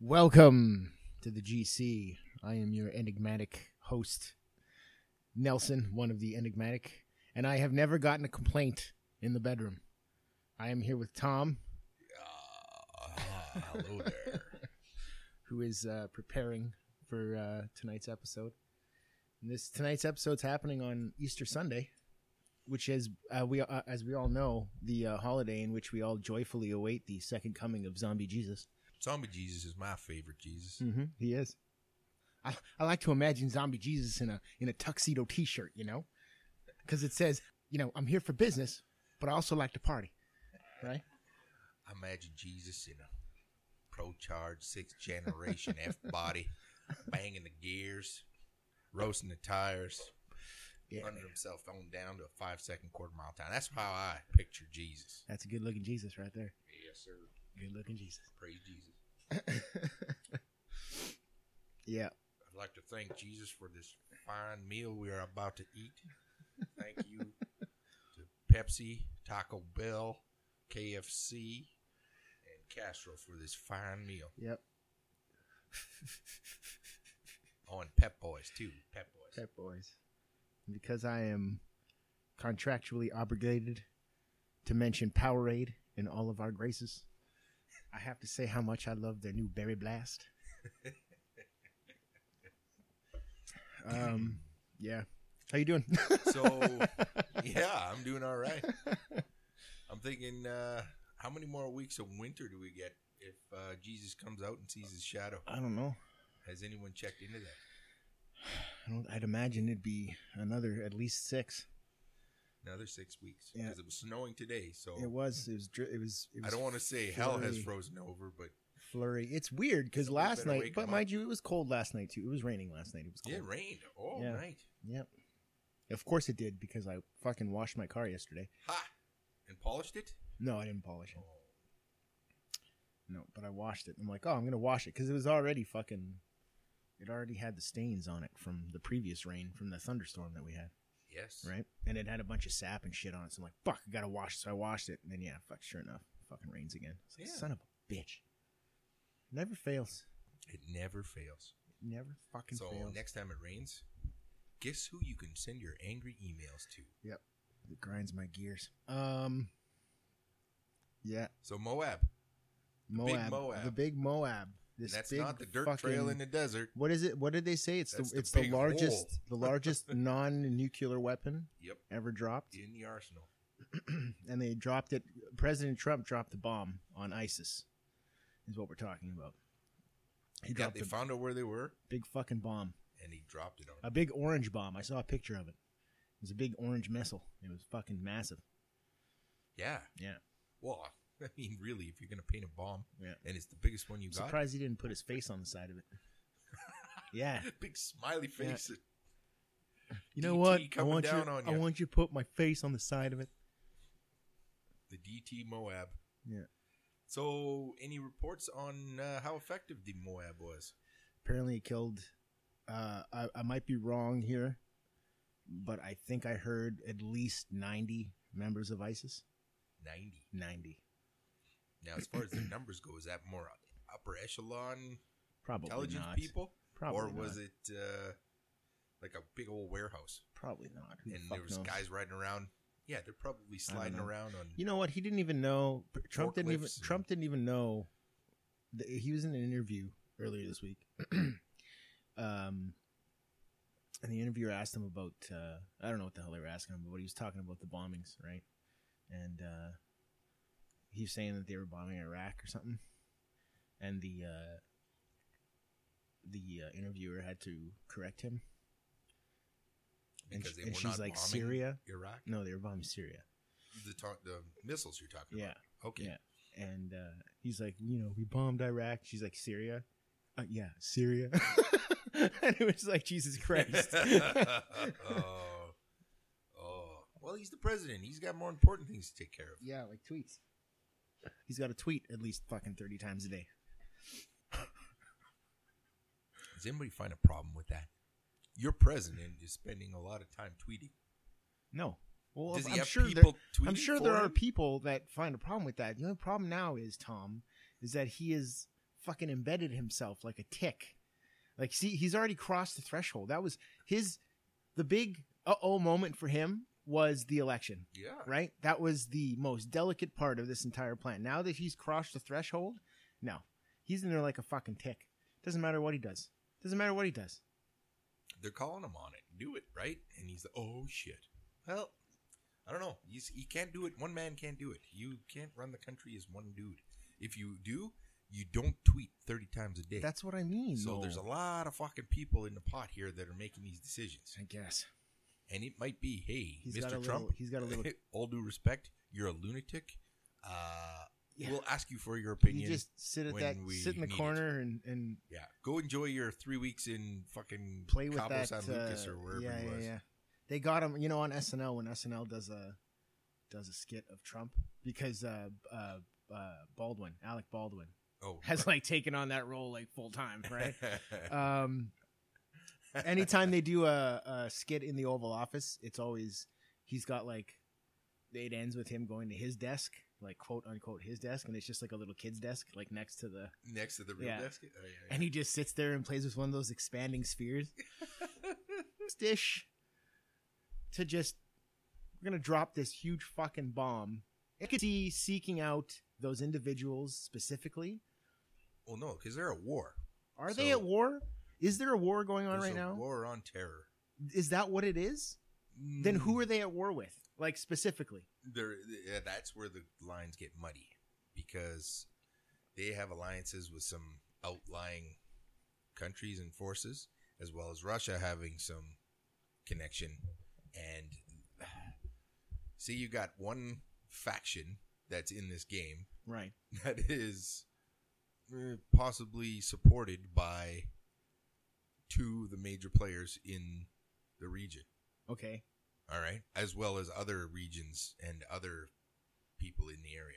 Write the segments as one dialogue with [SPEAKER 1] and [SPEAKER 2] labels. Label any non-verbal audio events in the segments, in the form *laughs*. [SPEAKER 1] Welcome to the GC. I am your enigmatic host, Nelson, one of the enigmatic, and I have never gotten a complaint in the bedroom. I am here with Tom,
[SPEAKER 2] Ah, hello there.
[SPEAKER 1] who is uh, preparing for uh, tonight's episode. And this tonight's episode's happening on Easter Sunday, which is, uh, we uh, as we all know, the uh, holiday in which we all joyfully await the second coming of Zombie Jesus.
[SPEAKER 2] Zombie Jesus is my favorite Jesus.
[SPEAKER 1] Mm-hmm. He is. I, I like to imagine Zombie Jesus in a in a tuxedo T-shirt, you know, because it says, you know, I'm here for business, but I also like to party, right?
[SPEAKER 2] I imagine Jesus in a pro-charged sixth generation F body, banging the gears, roasting the tires,
[SPEAKER 1] Yeah,
[SPEAKER 2] under
[SPEAKER 1] man.
[SPEAKER 2] himself on down to a five-second quarter mile time. That's how I picture Jesus.
[SPEAKER 1] that's a good looking Jesus right there.
[SPEAKER 2] Yes, sir.
[SPEAKER 1] Good looking Jesus.
[SPEAKER 2] Praise Jesus.
[SPEAKER 1] yeah,
[SPEAKER 2] I'd like to thank Jesus for this fine meal we are about to eat. Thank you to Pepsi, Taco Bell, KFC, and Castro for this fine meal.
[SPEAKER 1] yep.
[SPEAKER 2] Oh, and Pep Boys too. Pep Boys.
[SPEAKER 1] Pep boys, because I am contractually obligated to mention Powerade in all of our graces, I have to say how much I love their new Berry Blast. *laughs* um, yeah. How you doing?
[SPEAKER 2] *laughs*
[SPEAKER 1] *laughs*
[SPEAKER 2] So yeah, I'm doing all right. I'm thinking, uh, how many more weeks of winter do we get if uh, Jesus comes out and sees his shadow?
[SPEAKER 1] I don't know.
[SPEAKER 2] Has anyone checked into that?
[SPEAKER 1] I don't, I'd imagine it'd be another at least six.
[SPEAKER 2] Another six weeks
[SPEAKER 1] Yeah.
[SPEAKER 2] because it was snowing today. So
[SPEAKER 1] It was. It was. dri- It was. It was
[SPEAKER 2] I don't want to say hell has
[SPEAKER 1] flurry.
[SPEAKER 2] frozen over, but
[SPEAKER 1] flurry. It's weird because
[SPEAKER 2] Somebody
[SPEAKER 1] last
[SPEAKER 2] better
[SPEAKER 1] night,
[SPEAKER 2] wake
[SPEAKER 1] but
[SPEAKER 2] him
[SPEAKER 1] mind
[SPEAKER 2] up.
[SPEAKER 1] you, it was cold last night too. It was raining last night. It was cold.
[SPEAKER 2] it rained all
[SPEAKER 1] Oh. Yeah.
[SPEAKER 2] night.
[SPEAKER 1] Yep. Of course it did because I fucking washed my car yesterday.
[SPEAKER 2] Ha! And polished it.
[SPEAKER 1] No, I didn't polish
[SPEAKER 2] Oh,
[SPEAKER 1] it. No, but I washed it. I'm like, oh, I'm gonna wash it because it was already fucking. It already had the stains on it from the previous rain from the thunderstorm that we had,
[SPEAKER 2] yes.
[SPEAKER 1] right? And it had a bunch of sap and shit on it. So I'm like, fuck, I gotta wash it. So I washed it, and then yeah, fuck, sure enough, it fucking rains again. It's like,
[SPEAKER 2] Yeah.
[SPEAKER 1] Son of a bitch. Never fails.
[SPEAKER 2] It never fails.
[SPEAKER 1] Never fucking
[SPEAKER 2] so
[SPEAKER 1] fails.
[SPEAKER 2] next time it rains, guess who you can send your angry emails to?
[SPEAKER 1] it grinds my gears. Um. Yeah,
[SPEAKER 2] So Moab.
[SPEAKER 1] Moab,
[SPEAKER 2] Moab.
[SPEAKER 1] the big Moab. This
[SPEAKER 2] That's
[SPEAKER 1] big
[SPEAKER 2] not the dirt
[SPEAKER 1] fucking,
[SPEAKER 2] trail in the desert.
[SPEAKER 1] What is it? What did they say? It's the
[SPEAKER 2] That's the
[SPEAKER 1] it's the,
[SPEAKER 2] big
[SPEAKER 1] largest
[SPEAKER 2] hole.
[SPEAKER 1] the largest *laughs* non-nuclear weapon
[SPEAKER 2] Yep,
[SPEAKER 1] ever dropped,
[SPEAKER 2] in the arsenal.
[SPEAKER 1] and they dropped it. President Trump dropped the bomb on ISIS, is what we're talking about. He
[SPEAKER 2] Yeah,
[SPEAKER 1] dropped
[SPEAKER 2] they
[SPEAKER 1] a
[SPEAKER 2] found out where they were,
[SPEAKER 1] big fucking bomb,
[SPEAKER 2] and he dropped it on.
[SPEAKER 1] a big orange bomb. I saw a picture of it. It was a big orange missile. It was fucking massive.
[SPEAKER 2] Yeah,
[SPEAKER 1] Yeah.
[SPEAKER 2] Well, *laughs* I mean, really, if you're gonna paint a bomb,
[SPEAKER 1] Yeah.
[SPEAKER 2] and it's the biggest one you
[SPEAKER 1] I'm
[SPEAKER 2] got,
[SPEAKER 1] surprised he didn't put his face on the side *laughs* of it. Yeah.
[SPEAKER 2] *laughs*
[SPEAKER 1] E
[SPEAKER 2] big smiley face.
[SPEAKER 1] You know
[SPEAKER 2] DT
[SPEAKER 1] what? I
[SPEAKER 2] coming
[SPEAKER 1] want you,
[SPEAKER 2] down on
[SPEAKER 1] I
[SPEAKER 2] ya.
[SPEAKER 1] want you to put my face on the side of it.
[SPEAKER 2] The DT Moab.
[SPEAKER 1] Yeah.
[SPEAKER 2] So, any reports on uh, how effective the Moab was?
[SPEAKER 1] apparently it killed uh I, I might be wrong here but i think i heard at least 90 members of isis
[SPEAKER 2] Ninety.
[SPEAKER 1] 90
[SPEAKER 2] Now, as far
[SPEAKER 1] *clears throat*
[SPEAKER 2] as the numbers go, is that more upper echelon
[SPEAKER 1] probably
[SPEAKER 2] intelligence
[SPEAKER 1] not
[SPEAKER 2] people,
[SPEAKER 1] probably
[SPEAKER 2] or was
[SPEAKER 1] not.
[SPEAKER 2] it uh, like a big old warehouse?
[SPEAKER 1] probably not Who the
[SPEAKER 2] and
[SPEAKER 1] fuck
[SPEAKER 2] there was
[SPEAKER 1] knows?
[SPEAKER 2] guys riding around. Yeah, they're probably sliding
[SPEAKER 1] know.
[SPEAKER 2] around on.
[SPEAKER 1] you know what he didn't even know trump didn't even
[SPEAKER 2] Forklifts and-
[SPEAKER 1] trump didn't even know that- he was in an interview earlier this week *clears throat* um and the interviewer asked him about uh i don't know what the hell they were asking him but he was talking about the bombings right and uh, he was saying that they were bombing Iraq or something. And the uh, the uh, interviewer had to correct him. And,
[SPEAKER 2] Because
[SPEAKER 1] sh-
[SPEAKER 2] they
[SPEAKER 1] and
[SPEAKER 2] were
[SPEAKER 1] she's
[SPEAKER 2] not
[SPEAKER 1] like
[SPEAKER 2] bombing
[SPEAKER 1] Syria.
[SPEAKER 2] Iraq.
[SPEAKER 1] No, they were bombing Syria.
[SPEAKER 2] The, ta- the missiles you're talking
[SPEAKER 1] Yeah,
[SPEAKER 2] about. Okay. *laughs*
[SPEAKER 1] Yeah. and uh, he's like, you know, we bombed Iraq. She's like Syria. Uh, yeah, Syria. *laughs* and it was like Jesus Christ.
[SPEAKER 2] *laughs* oh, oh. Well, he's the president. He's got more important things to take care of.
[SPEAKER 1] yeah, like tweets. He's got to tweet at least fucking thirty times a day.
[SPEAKER 2] Does anybody find a problem with that? Your president is spending a lot of time tweeting.
[SPEAKER 1] No. Well,
[SPEAKER 2] Does he
[SPEAKER 1] I'm
[SPEAKER 2] have
[SPEAKER 1] sure there-
[SPEAKER 2] people tweeting?
[SPEAKER 1] I'm sure
[SPEAKER 2] for
[SPEAKER 1] there
[SPEAKER 2] him?
[SPEAKER 1] are people that find a problem with that. The only problem now is Tom is that he is fucking embedded himself like a tick. Like, see, he's already crossed the threshold. That was his, the big uh oh moment for him was the election,
[SPEAKER 2] Yeah.
[SPEAKER 1] right? That was the most delicate part of this entire plan. Now that he's crossed the threshold, no, he's in there like a fucking tick. Doesn't matter what he does. Doesn't matter what he does.
[SPEAKER 2] They're calling him on it. Do it, right? And he's like, oh, shit. Well, I don't know. He's, he can't do it. One man can't do it. You can't run the country as one dude. If you do, you don't tweet 30 times a day.
[SPEAKER 1] That's what I mean.
[SPEAKER 2] so
[SPEAKER 1] though.
[SPEAKER 2] there's a lot of fucking people in the pot here that are making these decisions.
[SPEAKER 1] I guess
[SPEAKER 2] And it might be, hey,
[SPEAKER 1] He's
[SPEAKER 2] Mr.
[SPEAKER 1] got a
[SPEAKER 2] Trump,
[SPEAKER 1] little- he's got a
[SPEAKER 2] *laughs*
[SPEAKER 1] little- *laughs*
[SPEAKER 2] all due respect, you're a lunatic. Uh,
[SPEAKER 1] Yeah.
[SPEAKER 2] We'll ask you for your
[SPEAKER 1] you
[SPEAKER 2] opinion.
[SPEAKER 1] just sit at
[SPEAKER 2] when
[SPEAKER 1] that,
[SPEAKER 2] we
[SPEAKER 1] sit in the
[SPEAKER 2] need it.
[SPEAKER 1] corner, and and
[SPEAKER 2] Yeah, go enjoy your three weeks in fucking
[SPEAKER 1] play with
[SPEAKER 2] Cabo
[SPEAKER 1] that.
[SPEAKER 2] San Lucas
[SPEAKER 1] uh,
[SPEAKER 2] or wherever
[SPEAKER 1] yeah,
[SPEAKER 2] he was.
[SPEAKER 1] yeah, yeah. They got him. You know, on SNL when SNL does a does a skit of Trump because uh, uh, uh, Baldwin, Alec Baldwin,
[SPEAKER 2] Oh,
[SPEAKER 1] has like taken on that role like full time,
[SPEAKER 2] *laughs*
[SPEAKER 1] right? um, anytime they do a, a skit in the Oval Office, it's always he's got like it ends with him going to his desk, like quote unquote his desk, and it's just like a little kid's desk, like next to the
[SPEAKER 2] Next to the real
[SPEAKER 1] Yeah.
[SPEAKER 2] desk. Oh, yeah,
[SPEAKER 1] and he just sits there and plays with one of those expanding
[SPEAKER 2] *laughs*
[SPEAKER 1] spheres. Dish to just we're gonna drop this huge fucking bomb. It could be seeking out those individuals specifically.
[SPEAKER 2] Well, no, because they're at war.
[SPEAKER 1] Are they
[SPEAKER 2] So-
[SPEAKER 1] at war? Is there a war going on
[SPEAKER 2] There's
[SPEAKER 1] right
[SPEAKER 2] a
[SPEAKER 1] now?
[SPEAKER 2] war on terror.
[SPEAKER 1] Is that what it is? Then who are they at war with? Like specifically?
[SPEAKER 2] There, yeah, that's where the lines get muddy because they have alliances with some outlying countries and forces, as well as Russia having some connection. And *sighs* see, you got one faction that's in this game *laughs*
[SPEAKER 1] Right.
[SPEAKER 2] that is uh, possibly supported by two of the major players in the region.
[SPEAKER 1] Okay.
[SPEAKER 2] All right. As well as other regions and other people in the area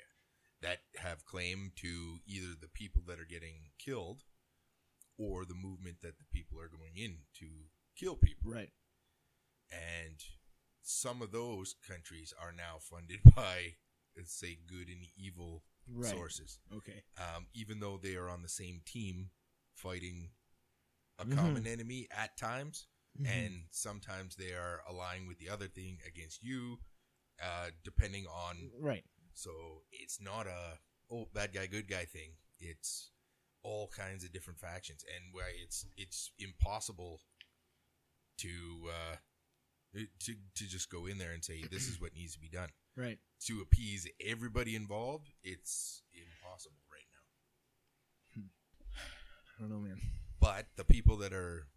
[SPEAKER 2] that have claim to either the people that are getting killed or the movement that the people are going in to kill people.
[SPEAKER 1] Right.
[SPEAKER 2] And some of those countries are now funded *laughs* by, let's say, good and evil
[SPEAKER 1] Right.
[SPEAKER 2] sources,
[SPEAKER 1] Okay.
[SPEAKER 2] um, even though they are on the same team fighting a
[SPEAKER 1] Mhm.
[SPEAKER 2] common enemy at times
[SPEAKER 1] Mm-hmm.
[SPEAKER 2] and sometimes they are aligning with the other thing against you, uh, depending on.
[SPEAKER 1] right.
[SPEAKER 2] So it's not a oh bad guy good guy thing. It's all kinds of different factions, and why it's it's impossible to uh, to to just go in there and say this is what needs to be done
[SPEAKER 1] Right.
[SPEAKER 2] to appease everybody involved. It's impossible right now.
[SPEAKER 1] I don't know, man.
[SPEAKER 2] But the people that are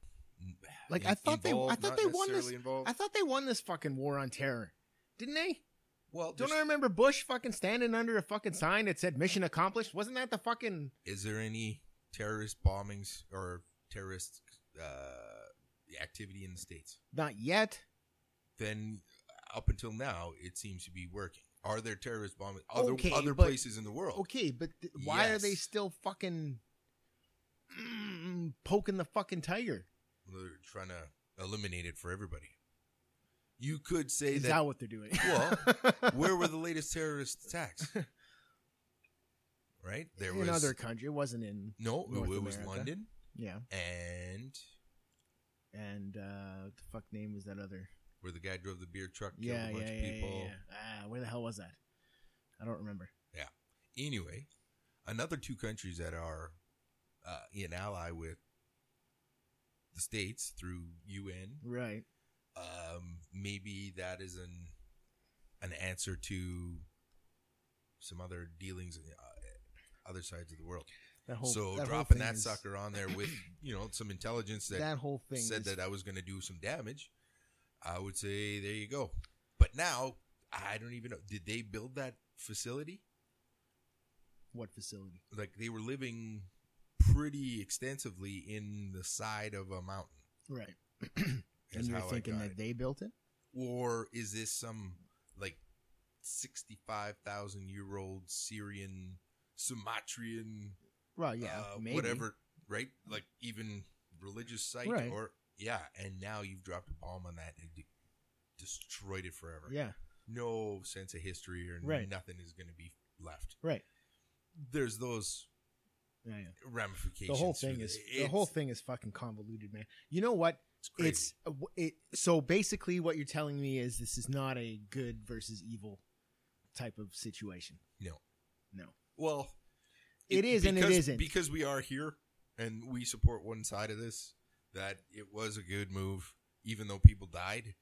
[SPEAKER 1] Like, I thought they- I thought
[SPEAKER 2] not
[SPEAKER 1] they won this-
[SPEAKER 2] necessarily Involved,
[SPEAKER 1] I thought they won this fucking war on terror. Didn't they?
[SPEAKER 2] well,
[SPEAKER 1] Don't
[SPEAKER 2] there's-
[SPEAKER 1] I remember Bush fucking standing under a fucking sign that said mission accomplished? Wasn't that the fucking
[SPEAKER 2] is there any terrorist bombings or terrorist uh, activity in the states?
[SPEAKER 1] not yet?
[SPEAKER 2] Then, uh, up until now, it seems to be working. Are there terrorist bombings other
[SPEAKER 1] Okay,
[SPEAKER 2] other
[SPEAKER 1] but-
[SPEAKER 2] places in the world?
[SPEAKER 1] Okay, but th- why are
[SPEAKER 2] Yes.
[SPEAKER 1] they still fucking mm, poking the fucking tiger?
[SPEAKER 2] They're trying to eliminate it for everybody. You could say
[SPEAKER 1] Is that
[SPEAKER 2] that.
[SPEAKER 1] what they're *laughs* doing?
[SPEAKER 2] Well, where were the latest terrorist attacks? Right there
[SPEAKER 1] in
[SPEAKER 2] was
[SPEAKER 1] another country. It wasn't in
[SPEAKER 2] no.
[SPEAKER 1] North
[SPEAKER 2] it was
[SPEAKER 1] America.
[SPEAKER 2] London
[SPEAKER 1] yeah.
[SPEAKER 2] and
[SPEAKER 1] And uh, what the fuck name was that other?
[SPEAKER 2] where the guy drove the beer truck, killed
[SPEAKER 1] Yeah,
[SPEAKER 2] a
[SPEAKER 1] yeah,
[SPEAKER 2] bunch
[SPEAKER 1] yeah,
[SPEAKER 2] of
[SPEAKER 1] yeah,
[SPEAKER 2] people.
[SPEAKER 1] yeah. Ah, where the hell was that? I don't remember.
[SPEAKER 2] anyway, another two countries that are uh, in ally with the states through UN,
[SPEAKER 1] Right.
[SPEAKER 2] um, maybe that is an an answer to some other dealings in the, uh, other sides of the world.
[SPEAKER 1] That whole
[SPEAKER 2] so
[SPEAKER 1] that whole
[SPEAKER 2] dropping
[SPEAKER 1] thing
[SPEAKER 2] that
[SPEAKER 1] is-
[SPEAKER 2] sucker on there
[SPEAKER 1] *coughs*
[SPEAKER 2] with you know some intelligence
[SPEAKER 1] That,
[SPEAKER 2] that,
[SPEAKER 1] whole thing
[SPEAKER 2] said
[SPEAKER 1] is-
[SPEAKER 2] that I was going to do some damage, I would say there you go. But now I don't even know. Did they build that facility?
[SPEAKER 1] what facility?
[SPEAKER 2] like they were living pretty extensively in the side of a mountain.
[SPEAKER 1] Right.
[SPEAKER 2] *clears throat* is
[SPEAKER 1] *clears throat* and you're
[SPEAKER 2] how I
[SPEAKER 1] thinking
[SPEAKER 2] got
[SPEAKER 1] that
[SPEAKER 2] it.
[SPEAKER 1] they built it?
[SPEAKER 2] or is this some like sixty-five thousand year old Syrian, Sumatrian,
[SPEAKER 1] Well, yeah,
[SPEAKER 2] uh,
[SPEAKER 1] maybe.
[SPEAKER 2] whatever, right? Like even religious site
[SPEAKER 1] Right.
[SPEAKER 2] or yeah. And now you've dropped a bomb on that and de- destroyed it forever.
[SPEAKER 1] Yeah,
[SPEAKER 2] no sense of history or
[SPEAKER 1] Right.
[SPEAKER 2] nothing is going to be left.
[SPEAKER 1] right.
[SPEAKER 2] There's those
[SPEAKER 1] Yeah, yeah.
[SPEAKER 2] ramifications.
[SPEAKER 1] The whole
[SPEAKER 2] through
[SPEAKER 1] thing is the
[SPEAKER 2] it's-
[SPEAKER 1] whole thing is fucking convoluted, man. You know what?
[SPEAKER 2] It's crazy.
[SPEAKER 1] It's uh, w- it. So basically, what you're telling me is this is not a good versus evil type of situation.
[SPEAKER 2] No.
[SPEAKER 1] no.
[SPEAKER 2] well,
[SPEAKER 1] It is and it
[SPEAKER 2] because-
[SPEAKER 1] isn't.
[SPEAKER 2] because we are here and we support one side of this. That it was a good move, even though people died.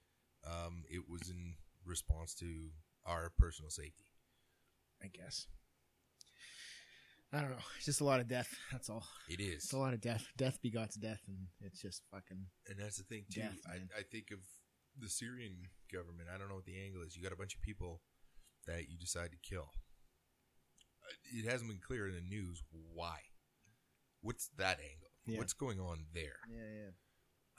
[SPEAKER 2] Um, it was in response to our personal safety.
[SPEAKER 1] I guess. I don't know. It's just a lot of death. That's all.
[SPEAKER 2] It is.
[SPEAKER 1] It's a lot of death. Death begots death, and it's just fucking.
[SPEAKER 2] And that's the thing too.
[SPEAKER 1] Death, man.
[SPEAKER 2] I, I think of the Syrian government. I don't know what the angle is. You got a bunch of people that you decide to kill. Uh, It hasn't been clear in the news why. What's that angle?
[SPEAKER 1] Yeah.
[SPEAKER 2] What's going on there?
[SPEAKER 1] Yeah, yeah.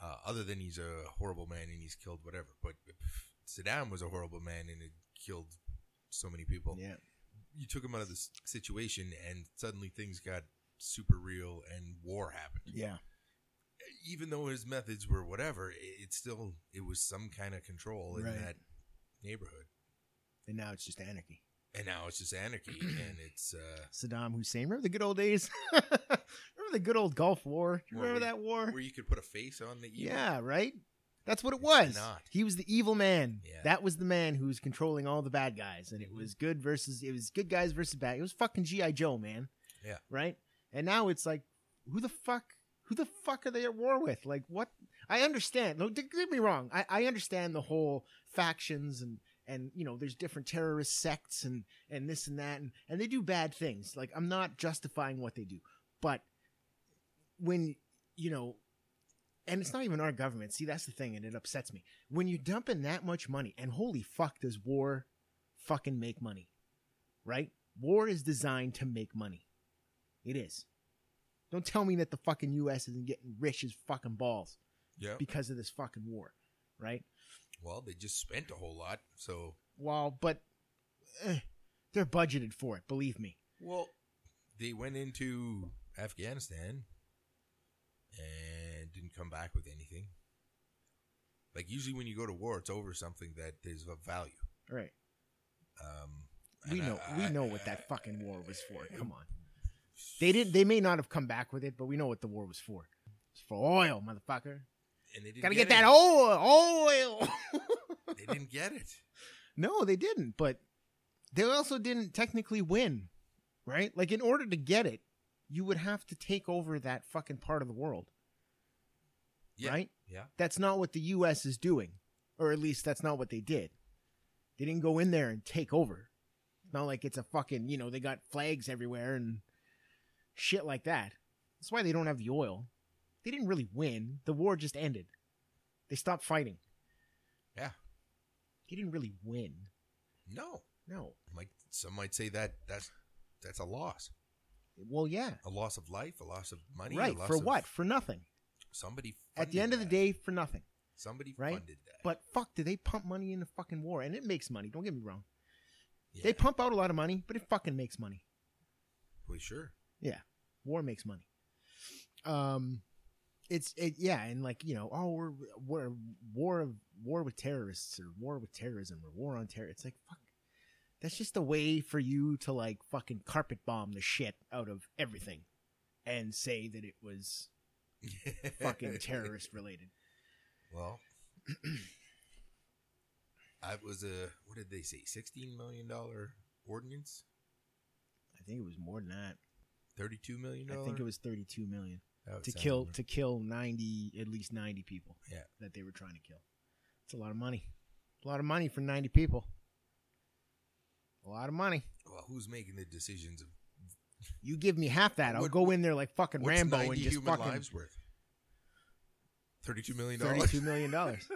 [SPEAKER 2] Uh, other than he's a horrible man and he's killed whatever. But pff, Saddam was a horrible man and it killed so many people.
[SPEAKER 1] Yeah.
[SPEAKER 2] You took him out of this situation and suddenly things got super real and war happened
[SPEAKER 1] Yeah.
[SPEAKER 2] even though his methods were whatever, it, it still it was some kind of control in
[SPEAKER 1] Right.
[SPEAKER 2] that neighborhood.
[SPEAKER 1] And now it's just anarchy.
[SPEAKER 2] And now it's
[SPEAKER 1] *clears throat*
[SPEAKER 2] just anarchy, and it's uh,
[SPEAKER 1] Saddam Hussein. Remember the good old days? *laughs* remember the good old Gulf War? You
[SPEAKER 2] Where
[SPEAKER 1] remember
[SPEAKER 2] we-
[SPEAKER 1] that war?
[SPEAKER 2] where you could put a face on the evil.
[SPEAKER 1] Yeah, right? That's what it
[SPEAKER 2] It's
[SPEAKER 1] was.
[SPEAKER 2] not.
[SPEAKER 1] He was the evil man.
[SPEAKER 2] Yeah.
[SPEAKER 1] That was the man who was controlling all the bad guys. And it
[SPEAKER 2] Mhm.
[SPEAKER 1] was good versus, it was good guys versus bad. It was fucking G.I. Joe, man.
[SPEAKER 2] Yeah.
[SPEAKER 1] Right? And now it's like, who the fuck, who the fuck are they at war with? Like, what? I understand. No, don't get me wrong. I, I understand the whole factions and, and you know there's different terrorist sects and and this and that and, and they do bad things like i'm not justifying what they do but when you know and it's not even our government see that's the thing and it upsets me when you're dumping that much money and holy fuck does war fucking make money right war is designed to make money it is don't tell me that the fucking us isn't getting rich as fucking balls
[SPEAKER 2] yeah.
[SPEAKER 1] because of this fucking war right
[SPEAKER 2] Well, they just spent a whole lot, so
[SPEAKER 1] well, but eh, they're budgeted for it. Believe me.
[SPEAKER 2] well, they went into Afghanistan and didn't come back with anything. Like usually, when you go to war, it's over something that is of value.
[SPEAKER 1] All right,
[SPEAKER 2] Um,
[SPEAKER 1] we
[SPEAKER 2] and
[SPEAKER 1] know
[SPEAKER 2] I-
[SPEAKER 1] we
[SPEAKER 2] I-
[SPEAKER 1] know what that fucking war was for. Come on, they didn't. They may not have come back with it, but we know what the war was for. It's for oil, motherfucker.
[SPEAKER 2] and they didn't
[SPEAKER 1] Gotta get that
[SPEAKER 2] it.
[SPEAKER 1] oil, *laughs* oil.
[SPEAKER 2] They didn't get it.
[SPEAKER 1] no, they didn't. But they also didn't technically win, right? Like in order to get it, you would have to take over that fucking part of the world,
[SPEAKER 2] Yeah.
[SPEAKER 1] right?
[SPEAKER 2] Yeah.
[SPEAKER 1] That's not what the U.S. is doing, or at least that's not what they did. They didn't go in there and take over. It's not like it's a fucking you know they got flags everywhere and shit like that. That's why they don't have the oil. They didn't really win. The war just ended. They stopped fighting.
[SPEAKER 2] Yeah.
[SPEAKER 1] They didn't really win.
[SPEAKER 2] No.
[SPEAKER 1] No.
[SPEAKER 2] Like some might say that that's that's a loss.
[SPEAKER 1] Well, yeah.
[SPEAKER 2] A loss of life, a loss of money. a
[SPEAKER 1] right.
[SPEAKER 2] loss
[SPEAKER 1] For
[SPEAKER 2] of-
[SPEAKER 1] what? For nothing.
[SPEAKER 2] Somebody
[SPEAKER 1] At the
[SPEAKER 2] funded
[SPEAKER 1] end of the
[SPEAKER 2] that.
[SPEAKER 1] day, for nothing.
[SPEAKER 2] somebody
[SPEAKER 1] right?
[SPEAKER 2] funded that.
[SPEAKER 1] But fuck, do they pump money into fucking war? And it makes money. Don't get me wrong.
[SPEAKER 2] yeah,
[SPEAKER 1] They pump out a lot of money, but it fucking makes money.
[SPEAKER 2] well, sure. *laughs*
[SPEAKER 1] Yeah, war makes money. Um, it's it yeah, and like you know, oh, we're we're war of war with terrorists or war with terrorism or war on terror. It's like fuck, that's just a way for you to like fucking carpet bomb the shit out of everything, and say that it was
[SPEAKER 2] *laughs*
[SPEAKER 1] fucking terrorist related.
[SPEAKER 2] Well, *clears throat* I was a what did they say? Sixteen million dollar ordinance,
[SPEAKER 1] I think it was more than that.
[SPEAKER 2] thirty two million
[SPEAKER 1] I
[SPEAKER 2] dollar.
[SPEAKER 1] think it was thirty-two million
[SPEAKER 2] That would
[SPEAKER 1] to
[SPEAKER 2] sound
[SPEAKER 1] kill
[SPEAKER 2] right.
[SPEAKER 1] to kill ninety at least ninety people.
[SPEAKER 2] Yeah.
[SPEAKER 1] that they were trying to kill. It's a lot of money. A lot of money for ninety people. A lot of money.
[SPEAKER 2] well, who's making the decisions of
[SPEAKER 1] You give me half that, I'll
[SPEAKER 2] What-
[SPEAKER 1] go in there like fucking
[SPEAKER 2] what's
[SPEAKER 1] Rambo
[SPEAKER 2] 90
[SPEAKER 1] and just
[SPEAKER 2] human
[SPEAKER 1] fucking
[SPEAKER 2] lives worth? Thirty-two million dollars.
[SPEAKER 1] thirty-two million
[SPEAKER 2] *laughs*
[SPEAKER 1] dollars.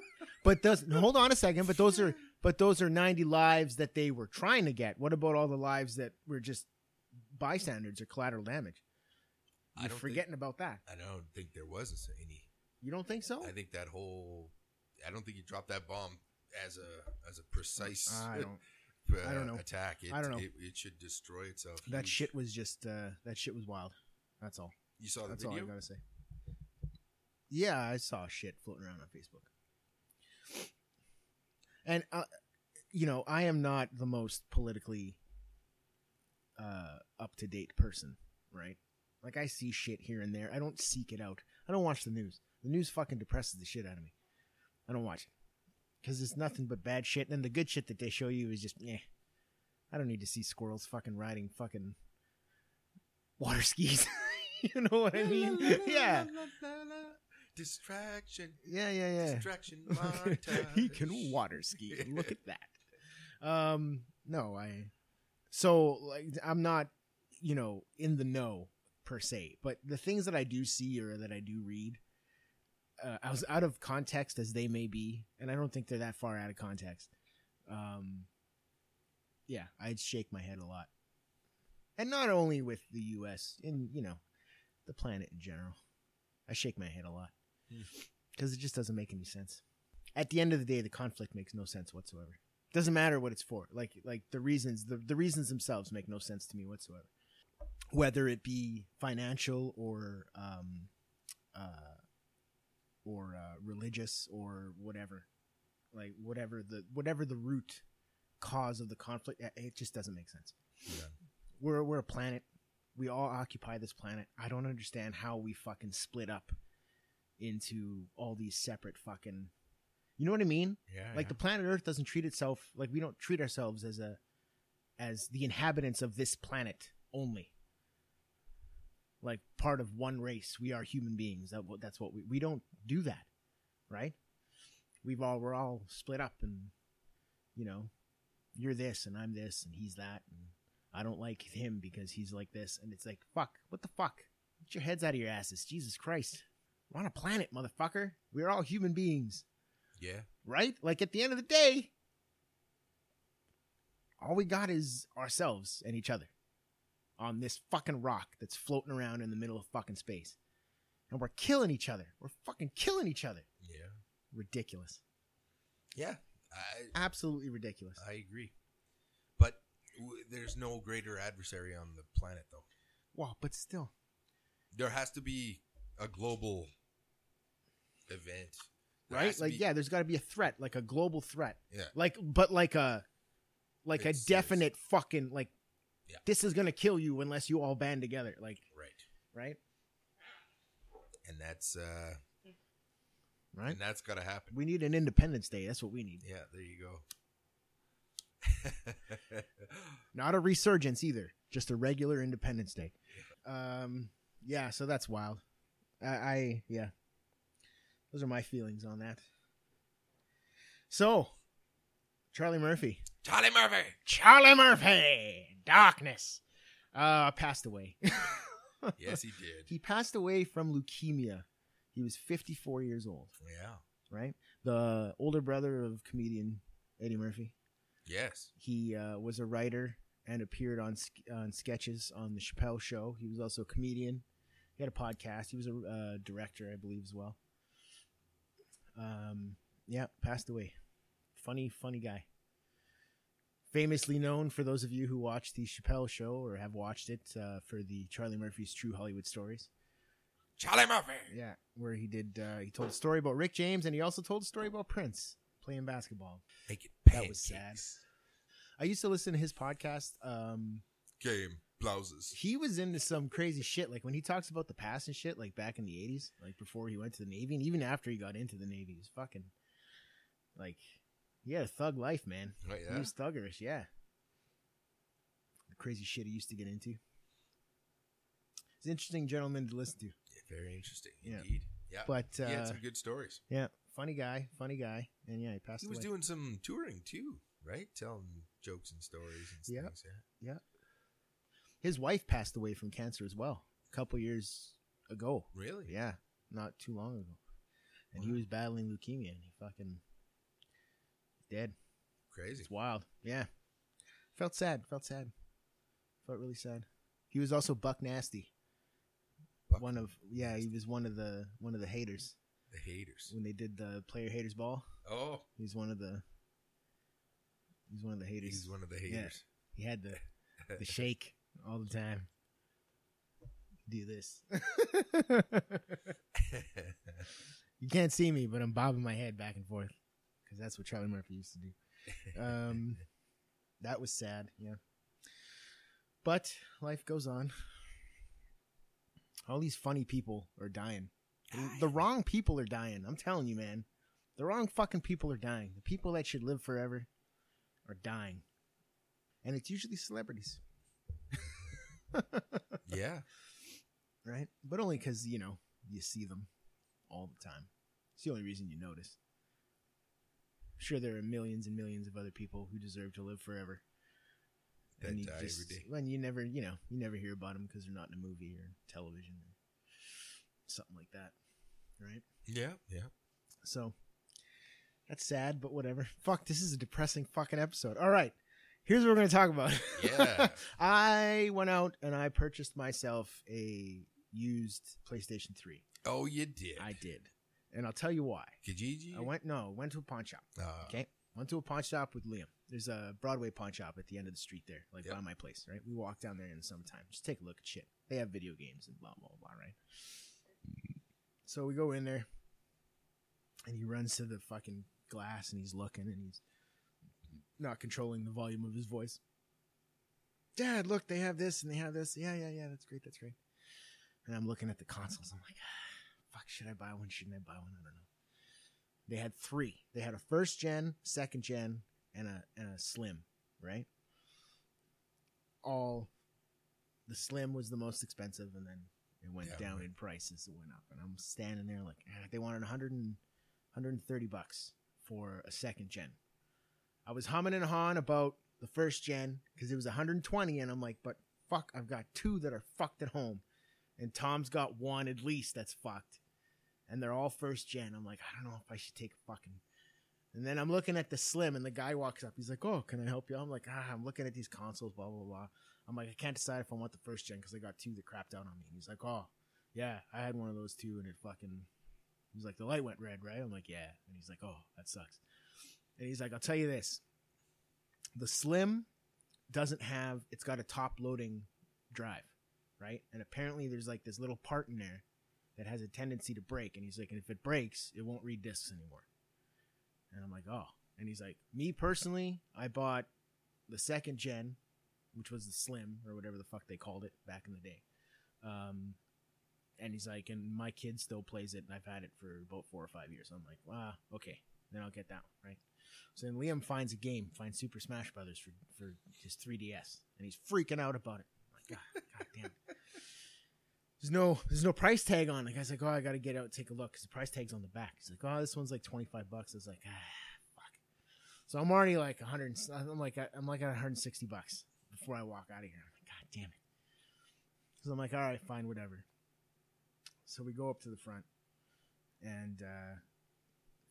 [SPEAKER 1] but those hold on a second. But those are but those are ninety lives that they were trying to get. What about all the lives that were just bystanders or collateral damage?
[SPEAKER 2] I
[SPEAKER 1] You're
[SPEAKER 2] don't
[SPEAKER 1] forgetting about that.
[SPEAKER 2] Think, I don't think there was any.
[SPEAKER 1] You don't think so?
[SPEAKER 2] I think that whole. I don't think you dropped that bomb as a as a precise
[SPEAKER 1] I don't.
[SPEAKER 2] *laughs* uh,
[SPEAKER 1] I don't know.
[SPEAKER 2] attack. It,
[SPEAKER 1] I don't know.
[SPEAKER 2] It, it should destroy itself.
[SPEAKER 1] That
[SPEAKER 2] You-
[SPEAKER 1] shit was just uh, that shit was wild. That's all.
[SPEAKER 2] You saw the
[SPEAKER 1] That's all I
[SPEAKER 2] video.
[SPEAKER 1] gotta say. Yeah, I saw shit floating around on Facebook, and uh, you know I am not the most politically uh, up to date person, right? Like I see shit here and there. I don't seek it out. I don't watch the news. The news fucking depresses the shit out of me. I don't watch it because it's nothing but bad shit. And then the good shit that they show you is just eh. I don't need to see squirrels fucking riding fucking water *laughs* skis. you know what *laughs* I
[SPEAKER 2] *laughs*
[SPEAKER 1] mean? yeah,
[SPEAKER 2] Distraction.
[SPEAKER 1] yeah, yeah, yeah.
[SPEAKER 2] Distraction.
[SPEAKER 1] *laughs* he can
[SPEAKER 2] montage.
[SPEAKER 1] water ski. Look at
[SPEAKER 2] *laughs*
[SPEAKER 1] that. Um, no, I. So like, I'm not, you know, in the know per se, but the things that I do see or that I do read, uh, I was out of context as they may be, and I don't think they're that far out of context. Um, yeah, I'd shake my head a lot, and not only with the U.S. in you know, the planet in general. I shake my head a lot
[SPEAKER 2] Hmm.
[SPEAKER 1] because it just doesn't make any sense at the end of the day the conflict makes no sense whatsoever doesn't matter what it's for like like the reasons the, the reasons themselves make no sense to me whatsoever whether it be financial or um uh or uh, religious or whatever like whatever the whatever the root cause of the conflict it- it just doesn't make sense
[SPEAKER 2] Yeah.
[SPEAKER 1] we're we're a planet we all occupy this planet i don't understand how we fucking split up into all these separate fucking you know what i mean
[SPEAKER 2] Oh, Yeah.
[SPEAKER 1] like the planet earth doesn't treat itself like we don't treat ourselves as a as the inhabitants of this planet only like part of one race we are human beings that, what- that's what we we don't do that right we've all we're all split up and you know you're this and i'm this and he's that and i don't like him because he's like this and it's like fuck what the fuck get your heads out of your asses jesus christ we're on a planet motherfucker we're all human beings
[SPEAKER 2] yeah. yeah.
[SPEAKER 1] right? Like at the end of the day, all we got is ourselves and each other on this fucking rock that's floating around in the middle of fucking space. And we're killing each other. We're fucking killing each other.
[SPEAKER 2] Yeah.
[SPEAKER 1] Ridiculous.
[SPEAKER 2] Yeah. I
[SPEAKER 1] Absolutely ridiculous.
[SPEAKER 2] I agree. But w- there's no greater adversary on the planet, though.
[SPEAKER 1] Wow, but still.
[SPEAKER 2] There has to be a global event, There
[SPEAKER 1] right?
[SPEAKER 2] has to
[SPEAKER 1] Like
[SPEAKER 2] be-
[SPEAKER 1] yeah, there's got to be a threat, like a global threat.
[SPEAKER 2] Yeah.
[SPEAKER 1] Like but like a like a
[SPEAKER 2] It's- it's-
[SPEAKER 1] definite fucking like
[SPEAKER 2] Yeah.
[SPEAKER 1] this is going to kill you unless you all band together, like,
[SPEAKER 2] right?
[SPEAKER 1] right?
[SPEAKER 2] And that's uh,
[SPEAKER 1] Right?
[SPEAKER 2] and that's got to happen.
[SPEAKER 1] We need an independence day. That's what we need.
[SPEAKER 2] Yeah, there you go. *laughs*
[SPEAKER 1] not a resurgence either just a regular independence day um yeah so that's wild i, I yeah those are my feelings on that so charlie murphy
[SPEAKER 2] Charlie Murphy.
[SPEAKER 1] charlie murphy darkness uh passed away *laughs*
[SPEAKER 2] Yes, he did.
[SPEAKER 1] he passed away from leukemia he was 54 years old
[SPEAKER 2] yeah.
[SPEAKER 1] right the older brother of comedian eddie murphy
[SPEAKER 2] Yes.
[SPEAKER 1] He uh, was a writer and appeared on sk- on sketches on the Chappelle Show. He was also a comedian. He had a podcast. He was a uh, director, I believe, as well. Um, yeah, passed away. Funny, funny guy. Famously known for those of you who watch the Chappelle Show or have watched it uh, for the Charlie Murphy's True Hollywood Stories.
[SPEAKER 2] Charlie Murphy.
[SPEAKER 1] Yeah, where he did uh, he told a story about Rick James and he also told a story about Prince playing basketball.
[SPEAKER 2] Make it
[SPEAKER 1] That was
[SPEAKER 2] pancakes.
[SPEAKER 1] sad. I used to listen to his podcast. Um,
[SPEAKER 2] Game blouses.
[SPEAKER 1] he was into some crazy shit. Like when he talks about the past and shit, like back in the eighties, like before he went to the Navy, and even after he got into the Navy, he was fucking like he had a thug life, man.
[SPEAKER 2] Right,
[SPEAKER 1] He
[SPEAKER 2] yeah.
[SPEAKER 1] was thuggerish, Oh, yeah. The crazy shit he used to get into. He's an interesting gentleman to listen to.
[SPEAKER 2] Very interesting
[SPEAKER 1] Yeah.
[SPEAKER 2] indeed. Yeah.
[SPEAKER 1] But uh,
[SPEAKER 2] he had some good stories.
[SPEAKER 1] yeah, funny guy, funny guy. And yeah, he passed
[SPEAKER 2] He was
[SPEAKER 1] away.
[SPEAKER 2] doing some touring too, right? Telling jokes and stories and
[SPEAKER 1] Yep.
[SPEAKER 2] things. Yeah.
[SPEAKER 1] His wife passed away from cancer as well a couple years ago.
[SPEAKER 2] Really?
[SPEAKER 1] Yeah, not too long ago. And he
[SPEAKER 2] Wow.
[SPEAKER 1] was battling leukemia and he fucking dead.
[SPEAKER 2] Crazy.
[SPEAKER 1] It's wild. Yeah. Felt sad. Felt sad. Felt really sad. He was also Buck Nasty.
[SPEAKER 2] Buck
[SPEAKER 1] one of yeah, he was one of the one of the haters
[SPEAKER 2] The haters.
[SPEAKER 1] when they did the player haters ball.
[SPEAKER 2] Oh,
[SPEAKER 1] He was one of the he was one of the haters.
[SPEAKER 2] he's one of the haters.
[SPEAKER 1] He had the
[SPEAKER 2] *laughs*
[SPEAKER 1] the shake all the time. Do this. *laughs* You can't see me, but I'm bobbing my head back and forth because that's what Charlie Murphy used to do. Um, that was sad, yeah. But life goes on. All these funny people are dying.
[SPEAKER 2] Ah,
[SPEAKER 1] The wrong people are dying. I'm telling you, man. The wrong fucking people are dying. The people that should live forever are dying. And it's usually celebrities, *laughs*
[SPEAKER 2] yeah.
[SPEAKER 1] right? But only because, you know, you see them all the time. It's the only reason you notice. Sure, there are millions and millions of other people who deserve to live forever.
[SPEAKER 2] That
[SPEAKER 1] and you
[SPEAKER 2] die
[SPEAKER 1] just-
[SPEAKER 2] every day.
[SPEAKER 1] When you never, you know, you never hear about them because they're not in a movie or television or something like that, right?
[SPEAKER 2] Yeah. Yeah.
[SPEAKER 1] So that's sad, but whatever. *laughs* Fuck, this is a depressing fucking episode. All right, here's what we're gonna talk about.
[SPEAKER 2] Yeah.
[SPEAKER 1] *laughs* I went out and I purchased myself a used PlayStation 3.
[SPEAKER 2] oh, you did.
[SPEAKER 1] I did, and I'll tell you why.
[SPEAKER 2] Kijiji?
[SPEAKER 1] I went no, went to a pawn shop.
[SPEAKER 2] Uh,
[SPEAKER 1] Okay. Went to a pawn shop with Liam. There's a Broadway pawn shop at the end of the street there, like
[SPEAKER 2] Yep.
[SPEAKER 1] by my place, right? We walk down there in the summertime. Just take a look at shit. They have video games and blah, blah, blah, right? So we go in there, and he runs to the fucking glass and he's looking and he's not controlling the volume of his voice. Dad, look, they have this and they have this. Yeah, yeah, yeah. That's great. That's great. And I'm looking at the consoles. I'm like, "Ah, fuck, should I buy one? Shouldn't I buy one? I don't know. They had three. They had a first gen, second gen, and a and a slim, right? All the slim was the most expensive, and then it went
[SPEAKER 2] Yeah,
[SPEAKER 1] down
[SPEAKER 2] right.
[SPEAKER 1] in price as it went up. And I'm standing there like, "Ah, they wanted 100 and, 130 bucks for a second gen. I was humming and hawing about the first gen because it was 120, and I'm like, but fuck, I've got two that are fucked at home, and Tom's got one at least that's fucked, and they're all first gen. I'm like, I don't know if I should take a fucking. And then I'm looking at the slim, and the guy walks up. He's like, "Oh, can I help you?" I'm like, "Ah, I'm looking at these consoles, blah blah blah." I'm like, I can't decide if I want the first gen because I got two that crapped out on me. He's like, "Oh, yeah, I had one of those too, and it fucking." He's like, "The light went red, right?" I'm like, "Yeah," and he's like, "Oh, that sucks." And he's like, "I'll tell you this: the slim doesn't have. It's got a top loading drive, right? And apparently, there's like this little part in there that has a tendency to break. And he's like, and if it breaks, it won't read discs anymore. And I'm like, oh. And he's like, me personally, I bought the second gen, which was the slim or whatever the fuck they called it back in the day. Um, and he's like, and my kid still plays it, and I've had it for about four or five years. I'm like, wow, okay, then I'll get that one, right? So then Liam finds a game, finds Super Smash Brothers for for his 3DS, and he's freaking out about it. I'm like, God, *laughs* God damn. it." There's no there's no price tag on. it. The guy's like, oh, I gotta get out, and take a look, because the price tag's on the back. He's like, oh, this one's like 25 bucks. I was like, ah, fuck. So I'm already like 100. and- I'm like I'm like at 160 bucks before I walk out of here. I'm like, God damn it. So I'm like, all right, fine, whatever. So we go up to the front, and uh,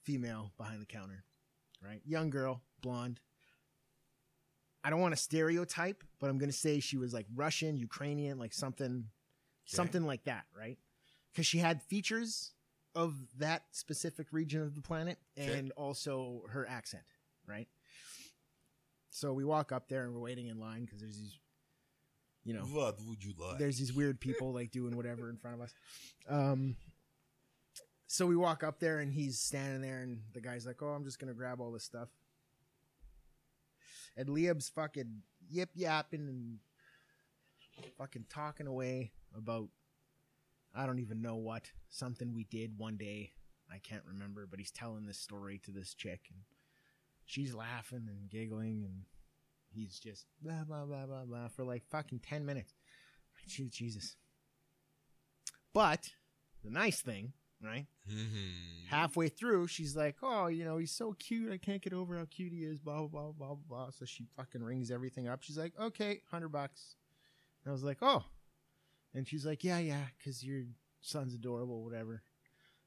[SPEAKER 1] female behind the counter, right? Young girl, blonde. I don't want to stereotype, but I'm gonna say she was like Russian, Ukrainian, like something, something like that, right? Because she had features of that specific region of the planet,
[SPEAKER 2] Okay.
[SPEAKER 1] and also her accent, right? So we walk up there and we're waiting in line because there's these, you know,
[SPEAKER 2] What would you like?
[SPEAKER 1] there's these weird people like doing whatever in front of us. Um, so we walk up there and he's standing there and the guy's like, "Oh, I'm just gonna grab all this stuff." And Liab's fucking yip yapping and fucking talking away about I don't even know what something we did one day. I can't remember, but he's telling this story to this chick and she's laughing and giggling and he's just blah blah blah blah blah for like fucking ten minutes. Je- Jesus. But the nice thing, right?
[SPEAKER 2] Mhm.
[SPEAKER 1] Halfway through, she's like, "Oh, you know, he's so cute. I can't get over how cute he is." Blah blah blah blah blah. So she fucking rings everything up. She's like, "Okay, hundred bucks." And I was like, "Oh," and she's like, "Yeah, yeah, because your son's adorable, whatever."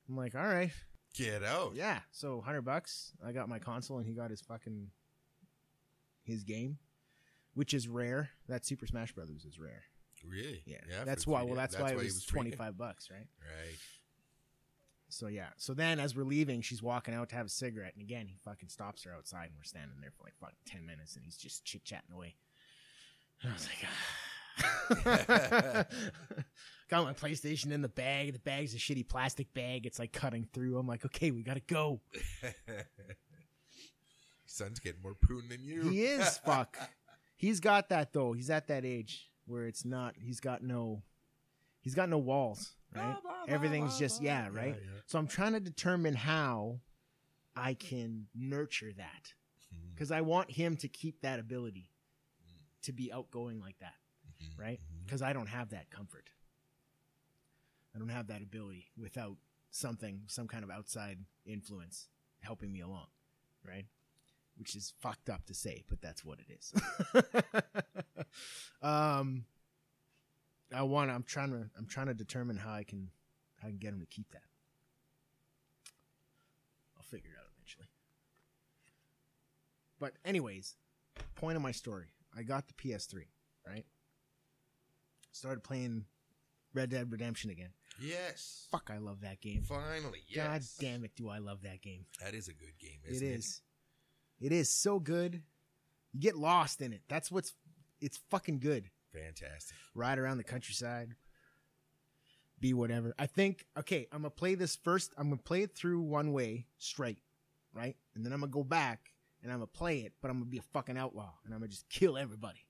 [SPEAKER 1] I'm like, "All right,
[SPEAKER 2] Get out.
[SPEAKER 1] yeah." So hundred bucks. I got my console, and he got his fucking his game, which is rare. That Super Smash Brothers is rare.
[SPEAKER 2] Really?
[SPEAKER 1] Yeah,
[SPEAKER 2] for
[SPEAKER 1] that's why.
[SPEAKER 2] 3D.
[SPEAKER 1] Well, that's, why, it
[SPEAKER 2] he
[SPEAKER 1] was,
[SPEAKER 2] free.
[SPEAKER 1] twenty five bucks, right?
[SPEAKER 2] Right.
[SPEAKER 1] So yeah. So then, as we're leaving, she's walking out to have a cigarette, and again, he fucking stops her outside, and we're standing there for like fucking ten minutes, and he's just chit chatting away. *sighs* And I was like, "Ah." *laughs* got my PlayStation in the bag. The bag's a shitty plastic bag. It's like cutting through. I'm like, okay, we gotta go.
[SPEAKER 2] *laughs* Son's getting more prune than you.
[SPEAKER 1] He
[SPEAKER 2] *laughs*
[SPEAKER 1] is fuck. He's got that though. He's at that age where it's not. He's got no. He's got no walls, right?
[SPEAKER 2] Blah, blah, blah,
[SPEAKER 1] Everything's
[SPEAKER 2] blah,
[SPEAKER 1] just-
[SPEAKER 2] blah.
[SPEAKER 1] yeah, right?
[SPEAKER 2] yeah.
[SPEAKER 1] So I'm trying to determine how I can nurture that
[SPEAKER 2] Mhm,
[SPEAKER 1] because I want him to keep that ability
[SPEAKER 2] mhm,
[SPEAKER 1] to be outgoing like that
[SPEAKER 2] mhm,
[SPEAKER 1] right?
[SPEAKER 2] mhm.
[SPEAKER 1] because I don't have that comfort. I don't have that ability without something, some kind of outside influence helping me along, right? Which is fucked up to say, but that's what it is. um, I want. I'm trying to. I'm trying to determine how I can, how I can get him to keep that. I'll figure it out eventually. But anyways, point of my story. I got the PS3, right? Started playing Red Dead Redemption again.
[SPEAKER 2] Yes.
[SPEAKER 1] Fuck, I love that game.
[SPEAKER 2] Finally. Yes.
[SPEAKER 1] God damn it, do I love that game.
[SPEAKER 2] That is a good game,
[SPEAKER 1] It
[SPEAKER 2] isn't it?
[SPEAKER 1] is. It is so good. You get lost in it. That's what's it's fucking good.
[SPEAKER 2] Fantastic.
[SPEAKER 1] Ride around the countryside. Be whatever. I think okay, I'm gonna play this first. I'm gonna play it through one way straight, right? And then I'm gonna go back and I'm gonna play it, but I'm gonna be a fucking outlaw and I'm gonna just kill everybody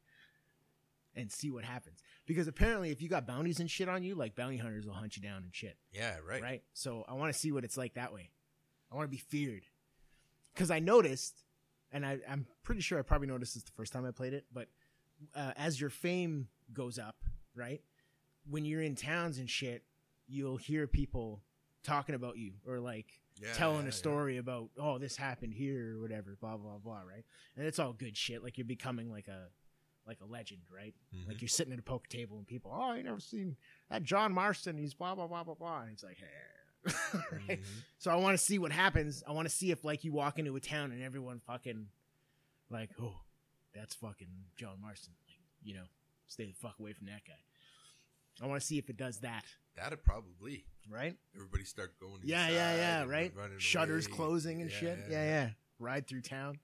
[SPEAKER 1] and see what happens. Because apparently, if you got bounties and shit on you, like bounty hunters will hunt you down and shit
[SPEAKER 2] Yeah, right.
[SPEAKER 1] right? So I want to see what it's like that way. I want to be feared because I noticed, and I, I'm pretty sure I probably noticed this the first time I played it. But uh, as your fame goes up, right? When you're in towns and shit, you'll hear people talking about you or like
[SPEAKER 2] Yeah,
[SPEAKER 1] telling
[SPEAKER 2] yeah,
[SPEAKER 1] a story about oh this happened here or whatever, blah blah blah, right? And it's all good shit. Like you're becoming like a like a legend, right?
[SPEAKER 2] Yeah. Mhm.
[SPEAKER 1] Like you're sitting at a poker table and people, oh, I ain't never seen that John Marston. He's blah blah blah blah blah, and he's like, *laughs* "Eh." right?
[SPEAKER 2] Mhm.
[SPEAKER 1] So I want to see what happens. I want to see if like you walk into a town and everyone fucking like, oh, that's fucking John Marston. Like, you know, stay the fuck away from that guy. I want to see if it does that,
[SPEAKER 2] That'd probably
[SPEAKER 1] right?
[SPEAKER 2] everybody start going.
[SPEAKER 1] Yeah, yeah,
[SPEAKER 2] inside
[SPEAKER 1] yeah,
[SPEAKER 2] and
[SPEAKER 1] right?
[SPEAKER 2] running
[SPEAKER 1] Shutters
[SPEAKER 2] away.
[SPEAKER 1] closing and shit. Yeah, yeah. Ride through town.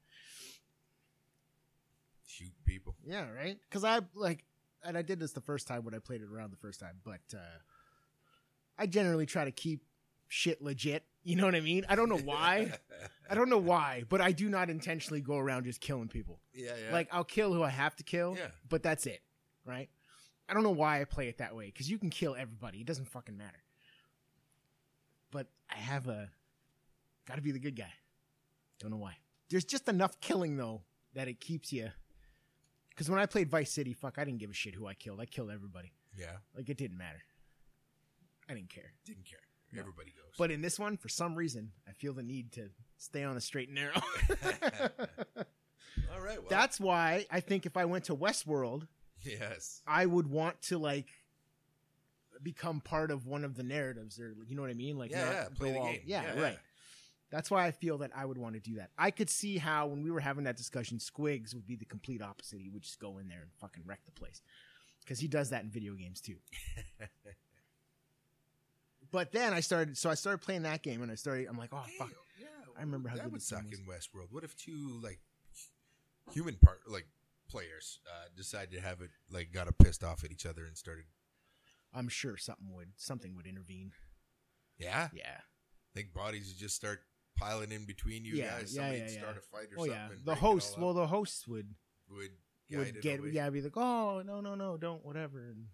[SPEAKER 2] Shoot
[SPEAKER 1] *laughs*
[SPEAKER 2] people.
[SPEAKER 1] Yeah, right. Because I like, and I did this the first time when I played it around the first time, but uh, I generally try to keep shit legit. You know what I mean? I don't know
[SPEAKER 2] *laughs*
[SPEAKER 1] why. I don't know why, but I do not intentionally go around just killing people.
[SPEAKER 2] Yeah, yeah.
[SPEAKER 1] Like I'll kill who I have to kill,
[SPEAKER 2] Yeah.
[SPEAKER 1] but that's it, right? I don't know why I play it that way because you can kill everybody. It doesn't fucking matter. But I have a got to be the good guy. Don't know why. There's just enough killing though that it keeps you. Because when I played Vice City, fuck, I didn't give a shit who I killed. I killed everybody.
[SPEAKER 2] yeah.
[SPEAKER 1] Like it didn't matter. I didn't care.
[SPEAKER 2] Didn't care.
[SPEAKER 1] No.
[SPEAKER 2] Everybody goes.
[SPEAKER 1] But in this one, for some reason, I feel the need to stay on the straight and narrow. *laughs*
[SPEAKER 2] all right. Well,
[SPEAKER 1] That's why I think if I went to Westworld,
[SPEAKER 2] *laughs* yes.
[SPEAKER 1] I would want to like become part of one of the narratives or you know what I mean? Like
[SPEAKER 2] yeah,
[SPEAKER 1] not
[SPEAKER 2] yeah. Play
[SPEAKER 1] go
[SPEAKER 2] the
[SPEAKER 1] all-
[SPEAKER 2] game.
[SPEAKER 1] Yeah, right. That's why I feel that I would want to do that. I could see how when we were having that discussion, Squigs would be the complete opposite. He would just go in there and fucking wreck the place. Because he does that in video games
[SPEAKER 2] *laughs*
[SPEAKER 1] too. but then I started so I started playing that game and I started I'm like, oh
[SPEAKER 2] Hey,
[SPEAKER 1] fuck.
[SPEAKER 2] Yeah.
[SPEAKER 1] I remember how
[SPEAKER 2] that
[SPEAKER 1] good
[SPEAKER 2] would
[SPEAKER 1] this game
[SPEAKER 2] suck
[SPEAKER 1] was.
[SPEAKER 2] in Westworld. What if two like human part like players uh, decided to have it like got a pissed off at each other and started.
[SPEAKER 1] I'm sure something would something would intervene.
[SPEAKER 2] Yeah.
[SPEAKER 1] Yeah.
[SPEAKER 2] think bodies would just start piling in between you
[SPEAKER 1] Yeah,
[SPEAKER 2] guys.
[SPEAKER 1] yeah,
[SPEAKER 2] Somebody'd
[SPEAKER 1] yeah, yeah.
[SPEAKER 2] start a fight or
[SPEAKER 1] Oh
[SPEAKER 2] something.
[SPEAKER 1] yeah.
[SPEAKER 2] and
[SPEAKER 1] The
[SPEAKER 2] break it
[SPEAKER 1] host
[SPEAKER 2] all
[SPEAKER 1] well
[SPEAKER 2] up.
[SPEAKER 1] the host would
[SPEAKER 2] would guide
[SPEAKER 1] would
[SPEAKER 2] it
[SPEAKER 1] get
[SPEAKER 2] away.
[SPEAKER 1] yeah be like oh no no no don't whatever and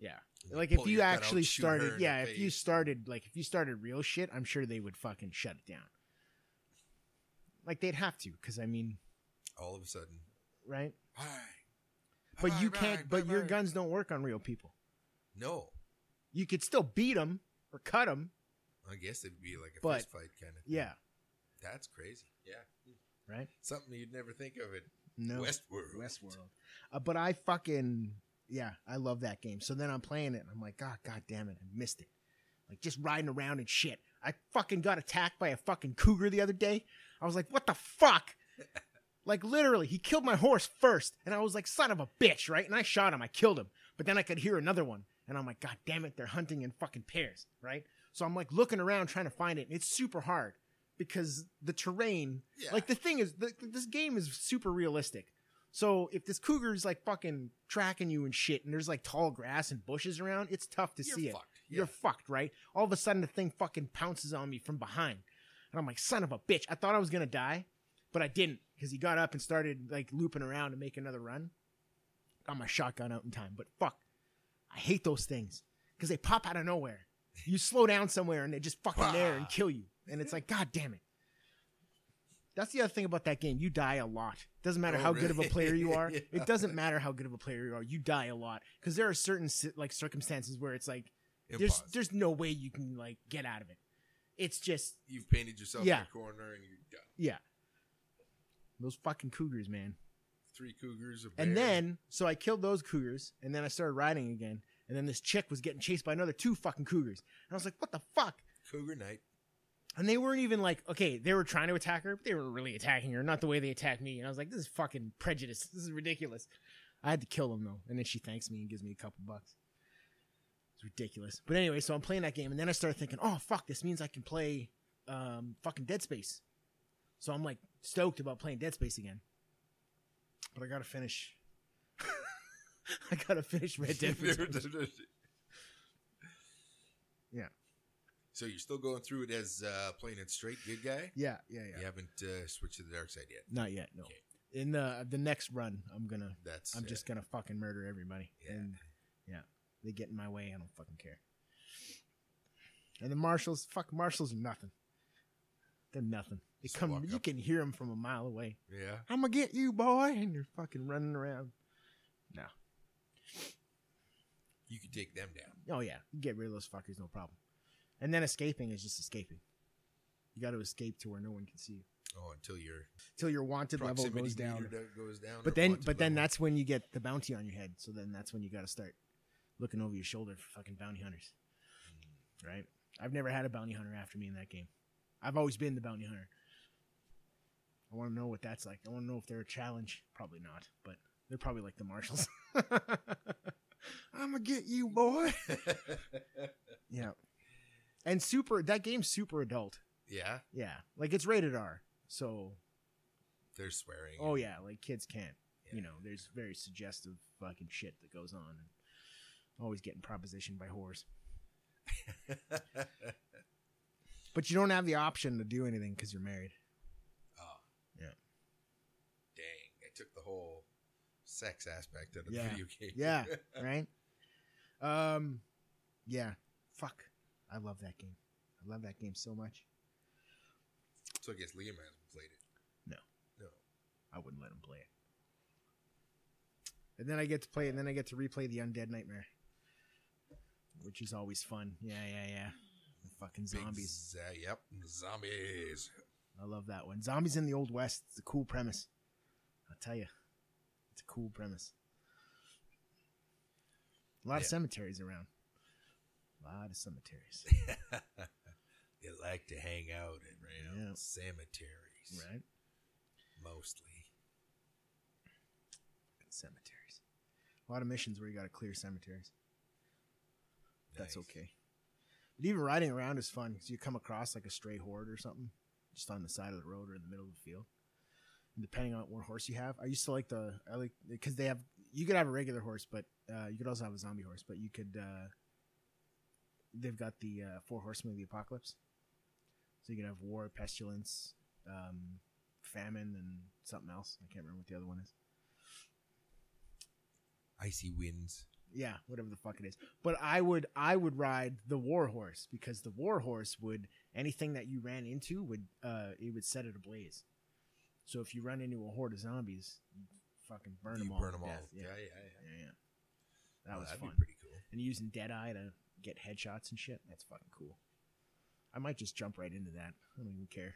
[SPEAKER 1] yeah
[SPEAKER 2] And
[SPEAKER 1] like
[SPEAKER 2] pull
[SPEAKER 1] if you
[SPEAKER 2] your gun out,
[SPEAKER 1] actually
[SPEAKER 2] shoot her
[SPEAKER 1] started
[SPEAKER 2] in the
[SPEAKER 1] yeah if you
[SPEAKER 2] face.
[SPEAKER 1] started like if you started real shit i'm sure they would fucking shut it down like they'd have to because i mean
[SPEAKER 2] all of a sudden,
[SPEAKER 1] right
[SPEAKER 2] "Hi.
[SPEAKER 1] but
[SPEAKER 2] Bye-bye,
[SPEAKER 1] you can't
[SPEAKER 2] bye,
[SPEAKER 1] but your
[SPEAKER 2] bye-bye."
[SPEAKER 1] guns don't work on real people
[SPEAKER 2] No,
[SPEAKER 1] you could still beat them or cut them
[SPEAKER 2] I guess it'd be like a
[SPEAKER 1] But-
[SPEAKER 2] fist fight kind of.
[SPEAKER 1] yeah
[SPEAKER 2] that's crazy. Yeah,
[SPEAKER 1] right
[SPEAKER 2] something you'd never think of it.
[SPEAKER 1] no
[SPEAKER 2] Westworld.
[SPEAKER 1] Westworld. Uh, but I fucking yeah, I love that game. So then I'm playing it and I'm like, God, god damn it, I missed it. Like just riding around and shit. I fucking got attacked by a fucking cougar the other day. I was like, what the fuck? like literally, he killed my horse first, and I was like, son of a bitch, right? And I shot him, I killed him. But then I could hear another one, and I'm like, God damn it, they're hunting in fucking pairs, right? So I'm like looking around trying to find it, and it's super hard because the terrain
[SPEAKER 2] Yeah.
[SPEAKER 1] like the thing is, the, this game is super realistic. So if this cougar's like fucking tracking you and shit, and there's like tall grass and bushes around, it's tough to
[SPEAKER 2] You're
[SPEAKER 1] see it.
[SPEAKER 2] fucked.
[SPEAKER 1] You're fucked, right? All of a sudden, the thing fucking pounces on me from behind, and I'm like, son of a bitch! I thought I was gonna die, but I didn't because he got up and started like looping around to make another run. Got my shotgun out in time, but fuck, I hate those things because they pop out of nowhere. You slow down somewhere and they're just fucking there and kill you. And it's like, God damn it. That's the other thing about that game. You die a lot. Doesn't matter
[SPEAKER 2] Oh,
[SPEAKER 1] how good of a
[SPEAKER 2] really?
[SPEAKER 1] player you are.
[SPEAKER 2] *laughs* Yeah.
[SPEAKER 1] It doesn't matter how good of a player you are. You die a lot because there are certain ci- like circumstances where it's like there's
[SPEAKER 2] Impossible.
[SPEAKER 1] there's no way you can like get out of it. It's just
[SPEAKER 2] You've painted yourself
[SPEAKER 1] Yeah.
[SPEAKER 2] in a corner and you're done.
[SPEAKER 1] those fucking cougars, man.
[SPEAKER 2] Three cougars, a bear.
[SPEAKER 1] And then, so I killed those cougars, and then I started riding again. And then this chick was getting chased by another two fucking cougars. And I was like, what the fuck?
[SPEAKER 2] cougar night.
[SPEAKER 1] And they weren't even like, okay, they were trying to attack her, but they were really attacking her, not the way they attacked me. And I was like, this is fucking prejudice. This is ridiculous. I had to kill them though. And then she thanks me and gives me a couple bucks. It's ridiculous. But anyway, so I'm playing that game, and then I started thinking, oh, fuck, this means I can play um, fucking Dead Space. So I'm like stoked about playing Dead Space again. But I gotta finish. *laughs* I gotta finish *laughs* Red
[SPEAKER 2] *laughs*
[SPEAKER 1] Dead. Redemption. Yeah.
[SPEAKER 2] So you're still going through it as uh, plain and straight, good guy.
[SPEAKER 1] yeah, yeah, yeah.
[SPEAKER 2] You haven't uh, switched to the dark side yet.
[SPEAKER 1] Not yet, no.
[SPEAKER 2] Okay.
[SPEAKER 1] In the the next run, I'm gonna
[SPEAKER 2] That's
[SPEAKER 1] I'm
[SPEAKER 2] uh,
[SPEAKER 1] just gonna fucking murder everybody.
[SPEAKER 2] Yeah.
[SPEAKER 1] And yeah, they get in my way. I don't fucking care. And the marshals, fuck marshals, are nothing. They're nothing. They
[SPEAKER 2] Just
[SPEAKER 1] come.
[SPEAKER 2] walk
[SPEAKER 1] You
[SPEAKER 2] up.
[SPEAKER 1] can hear them from a mile away.
[SPEAKER 2] yeah.
[SPEAKER 1] I'm gonna get you, boy, and you're fucking running around.
[SPEAKER 2] You can take them down.
[SPEAKER 1] Oh yeah, you get rid of those fuckers, no problem. And then escaping is just escaping. You got to escape to where no one can see you
[SPEAKER 2] Oh, until your
[SPEAKER 1] till your wanted level
[SPEAKER 2] proximity
[SPEAKER 1] goes down.
[SPEAKER 2] meter do- goes down.
[SPEAKER 1] But
[SPEAKER 2] or
[SPEAKER 1] then,
[SPEAKER 2] wanted
[SPEAKER 1] but then
[SPEAKER 2] level.
[SPEAKER 1] that's when you get the bounty on your head. So then that's when you got to start looking over your shoulder for fucking bounty hunters, right? I've never had a bounty hunter after me in that game. I've always been the bounty hunter. I want to know what that's like. I want to know if they're a challenge. Probably not, but they're probably like the marshals. *laughs* I'm gonna get you, boy. Yeah, and super. That game's super adult.
[SPEAKER 2] *laughs* yeah,
[SPEAKER 1] Yeah, like it's rated R. So,
[SPEAKER 2] they're swearing.
[SPEAKER 1] oh
[SPEAKER 2] and- *laughs*
[SPEAKER 1] yeah, like kids can't.
[SPEAKER 2] yeah.
[SPEAKER 1] you know, there's very suggestive fucking shit that goes on. And always getting propositioned by whores. But you don't have the option to do anything because you're married.
[SPEAKER 2] oh,
[SPEAKER 1] Yeah.
[SPEAKER 2] Dang, I took the whole sex aspect out of
[SPEAKER 1] Yeah.
[SPEAKER 2] the video game. *laughs*
[SPEAKER 1] Yeah. Right? um, yeah. Fuck. I love that game. I love that game so much.
[SPEAKER 2] so I guess Liam hasn't played it.
[SPEAKER 1] No.
[SPEAKER 2] No.
[SPEAKER 1] I wouldn't let him play it. And then I get to play, and then I get to replay the Undead Nightmare, which is always fun. Yeah, yeah, yeah. The fucking
[SPEAKER 2] Big
[SPEAKER 1] zombies.
[SPEAKER 2] z- yep.
[SPEAKER 1] *laughs*
[SPEAKER 2] Zombies.
[SPEAKER 1] I love that one. Zombies in the Old West. It's a cool premise. I'll tell you, it's a cool premise. A lot of
[SPEAKER 2] Yeah.
[SPEAKER 1] cemeteries around. A lot of cemeteries,
[SPEAKER 2] they like to hang out in right
[SPEAKER 1] Yeah.
[SPEAKER 2] out cemeteries,
[SPEAKER 1] right?
[SPEAKER 2] Mostly.
[SPEAKER 1] Cemeteries. A lot of missions where you got to clear cemeteries. That's
[SPEAKER 2] Nice.
[SPEAKER 1] okay. But even riding around is fun because you come across like a stray horde or something, just on the side of the road or in the middle of the field. And depending on what horse you have, I used to like the I like because they have you could have a regular horse, but uh, you could also have a zombie horse. But you could uh, they've got the uh, four horsemen of the apocalypse, so you can have war, pestilence, um, famine, and something else. I can't remember what the other one is.
[SPEAKER 2] Icy winds.
[SPEAKER 1] yeah whatever the fuck it is but i would i would ride the war horse because the war horse would anything that you ran into would uh it would set it ablaze so if you run into a horde of zombies you fucking burn
[SPEAKER 2] you
[SPEAKER 1] them all
[SPEAKER 2] burn
[SPEAKER 1] to
[SPEAKER 2] them all.
[SPEAKER 1] death.
[SPEAKER 2] Yeah,
[SPEAKER 1] yeah
[SPEAKER 2] yeah, yeah.
[SPEAKER 1] yeah, yeah. that
[SPEAKER 2] Well,
[SPEAKER 1] was
[SPEAKER 2] that'd
[SPEAKER 1] fun
[SPEAKER 2] be pretty cool.
[SPEAKER 1] *laughs* and using deadeye to get headshots and shit that's fucking cool i might just jump right into that i don't even care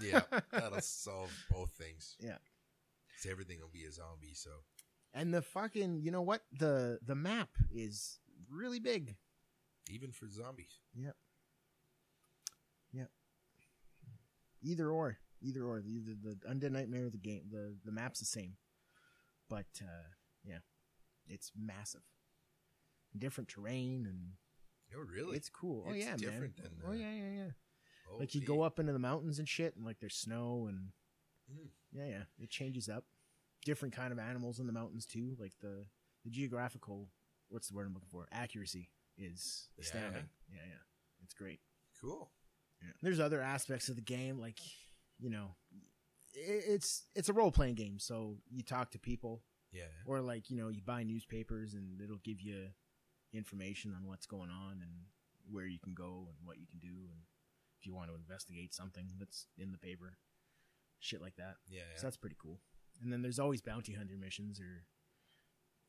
[SPEAKER 2] Yeah,
[SPEAKER 1] *laughs*
[SPEAKER 2] Uh, that'll solve both things.
[SPEAKER 1] Yeah.
[SPEAKER 2] 'Cause everything will be a zombie, so
[SPEAKER 1] and the fucking you know what the the map is really big
[SPEAKER 2] even for zombies.
[SPEAKER 1] either or either or either the undead nightmare or the game the the map's the same but uh yeah it's massive different terrain and
[SPEAKER 2] Oh, really?
[SPEAKER 1] it's cool oh
[SPEAKER 2] It's
[SPEAKER 1] yeah
[SPEAKER 2] different
[SPEAKER 1] man
[SPEAKER 2] than,
[SPEAKER 1] oh
[SPEAKER 2] uh,
[SPEAKER 1] yeah yeah yeah
[SPEAKER 2] oh,
[SPEAKER 1] like you
[SPEAKER 2] gee.
[SPEAKER 1] go up into the mountains and shit and like there's snow and
[SPEAKER 2] Mm.
[SPEAKER 1] yeah yeah it changes up different kind of animals in the mountains too like the the geographical what's the word i'm looking for accuracy is
[SPEAKER 2] Yeah.
[SPEAKER 1] astounding yeah yeah it's great
[SPEAKER 2] Cool.
[SPEAKER 1] there's other aspects of the game like you know it, it's it's a role-playing game so you talk to people
[SPEAKER 2] Yeah.
[SPEAKER 1] or like you know you buy newspapers and it'll give you information on what's going on and where you can go and what you can do and if you want to investigate something that's in the paper, shit like that.
[SPEAKER 2] Yeah. yeah.
[SPEAKER 1] So that's pretty cool. And then there's always bounty hunter missions or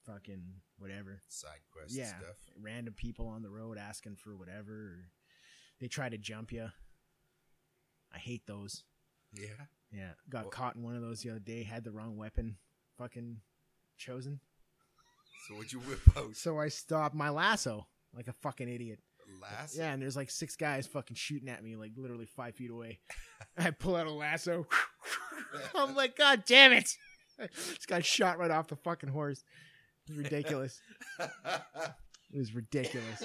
[SPEAKER 1] fucking whatever.
[SPEAKER 2] Side quest
[SPEAKER 1] Yeah.
[SPEAKER 2] stuff.
[SPEAKER 1] Random people on the road asking for whatever. Or they try to jump you. I hate those.
[SPEAKER 2] Yeah.
[SPEAKER 1] Yeah, got
[SPEAKER 2] Well-
[SPEAKER 1] caught in one of those the other day. Had the wrong weapon, fucking chosen.
[SPEAKER 2] So what'd you whip out?
[SPEAKER 1] So I stopped my lasso like a fucking idiot.
[SPEAKER 2] Last. *laughs*
[SPEAKER 1] Yeah, and there's like six guys fucking shooting at me, like literally five feet away. I pull out a lasso. I'm like, God damn it! *laughs* this guy shot right off the fucking horse. It was ridiculous. it was ridiculous.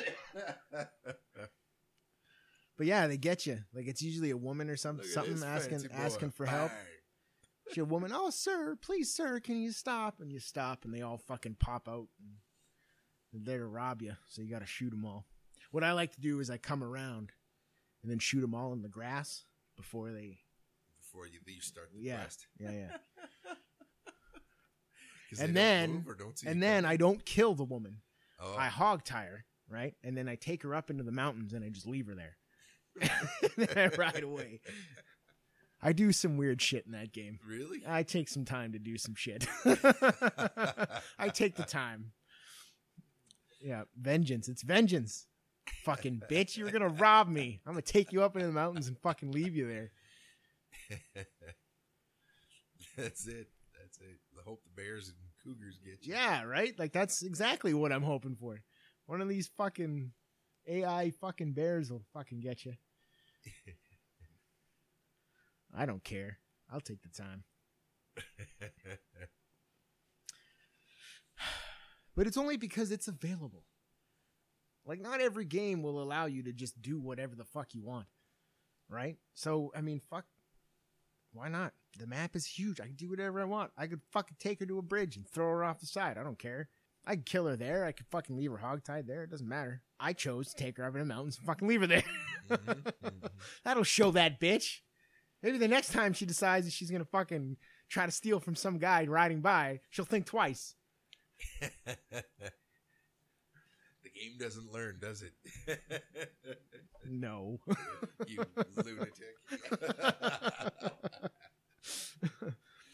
[SPEAKER 1] But yeah, they get you. Like it's usually a woman or some,
[SPEAKER 2] Look at
[SPEAKER 1] something
[SPEAKER 2] this
[SPEAKER 1] asking
[SPEAKER 2] fancy boy.
[SPEAKER 1] asking for help.
[SPEAKER 2] Bang.
[SPEAKER 1] It's your woman, oh sir, please sir, can you stop? And you stop, and they all fucking pop out. And they're there to rob you, so you got to shoot them all. What I like to do is I come around, and then shoot them all in the grass before they.
[SPEAKER 2] Before you leave, start the
[SPEAKER 1] Yeah.
[SPEAKER 2] quest.
[SPEAKER 1] Yeah,
[SPEAKER 2] *laughs*
[SPEAKER 1] yeah.
[SPEAKER 2] 'Cause
[SPEAKER 1] And
[SPEAKER 2] they don't
[SPEAKER 1] then-
[SPEAKER 2] move or don't see
[SPEAKER 1] and
[SPEAKER 2] you
[SPEAKER 1] then
[SPEAKER 2] coming.
[SPEAKER 1] I don't kill the woman.
[SPEAKER 2] oh. *laughs*
[SPEAKER 1] I *laughs* hog tie her, right? And then I take her up into the mountains, and I just leave her there. *laughs* then I ride away. I do some weird shit in that game.
[SPEAKER 2] really?
[SPEAKER 1] I take some time to do some shit. *laughs* I take the time. Yeah, vengeance. It's vengeance. Fucking bitch, you were gonna rob me. I'm gonna take you up into the mountains and fucking leave you there.
[SPEAKER 2] *laughs* That's it. That's it. I hope the bears and cougars get you. *laughs*
[SPEAKER 1] Yeah, right? Like that's exactly what I'm hoping for. One of these fucking AI fucking bears will fucking get you. *laughs* I don't care. I'll take the time. But it's only because it's available. Like, not every game will allow you to just do whatever the fuck you want. Right? So, I mean, fuck. Why not? The map is huge. I can do whatever I want. I could fucking take her to a bridge and throw her off the side. I don't care. I could kill her there. I could fucking leave her hogtied there. It doesn't matter. I chose to take her up in the mountains and fucking leave her there. *laughs*
[SPEAKER 2] Mhm, mhm.
[SPEAKER 1] That'll show that bitch. Maybe the next time she decides that she's gonna fucking try to steal from some guy riding by, she'll think twice.
[SPEAKER 2] *laughs* the game doesn't learn, does it? *laughs*
[SPEAKER 1] No. *laughs*
[SPEAKER 2] you lunatic.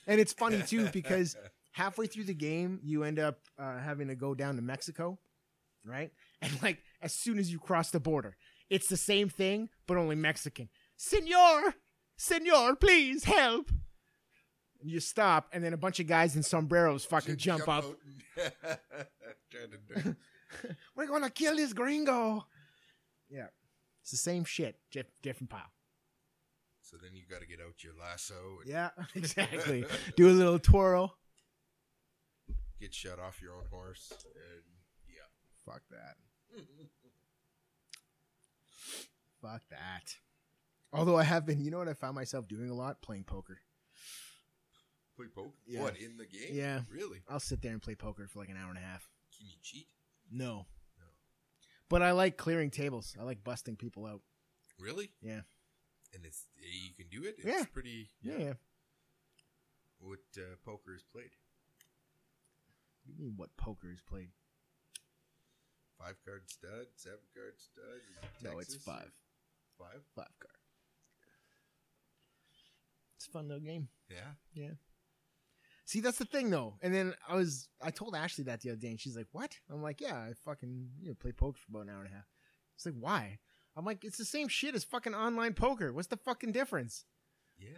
[SPEAKER 1] and it's *laughs* funny too because halfway through the game you end up uh, having to go down to mexico right *laughs* and like as soon as you cross the border it's the same thing but only mexican senor senor please help and you stop and then a bunch of guys in sombreros fucking jump,
[SPEAKER 2] Should
[SPEAKER 1] up
[SPEAKER 2] out and- *laughs* Trying to do-
[SPEAKER 1] we're gonna kill this gringo yeah it's the same shit diff- different pile
[SPEAKER 2] so then you got to get out your lasso and
[SPEAKER 1] yeah *laughs* exactly do a little twirl
[SPEAKER 2] *laughs* get shut off your own horse. And yeah. *laughs*
[SPEAKER 1] fuck that Fuck that. Although I have been, you know what I found myself doing a lot? Playing poker.
[SPEAKER 2] Play poker?
[SPEAKER 1] Yeah.
[SPEAKER 2] What, in the game?
[SPEAKER 1] Yeah.
[SPEAKER 2] Really?
[SPEAKER 1] I'll sit there and play poker for like an hour and a half.
[SPEAKER 2] Can you cheat?
[SPEAKER 1] No.
[SPEAKER 2] No.
[SPEAKER 1] But I like clearing tables. I like busting people out.
[SPEAKER 2] Really?
[SPEAKER 1] Yeah.
[SPEAKER 2] And it's you can do it. It's
[SPEAKER 1] Yeah.
[SPEAKER 2] pretty.
[SPEAKER 1] Yeah, yeah.
[SPEAKER 2] What uh, poker is played?
[SPEAKER 1] You mean what poker is played?
[SPEAKER 2] Five card stud, seven card stud. is it
[SPEAKER 1] No, it's
[SPEAKER 2] Texas?
[SPEAKER 1] five.
[SPEAKER 2] Five.
[SPEAKER 1] Five card. It's a fun little game.
[SPEAKER 2] Yeah.
[SPEAKER 1] See, that's the thing though. And then I was I told Ashley that the other day and she's like, What? I'm like, Yeah, I fucking you know, play poker for about an hour and a half. She's like, Why? I'm like, it's the same shit as fucking online poker. What's the fucking difference?
[SPEAKER 2] Yeah.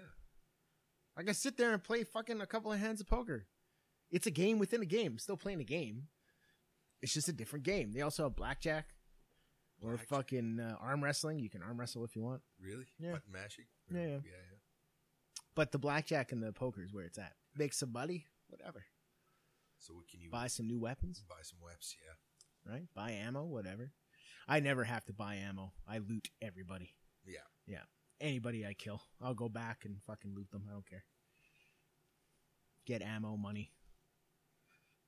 [SPEAKER 1] Like I sit there and play fucking a couple of hands of poker. It's a game within a game. I'm still playing a game. It's just a different game. They also have blackjack or
[SPEAKER 2] Blackjack.
[SPEAKER 1] fucking uh, arm wrestling. You can arm wrestle if you want,
[SPEAKER 2] Really?
[SPEAKER 1] Yeah.
[SPEAKER 2] Button mashing.
[SPEAKER 1] Yeah, yeah.
[SPEAKER 2] yeah,
[SPEAKER 1] but the blackjack and the poker is where it's at. Make some money, whatever.
[SPEAKER 2] So what can you
[SPEAKER 1] Buy some new weapons,
[SPEAKER 2] Buy some webs. Yeah.
[SPEAKER 1] right? Buy ammo, whatever. I never have to buy ammo. I loot everybody.
[SPEAKER 2] Yeah.
[SPEAKER 1] Yeah. Anybody I kill, I'll go back and fucking loot them. I don't care. Get ammo, money. *laughs*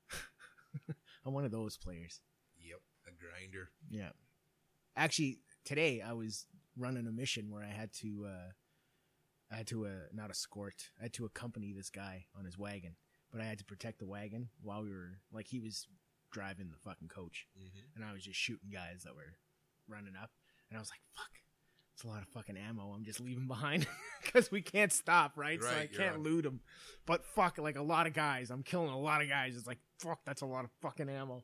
[SPEAKER 1] I'm one of those players.
[SPEAKER 2] Yep. A grinder.
[SPEAKER 1] Yeah. Actually, today I was running a mission where I had to, uh, I had to, uh, not escort, I had to accompany this guy on his wagon, but I had to protect the wagon while we were, like, he was driving the fucking coach,
[SPEAKER 2] Mm-hmm.
[SPEAKER 1] and I was just shooting guys that were running up, and I was like, "Fuck, it's a lot of fucking ammo. I'm just leaving behind *laughs* because we can't stop, right? so
[SPEAKER 2] Right,
[SPEAKER 1] I
[SPEAKER 2] you're
[SPEAKER 1] can't
[SPEAKER 2] on.
[SPEAKER 1] loot them. But fuck, like a lot of guys, I'm killing a lot of guys. It's like fuck, that's a lot of fucking ammo.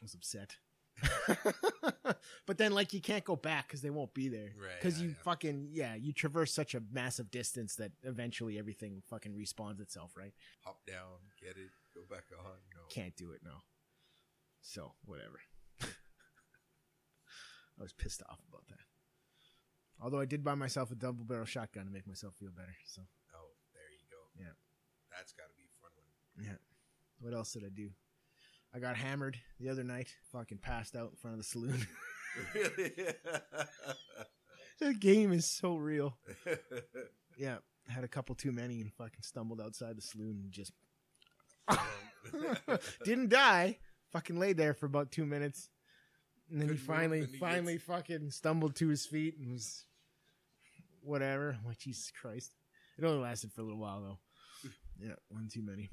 [SPEAKER 1] I was upset. *laughs* but then, like, you can't go back because they won't be there.
[SPEAKER 2] Right,
[SPEAKER 1] Because
[SPEAKER 2] yeah,
[SPEAKER 1] you
[SPEAKER 2] yeah.
[SPEAKER 1] fucking yeah, you traverse such a massive distance that eventually everything fucking respawns itself, right?
[SPEAKER 2] Hop down, get it, go back on. No.
[SPEAKER 1] Can't do it now. So whatever. *laughs* I was pissed off about that. Although I did buy myself a double barrel shotgun to make myself feel better. So
[SPEAKER 2] Oh, there you go.
[SPEAKER 1] Yeah.
[SPEAKER 2] That's got to be a fun one. *laughs*
[SPEAKER 1] what else did I do? I got hammered the other night. Fucking passed out in front of the saloon. *laughs*
[SPEAKER 2] Really?
[SPEAKER 1] the game is so real. Yeah, had a couple too many and fucking stumbled outside the saloon and just *laughs* didn't die. Fucking lay there for about two minutes, and then he
[SPEAKER 2] Couldn't move,
[SPEAKER 1] finally,
[SPEAKER 2] and he
[SPEAKER 1] finally, fucking stumbled to his feet and was whatever. I'm like Jesus Christ, it only lasted for a little while though.
[SPEAKER 2] *laughs*
[SPEAKER 1] Yeah, one too many.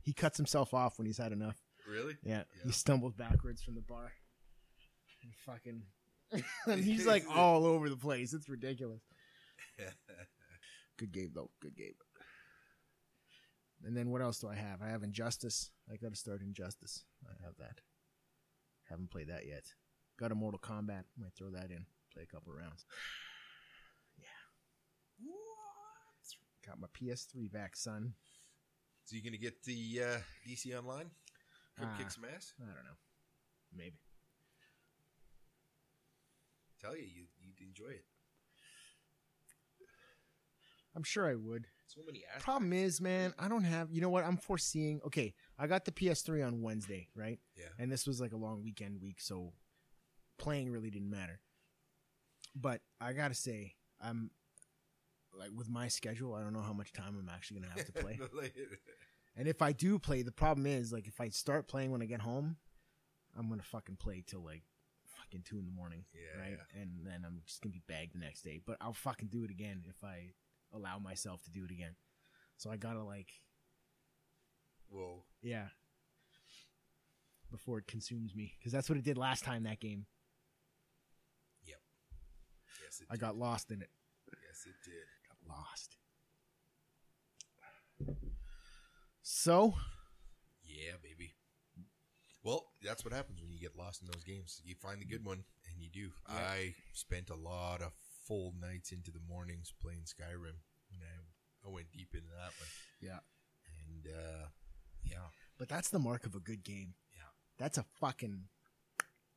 [SPEAKER 1] He cuts himself off when he's had enough.
[SPEAKER 2] really? *laughs*
[SPEAKER 1] Yeah, he
[SPEAKER 2] Yeah.
[SPEAKER 1] stumbled backwards from the bar, and fucking, *laughs* and he's
[SPEAKER 2] *laughs*
[SPEAKER 1] like all over the place. It's ridiculous. Good game though. Good game. And then what else do I have? I have Injustice. I got to start Injustice. I have that. Haven't played that yet. Got a Mortal Kombat. Might throw that in. Play a couple rounds. Got my PS3 back, son.
[SPEAKER 2] so you gonna get the uh, DC Online? Come
[SPEAKER 1] Ah.
[SPEAKER 2] kick some ass.
[SPEAKER 1] I don't know. Maybe.
[SPEAKER 2] Tell you, you you'd enjoy it.
[SPEAKER 1] I'm sure I would.
[SPEAKER 2] So many ass.
[SPEAKER 1] Problem is, man, I don't have. You know what? I'm foreseeing. Okay, I got the PS3 on Wednesday, right?
[SPEAKER 2] Yeah.
[SPEAKER 1] And this was like a long weekend week, so playing really didn't matter. But I gotta say, I'm like with my schedule, I don't know how much time I'm actually gonna have to
[SPEAKER 2] *laughs*
[SPEAKER 1] play. and if I do play, the problem is like if I start playing when I get home, I'm gonna fucking play till like fucking two in the morning,
[SPEAKER 2] Yeah,
[SPEAKER 1] right? And then I'm just gonna be bagged the next day. But I'll fucking do it again if I allow myself to do it again. So I gotta like,
[SPEAKER 2] Whoa.
[SPEAKER 1] yeah, before it consumes me, because that's what it did last time. That game.
[SPEAKER 2] Yes, it
[SPEAKER 1] I got lost in it.
[SPEAKER 2] did. Yes, it did.
[SPEAKER 1] Got lost. So
[SPEAKER 2] Yeah, baby. Well, that's what happens when you get lost in those games. You find the good one, and you do.
[SPEAKER 1] Yeah.
[SPEAKER 2] I spent a lot of full nights into the mornings playing Skyrim when I, I went deep into that one.
[SPEAKER 1] Yeah.
[SPEAKER 2] And, uh, yeah.
[SPEAKER 1] But that's the mark of a good game.
[SPEAKER 2] Yeah.
[SPEAKER 1] That's a fucking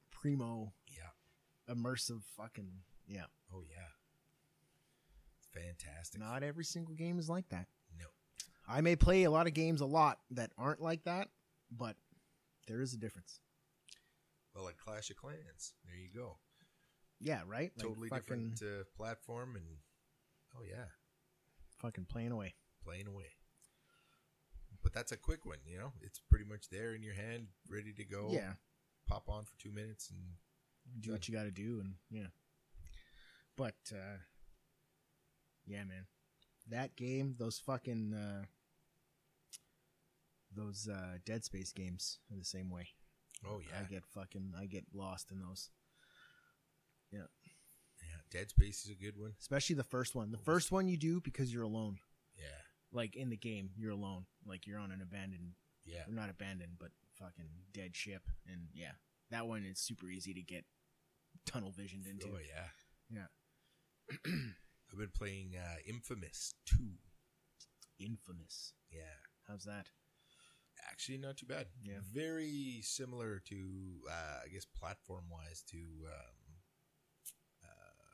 [SPEAKER 1] primo
[SPEAKER 2] Yeah.
[SPEAKER 1] immersive fucking yeah.
[SPEAKER 2] Oh, yeah. It's fantastic.
[SPEAKER 1] Not every single game is like that.
[SPEAKER 2] no.
[SPEAKER 1] I may play a lot of games a lot that aren't like that, but there is a difference.
[SPEAKER 2] Well, like Clash of Clans. There you go.
[SPEAKER 1] Yeah, right? Like
[SPEAKER 2] totally
[SPEAKER 1] fucking,
[SPEAKER 2] different uh, platform, and, oh, yeah.
[SPEAKER 1] fucking playing away.
[SPEAKER 2] playing away. But that's a quick one, you know. It's pretty much there in your hand, ready to go.
[SPEAKER 1] Yeah.
[SPEAKER 2] Pop on for two minutes and
[SPEAKER 1] do what you got to do and yeah but uh yeah man that game those fucking uh those uh dead space games are the same way
[SPEAKER 2] oh
[SPEAKER 1] i
[SPEAKER 2] yeah,
[SPEAKER 1] get fucking i get lost in those
[SPEAKER 2] yeah. Dead Space is a good one.
[SPEAKER 1] especially the first one the first one you do because you're alone
[SPEAKER 2] Yeah,
[SPEAKER 1] like in the game you're alone like you're on an abandoned
[SPEAKER 2] yeah,
[SPEAKER 1] or not abandoned but fucking dead ship and yeah that one is super easy to get tunnel visioned into
[SPEAKER 2] oh yeah,
[SPEAKER 1] Yeah.
[SPEAKER 2] *clears throat* I've been playing uh, Infamous Two.
[SPEAKER 1] infamous
[SPEAKER 2] Yeah,
[SPEAKER 1] how's that
[SPEAKER 2] actually not too bad.
[SPEAKER 1] Yeah.
[SPEAKER 2] very similar to uh, I guess platform wise to um, uh,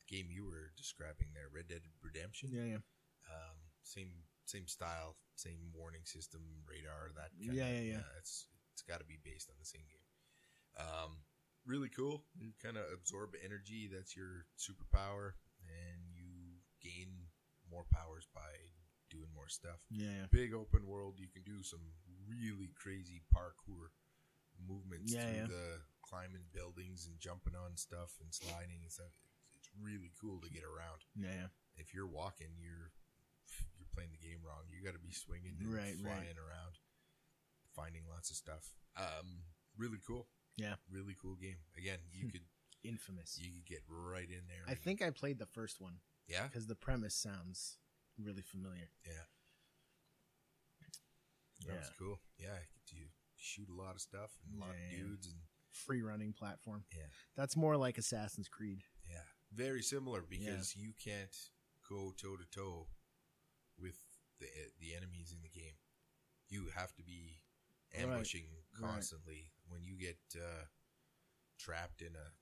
[SPEAKER 2] the game you were describing there, Red Dead Redemption.
[SPEAKER 1] yeah yeah
[SPEAKER 2] um, same same style, same warning system, radar, that kind
[SPEAKER 1] Yeah,
[SPEAKER 2] of
[SPEAKER 1] yeah, yeah.
[SPEAKER 2] It's it's got to be based on the same game. Um, really cool. You kind of absorb energy. That's your superpower, and you gain more powers by doing more stuff.
[SPEAKER 1] yeah, yeah.
[SPEAKER 2] Big open world. You can do some really crazy parkour movements
[SPEAKER 1] Yeah,
[SPEAKER 2] through
[SPEAKER 1] yeah.
[SPEAKER 2] the climbing buildings and jumping on stuff and sliding and stuff. It's really cool to get around
[SPEAKER 1] Yeah, yeah.
[SPEAKER 2] if you're walking, you're you're playing the game wrong. You got to be swinging and
[SPEAKER 1] Right, right.
[SPEAKER 2] flying around. finding lots of stuff. Um, really cool.
[SPEAKER 1] Yeah.
[SPEAKER 2] really cool game. Again,
[SPEAKER 1] *laughs*
[SPEAKER 2] you could
[SPEAKER 1] Infamous.
[SPEAKER 2] you could get right in there.
[SPEAKER 1] I
[SPEAKER 2] and-
[SPEAKER 1] think I played the first one
[SPEAKER 2] yeah,
[SPEAKER 1] because the premise sounds really familiar.
[SPEAKER 2] yeah, that was
[SPEAKER 1] Yeah.
[SPEAKER 2] cool. Yeah, you shoot a lot of stuff and a lot
[SPEAKER 1] Yeah.
[SPEAKER 2] of dudes and
[SPEAKER 1] Free running platform.
[SPEAKER 2] Yeah.
[SPEAKER 1] That's more like Assassin's Creed.
[SPEAKER 2] Yeah, very similar because you can't go toe to toe with the the enemies in the game. You have to be
[SPEAKER 1] Right,
[SPEAKER 2] ambushing
[SPEAKER 1] right.
[SPEAKER 2] constantly. When you get uh, trapped in a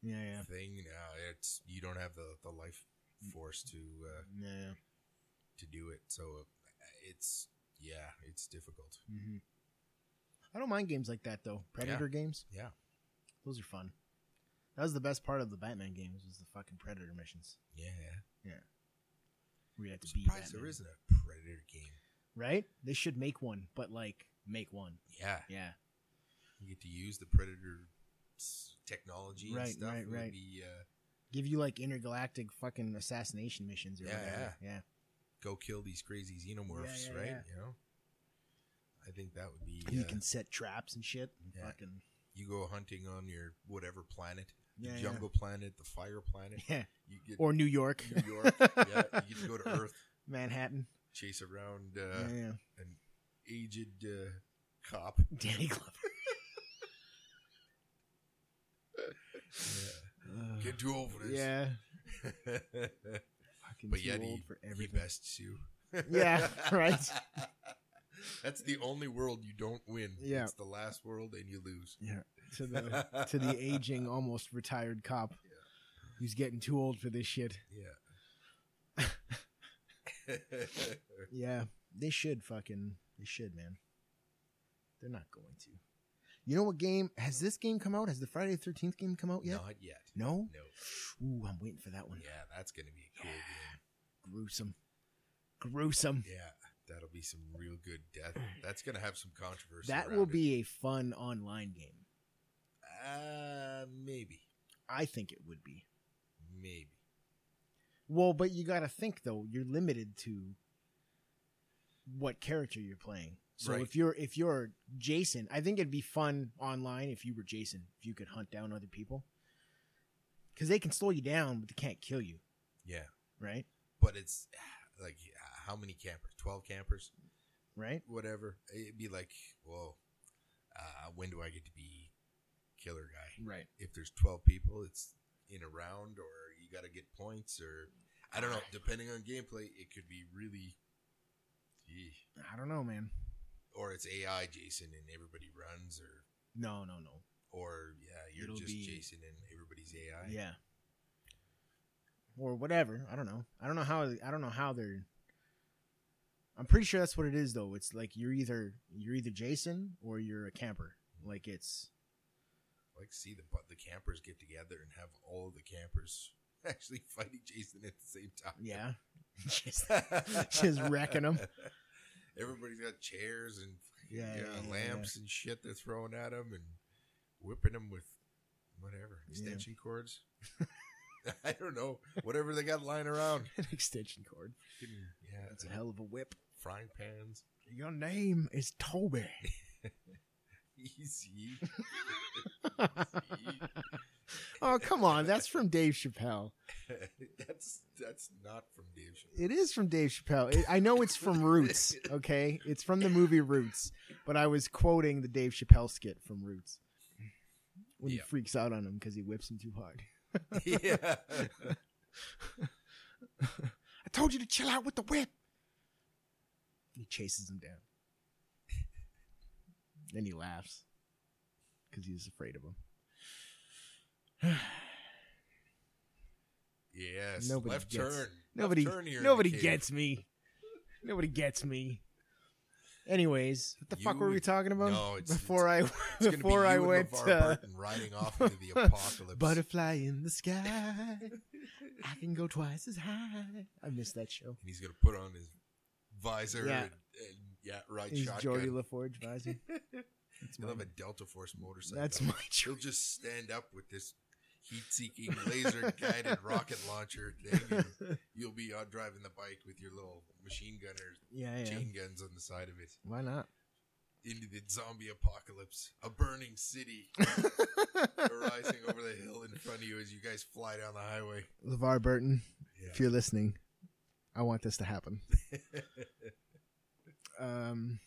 [SPEAKER 1] Yeah, yeah. Mm.
[SPEAKER 2] thing, uh, it's you don't have the, the life force to uh,
[SPEAKER 1] Yeah. yeah.
[SPEAKER 2] to do it. So uh, it's yeah, it's difficult.
[SPEAKER 1] hmm I don't mind games like that though. Predator games.
[SPEAKER 2] Yeah.
[SPEAKER 1] Those are fun. That was the best part of the Batman games was the fucking Predator missions.
[SPEAKER 2] Yeah,
[SPEAKER 1] Where you had
[SPEAKER 2] I'm
[SPEAKER 1] to be
[SPEAKER 2] surprised there
[SPEAKER 1] Batman.
[SPEAKER 2] isn't a predator game.
[SPEAKER 1] Right? They should make one, but like make one.
[SPEAKER 2] Yeah,
[SPEAKER 1] Yeah.
[SPEAKER 2] you get to use the predator s- technology and
[SPEAKER 1] Right,
[SPEAKER 2] stuff.
[SPEAKER 1] right,
[SPEAKER 2] It would
[SPEAKER 1] right.
[SPEAKER 2] be, uh,
[SPEAKER 1] Give you like intergalactic fucking assassination missions or
[SPEAKER 2] Yeah,
[SPEAKER 1] whatever. Yeah.
[SPEAKER 2] go kill these crazy xenomorphs,
[SPEAKER 1] Yeah, yeah,
[SPEAKER 2] right?
[SPEAKER 1] yeah.
[SPEAKER 2] You know, I think that would be.
[SPEAKER 1] And You
[SPEAKER 2] uh,
[SPEAKER 1] can set traps and shit. And
[SPEAKER 2] Yeah.
[SPEAKER 1] Fucking
[SPEAKER 2] you go hunting on your whatever planet, the
[SPEAKER 1] yeah, yeah.
[SPEAKER 2] jungle planet, the fire planet.
[SPEAKER 1] Yeah.
[SPEAKER 2] You get
[SPEAKER 1] *laughs* Or New York. *laughs*
[SPEAKER 2] New York. yeah, you get to go to Earth,
[SPEAKER 1] Manhattan.
[SPEAKER 2] chase around
[SPEAKER 1] yeah,
[SPEAKER 2] uh,
[SPEAKER 1] yeah.
[SPEAKER 2] an aged uh, cop.
[SPEAKER 1] Danny Glover. Ugh.
[SPEAKER 2] Get too old for this.
[SPEAKER 1] yeah. Fucking
[SPEAKER 2] *laughs* but
[SPEAKER 1] too
[SPEAKER 2] yet
[SPEAKER 1] old
[SPEAKER 2] he,
[SPEAKER 1] for
[SPEAKER 2] he
[SPEAKER 1] everything.
[SPEAKER 2] bests you.
[SPEAKER 1] Yeah, right.
[SPEAKER 2] *laughs* That's the only world you don't win.
[SPEAKER 1] Yeah.
[SPEAKER 2] It's the last world and you lose.
[SPEAKER 1] *laughs* to the to the
[SPEAKER 2] *laughs*
[SPEAKER 1] aging, almost retired cop
[SPEAKER 2] Yeah.
[SPEAKER 1] who's getting too old for this shit.
[SPEAKER 2] Yeah. *laughs*
[SPEAKER 1] Yeah, they should fucking they should, man. They're not going to. You know what game has this game come out? Has the Friday the Thirteenth game come out yet?
[SPEAKER 2] Not yet.
[SPEAKER 1] No.
[SPEAKER 2] No.
[SPEAKER 1] Ooh, I'm waiting for that one.
[SPEAKER 2] Yeah, that's gonna be a cool
[SPEAKER 1] Gruesome, gruesome.
[SPEAKER 2] game. Yeah, that'll be some real good death. That's gonna have some controversy.
[SPEAKER 1] that
[SPEAKER 2] around
[SPEAKER 1] will
[SPEAKER 2] it.
[SPEAKER 1] be a fun online game.
[SPEAKER 2] uh, maybe,
[SPEAKER 1] I think it would be.
[SPEAKER 2] maybe.
[SPEAKER 1] Well, but you got to think though. You're limited to what character you're playing. So
[SPEAKER 2] Right.
[SPEAKER 1] if you're if you're Jason, I think it'd be fun online if you were Jason, if you could hunt down other people. Cuz they can slow you down, but they can't kill you,
[SPEAKER 2] Yeah,
[SPEAKER 1] right?
[SPEAKER 2] but it's *sighs* like uh, how many campers? Twelve campers,
[SPEAKER 1] Right?
[SPEAKER 2] whatever. It'd be like, whoa. Uh, when do I get to be killer guy?
[SPEAKER 1] Right.
[SPEAKER 2] If there's twelve people, it's in a round, or you got to get points, or I don't know. Depending on gameplay, it could be really. Gee.
[SPEAKER 1] I don't know, man.
[SPEAKER 2] or it's AI Jason and everybody runs, or
[SPEAKER 1] No, no, no.
[SPEAKER 2] or yeah, you're
[SPEAKER 1] It'll
[SPEAKER 2] just
[SPEAKER 1] be-
[SPEAKER 2] Jason and everybody's AI.
[SPEAKER 1] Yeah. Or whatever, I don't know. I don't know how I don't know how they're I'm pretty sure that's what it is though. It's like you're either you're either Jason or you're a camper. Like it's
[SPEAKER 2] like see the but the campers get together and have all of the campers *laughs* actually fighting Jason at the same time. *laughs*
[SPEAKER 1] Yeah. *laughs* Just- just wrecking 'em.
[SPEAKER 2] Everybody's got chairs and
[SPEAKER 1] Yeah,
[SPEAKER 2] yeah,
[SPEAKER 1] yeah, yeah, *laughs*
[SPEAKER 2] lamps and shit they're throwing at them and whipping them with whatever
[SPEAKER 1] Yeah.
[SPEAKER 2] extension cords. *laughs* I don't know whatever they got lying around.
[SPEAKER 1] an extension cord.
[SPEAKER 2] Yeah, uh,
[SPEAKER 1] That's a hell of a whip.
[SPEAKER 2] frying pans. *laughs*
[SPEAKER 1] Your name is Toby. *laughs*
[SPEAKER 2] Easy.
[SPEAKER 1] oh, come on. That's from Dave Chappelle.
[SPEAKER 2] that's that's not from Dave Chappelle.
[SPEAKER 1] It is from Dave Chappelle. It, I know it's from Roots, okay? It's from the movie Roots, but I was quoting the Dave Chappelle skit from Roots when
[SPEAKER 2] Yeah.
[SPEAKER 1] he freaks out on him because he whips him too hard. *laughs*
[SPEAKER 2] *laughs* yeah.
[SPEAKER 1] I told you to chill out with the whip. He chases him down. then he laughs because he's afraid of him. *sighs*
[SPEAKER 2] Yes.
[SPEAKER 1] Nobody
[SPEAKER 2] left
[SPEAKER 1] gets-
[SPEAKER 2] turn.
[SPEAKER 1] Nobody,
[SPEAKER 2] Left turn here in the
[SPEAKER 1] nobody
[SPEAKER 2] cave.
[SPEAKER 1] gets me. Nobody gets me. Anyways, what the fuck
[SPEAKER 2] You-
[SPEAKER 1] were we talking about?
[SPEAKER 2] no, it's-
[SPEAKER 1] before I
[SPEAKER 2] It's gonna
[SPEAKER 1] before
[SPEAKER 2] be
[SPEAKER 1] I
[SPEAKER 2] you and
[SPEAKER 1] went
[SPEAKER 2] LeVar
[SPEAKER 1] uh,
[SPEAKER 2] Burton riding off into the apocalypse.
[SPEAKER 1] *laughs*
[SPEAKER 2] and
[SPEAKER 1] butterfly in the sky. I can go twice as high. I missed that show.
[SPEAKER 2] he's gonna put on his visor
[SPEAKER 1] Yeah.
[SPEAKER 2] and, and yeah, ride
[SPEAKER 1] He's
[SPEAKER 2] shotgun.
[SPEAKER 1] Jordy LaForge
[SPEAKER 2] *laughs*
[SPEAKER 1] advising. That's
[SPEAKER 2] He'll have
[SPEAKER 1] my,
[SPEAKER 2] a Delta Force motorcycle.
[SPEAKER 1] that's my
[SPEAKER 2] *laughs* He'll just stand up with this heat-seeking laser-guided rocket launcher thing. And
[SPEAKER 1] choice.
[SPEAKER 2] you'll be out driving the bike with your little machine gunner
[SPEAKER 1] *laughs* yeah, yeah.
[SPEAKER 2] chain guns on the side of it.
[SPEAKER 1] Why not?
[SPEAKER 2] into the zombie apocalypse. A burning city
[SPEAKER 1] *laughs*
[SPEAKER 2] arising over the hill in front of you as you guys fly down the highway.
[SPEAKER 1] LeVar Burton, if
[SPEAKER 2] *laughs* Yeah.
[SPEAKER 1] you're listening, I want this to happen.
[SPEAKER 2] *laughs*
[SPEAKER 1] Um,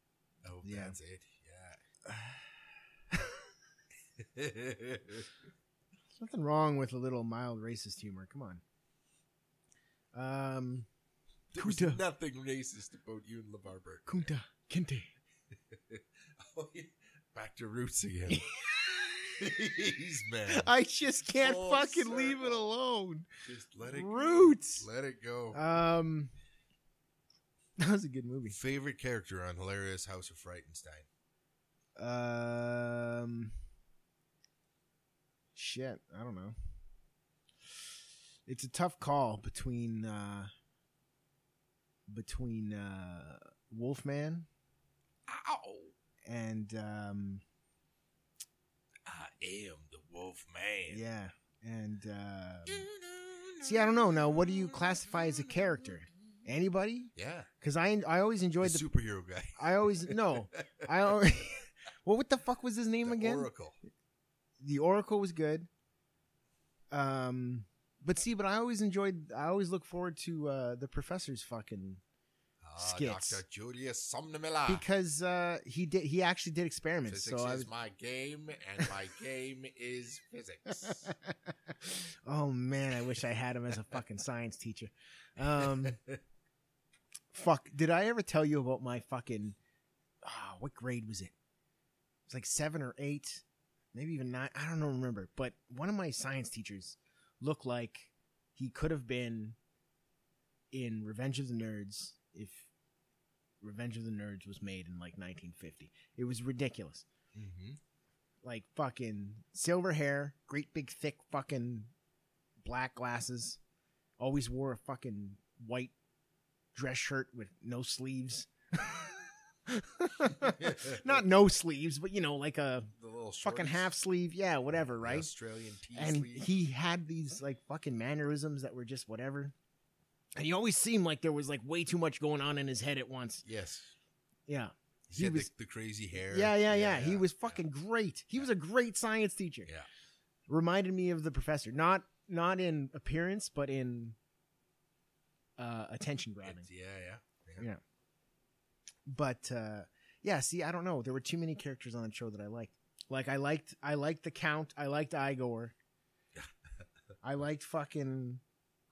[SPEAKER 1] *sighs*
[SPEAKER 2] oh,
[SPEAKER 1] Yeah.
[SPEAKER 2] that's it. *laughs* Yeah.
[SPEAKER 1] there's nothing wrong with a little mild racist humor. Come on. Um,
[SPEAKER 2] there was
[SPEAKER 1] Kuta.
[SPEAKER 2] nothing racist about you and LeVar Burton.
[SPEAKER 1] Kunta Kinte.
[SPEAKER 2] Oh, yeah. *laughs* Back to roots again. *laughs* He's mad.
[SPEAKER 1] I just can't
[SPEAKER 2] Full
[SPEAKER 1] fucking
[SPEAKER 2] circle.
[SPEAKER 1] leave it alone.
[SPEAKER 2] Just let it go.
[SPEAKER 1] Roots.
[SPEAKER 2] Let it go.
[SPEAKER 1] Um, that was a good movie.
[SPEAKER 2] Favorite character on Hilarious House of Frightenstein?
[SPEAKER 1] Um, shit, I don't know. It's a tough call between uh, between uh, Wolfman
[SPEAKER 2] Ow!
[SPEAKER 1] and um,
[SPEAKER 2] I am the Wolf Man.
[SPEAKER 1] yeah, and uh, See, I don't know. Now, what do you classify as a character? anybody
[SPEAKER 2] Yeah,
[SPEAKER 1] because I I always
[SPEAKER 2] the
[SPEAKER 1] enjoyed the,
[SPEAKER 2] superhero guy.
[SPEAKER 1] *laughs* I always
[SPEAKER 2] *laughs*
[SPEAKER 1] no I always, well *laughs* what the fuck was his name
[SPEAKER 2] the
[SPEAKER 1] again?
[SPEAKER 2] Oracle.
[SPEAKER 1] the Oracle was good. Um, but see, but I always enjoyed. I always look forward to uh, the professor's fucking
[SPEAKER 2] Ah,
[SPEAKER 1] Skits.
[SPEAKER 2] Dr. Julius Somnamilla.
[SPEAKER 1] because uh, he did. He actually did experiments.
[SPEAKER 2] Ah. Physics
[SPEAKER 1] So I
[SPEAKER 2] is
[SPEAKER 1] was.
[SPEAKER 2] my game, and
[SPEAKER 1] *laughs*
[SPEAKER 2] my game is physics.
[SPEAKER 1] oh man, I wish I had him as a fucking science teacher. *laughs*
[SPEAKER 2] *laughs*
[SPEAKER 1] Um, fuck, did I ever tell you about my fucking? Ah, what grade was it? It was like seven or eight, maybe even nine. I don't know, remember. But one of my science teachers looked like he could have been in Revenge of the Nerds if Revenge of the Nerds was made in like 1950. It was ridiculous
[SPEAKER 2] Mhm.
[SPEAKER 1] like fucking silver hair, great big thick fucking black glasses. Always wore a fucking white dress shirt with no sleeves. *laughs* Not no sleeves, but you know, like a
[SPEAKER 2] The little
[SPEAKER 1] fucking
[SPEAKER 2] shorts.
[SPEAKER 1] half sleeve, yeah, whatever,
[SPEAKER 2] The
[SPEAKER 1] right?
[SPEAKER 2] Australian tea
[SPEAKER 1] And
[SPEAKER 2] sleeve.
[SPEAKER 1] he had these like fucking mannerisms that were just whatever. And he always seemed like there was like way too much going on in his head at once.
[SPEAKER 2] yes,
[SPEAKER 1] Yeah.
[SPEAKER 2] he,
[SPEAKER 1] He
[SPEAKER 2] had
[SPEAKER 1] was
[SPEAKER 2] the, the crazy hair.
[SPEAKER 1] yeah, yeah, yeah, He was fucking great. He was a great science teacher.
[SPEAKER 2] Yeah.
[SPEAKER 1] Reminded me of the professor. Not not in appearance, but in uh, attention
[SPEAKER 2] Yeah,
[SPEAKER 1] grabbing.
[SPEAKER 2] yeah, yeah.
[SPEAKER 1] But uh, yeah, see, I don't know. There were too many characters on the show that I liked. Like I liked I liked the Count. I liked *laughs* Igor. I liked fucking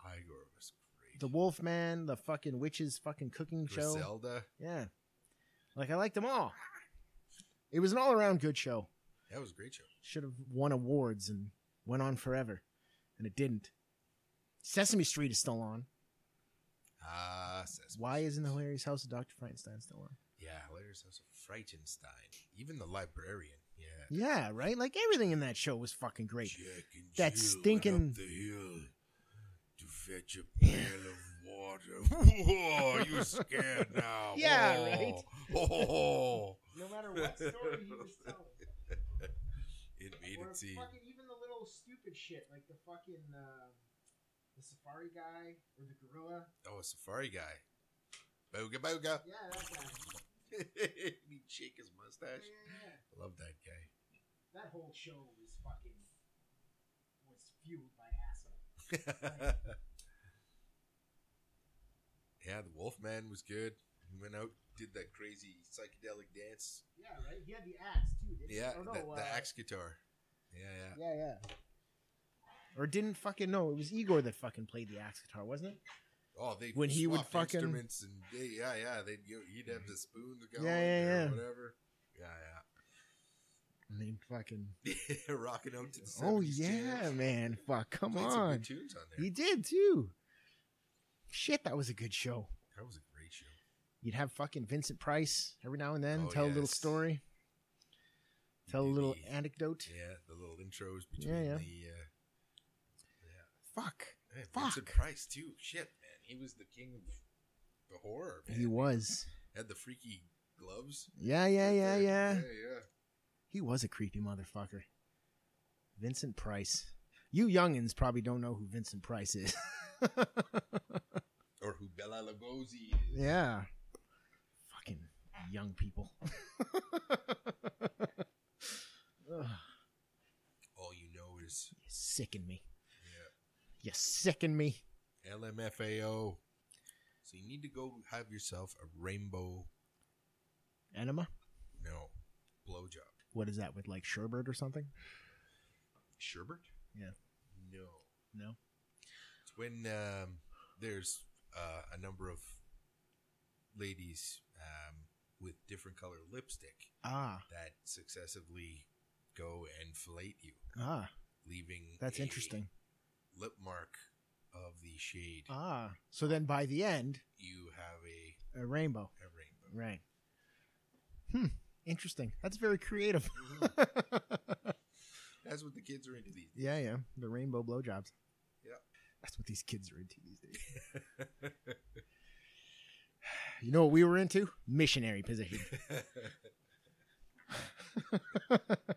[SPEAKER 2] Igor was great.
[SPEAKER 1] the Wolfman, the fucking witches, fucking cooking show.
[SPEAKER 2] Griselda.
[SPEAKER 1] Yeah. Like I liked them all. It was an all around good show.
[SPEAKER 2] That was a great show.
[SPEAKER 1] should have won awards and went on forever, and it didn't. Sesame Street is still on.
[SPEAKER 2] Ah, says
[SPEAKER 1] Why isn't Hilarious House of Dr. Frankenstein still on?
[SPEAKER 2] Yeah, Hilarious House of Frightenstein. Even the librarian. Yeah.
[SPEAKER 1] Yeah, right? Like everything in that show was fucking great.
[SPEAKER 2] Jack and
[SPEAKER 1] That
[SPEAKER 2] Jill went
[SPEAKER 1] stinking-
[SPEAKER 2] up the hill to fetch a pail of water. *laughs* Whoa, you scared
[SPEAKER 1] *laughs*
[SPEAKER 2] now?
[SPEAKER 1] Yeah,
[SPEAKER 2] Whoa. *laughs*
[SPEAKER 1] right?
[SPEAKER 2] Oh,
[SPEAKER 1] *laughs* No matter
[SPEAKER 2] what story he was telling, *laughs* it made it seem.
[SPEAKER 1] even the little stupid shit, like the fucking uh, the safari guy or the gorilla.
[SPEAKER 2] Oh, a safari guy. Boga *laughs* boga.
[SPEAKER 1] Yeah, that guy.
[SPEAKER 2] He'd shake his mustache. Love that guy.
[SPEAKER 1] That whole show was fucking was fueled by asshole.
[SPEAKER 2] yeah, the Wolfman was good. He went out, did that crazy psychedelic dance.
[SPEAKER 1] Yeah, right. He had the axe too. Didn't
[SPEAKER 2] Yeah, the, the
[SPEAKER 1] uh,
[SPEAKER 2] axe guitar. Yeah, yeah.
[SPEAKER 1] Yeah, yeah. Or didn't fucking know it was Igor that fucking played the axe guitar, wasn't it?
[SPEAKER 2] Oh, they
[SPEAKER 1] When he would
[SPEAKER 2] swapped
[SPEAKER 1] fucking-
[SPEAKER 2] instruments and they, yeah, yeah, they you, he'd have the spoon to go
[SPEAKER 1] Yeah,
[SPEAKER 2] in
[SPEAKER 1] yeah,
[SPEAKER 2] there or
[SPEAKER 1] yeah.
[SPEAKER 2] whatever. Yeah,
[SPEAKER 1] And they fucking.
[SPEAKER 2] yeah, *laughs* rocking out to the 70s
[SPEAKER 1] Oh yeah,
[SPEAKER 2] jams.
[SPEAKER 1] man! Fuck, come
[SPEAKER 2] Played some
[SPEAKER 1] on.
[SPEAKER 2] good tunes on there.
[SPEAKER 1] He did too. Shit, that was a good show.
[SPEAKER 2] That was a great show.
[SPEAKER 1] You'd have fucking Vincent Price every now and then
[SPEAKER 2] Oh,
[SPEAKER 1] tell a little
[SPEAKER 2] yes.
[SPEAKER 1] story, tell a
[SPEAKER 2] Did
[SPEAKER 1] little
[SPEAKER 2] the-
[SPEAKER 1] anecdote.
[SPEAKER 2] yeah, the little intros between
[SPEAKER 1] yeah.
[SPEAKER 2] the uh,
[SPEAKER 1] Fuck,
[SPEAKER 2] Man, Vincent
[SPEAKER 1] Fuck.
[SPEAKER 2] Price too. Shit, man, he was the king of the horror. Man.
[SPEAKER 1] he was.
[SPEAKER 2] had the freaky gloves.
[SPEAKER 1] Yeah, yeah, yeah, yeah.
[SPEAKER 2] yeah,
[SPEAKER 1] He was a creepy motherfucker. Vincent Price. You youngins probably don't know who Vincent Price is. *laughs*
[SPEAKER 2] Or who Bella Lugosi is.
[SPEAKER 1] yeah. Fucking young people. Ugh,
[SPEAKER 2] All you know is
[SPEAKER 1] you sicken me.
[SPEAKER 2] yeah,
[SPEAKER 1] You sicken me.
[SPEAKER 2] LMFAO. So you need to go have yourself a rainbow,
[SPEAKER 1] Enema?
[SPEAKER 2] no, blowjob.
[SPEAKER 1] What is that with like sherbet or something?
[SPEAKER 2] Sherbert?
[SPEAKER 1] Yeah.
[SPEAKER 2] No.
[SPEAKER 1] No.
[SPEAKER 2] It's when um, there's uh, a number of ladies um, with different color lipstick
[SPEAKER 1] Ah,
[SPEAKER 2] that successively go and fillet you,
[SPEAKER 1] ah,
[SPEAKER 2] leaving
[SPEAKER 1] that's
[SPEAKER 2] a
[SPEAKER 1] interesting.
[SPEAKER 2] lip mark of the shade.
[SPEAKER 1] Ah, so then by the end,
[SPEAKER 2] You have a,
[SPEAKER 1] a rainbow.
[SPEAKER 2] a rainbow.
[SPEAKER 1] Right. Hmm. Interesting. That's very creative. *laughs*
[SPEAKER 2] Mhm. *laughs* That's what the kids are into these.
[SPEAKER 1] yeah, yeah. The rainbow blowjobs.
[SPEAKER 2] Yep.
[SPEAKER 1] That's what these kids are into these days.
[SPEAKER 2] days.
[SPEAKER 1] You know what we were into? Missionary
[SPEAKER 2] *sighs*
[SPEAKER 1] position.
[SPEAKER 2] *laughs*
[SPEAKER 1] *laughs*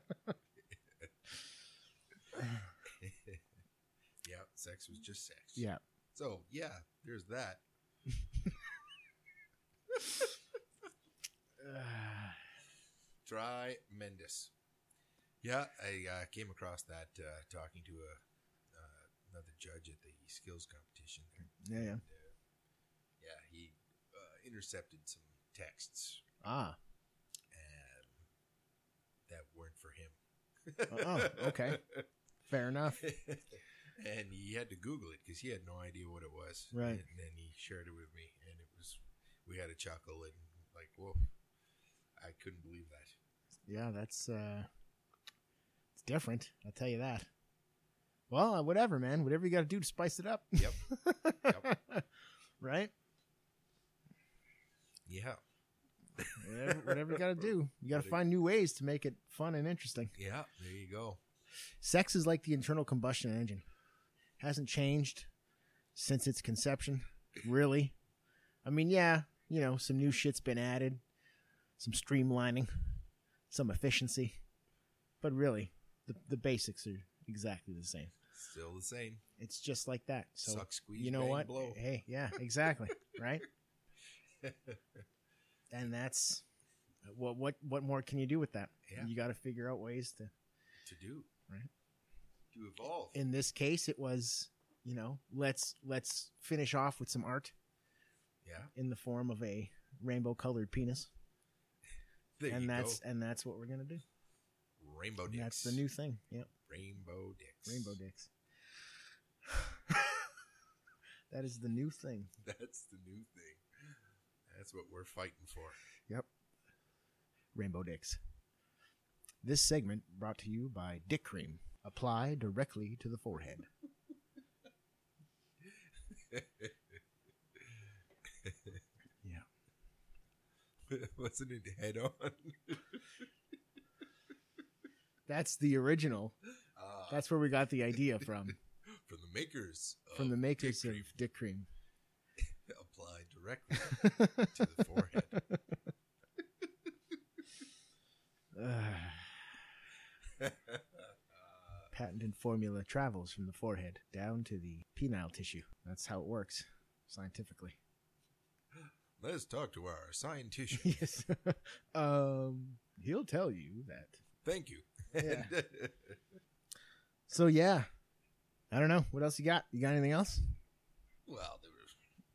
[SPEAKER 2] yeah, sex was just sex.
[SPEAKER 1] yeah.
[SPEAKER 2] So yeah, there's that.
[SPEAKER 1] Uh,
[SPEAKER 2] Try Mendes. Yeah, I uh, came across that uh, talking to a uh, another judge at the skills competition. There.
[SPEAKER 1] yeah, yeah.
[SPEAKER 2] And, uh, yeah, he uh, intercepted some texts
[SPEAKER 1] Ah.
[SPEAKER 2] um, that weren't for him.
[SPEAKER 1] Oh, okay. Fair enough.
[SPEAKER 2] *laughs* and he had to Google it because he had no idea what it was.
[SPEAKER 1] Right.
[SPEAKER 2] And then he shared it with me, and it was we had a chuckle and like, whoa, I couldn't believe that.
[SPEAKER 1] Yeah, that's uh it's different, I'll tell you that. Well, uh, whatever, man. Whatever you got to do to spice it up.
[SPEAKER 2] Yep.
[SPEAKER 1] *laughs* right?
[SPEAKER 2] Yeah,
[SPEAKER 1] Whatever, whatever you got to do. You got to
[SPEAKER 2] Whatever.
[SPEAKER 1] find new ways to make it fun and interesting.
[SPEAKER 2] yeah. There you go.
[SPEAKER 1] Sex is like the internal combustion engine. Hasn't changed since its conception, really. I mean, yeah, you know, some new shit's been added, some streamlining, some efficiency, but really, the, the basics are exactly the same.
[SPEAKER 2] Still the same.
[SPEAKER 1] It's just like that. So,
[SPEAKER 2] Suck, squeeze,
[SPEAKER 1] you know
[SPEAKER 2] bang,
[SPEAKER 1] what?
[SPEAKER 2] blow. *laughs*
[SPEAKER 1] Hey, yeah, exactly, right? And that's what what what more can you do with that?
[SPEAKER 2] Yeah.
[SPEAKER 1] You got to figure out ways to
[SPEAKER 2] to do
[SPEAKER 1] Right.
[SPEAKER 2] to evolve.
[SPEAKER 1] in this case it was you know let's let's finish off with some art
[SPEAKER 2] yeah,
[SPEAKER 1] in the form of a rainbow colored penis
[SPEAKER 2] there
[SPEAKER 1] and
[SPEAKER 2] you
[SPEAKER 1] that's
[SPEAKER 2] go.
[SPEAKER 1] and that's what we're gonna do
[SPEAKER 2] rainbow
[SPEAKER 1] And
[SPEAKER 2] dicks.
[SPEAKER 1] that's the new thing yep
[SPEAKER 2] rainbow dicks. *laughs*
[SPEAKER 1] rainbow dicks *laughs* that is the new thing
[SPEAKER 2] That's the new thing. That's what we're fighting for. *laughs*
[SPEAKER 1] rainbow dicks this segment brought to you by dick cream apply directly to the forehead
[SPEAKER 2] Wasn't it head on?
[SPEAKER 1] that's the original
[SPEAKER 2] Uh,
[SPEAKER 1] that's where we got the idea from
[SPEAKER 2] from the makers.
[SPEAKER 1] from the
[SPEAKER 2] of
[SPEAKER 1] makers
[SPEAKER 2] *laughs*
[SPEAKER 1] of
[SPEAKER 2] Dick Cream.
[SPEAKER 1] dick cream *laughs*
[SPEAKER 2] applied directly to the forehead. *laughs*
[SPEAKER 1] Ugh. patented formula travels from the forehead down to the penile tissue. That's how it works scientifically.
[SPEAKER 2] Let's talk to
[SPEAKER 1] *laughs*
[SPEAKER 2] our scientist.
[SPEAKER 1] yes. um, he'll tell you that.
[SPEAKER 2] Thank you.
[SPEAKER 1] Yeah. So yeah, I don't know what else you got. You got anything
[SPEAKER 2] *laughs*
[SPEAKER 1] else?
[SPEAKER 2] *laughs* well, they were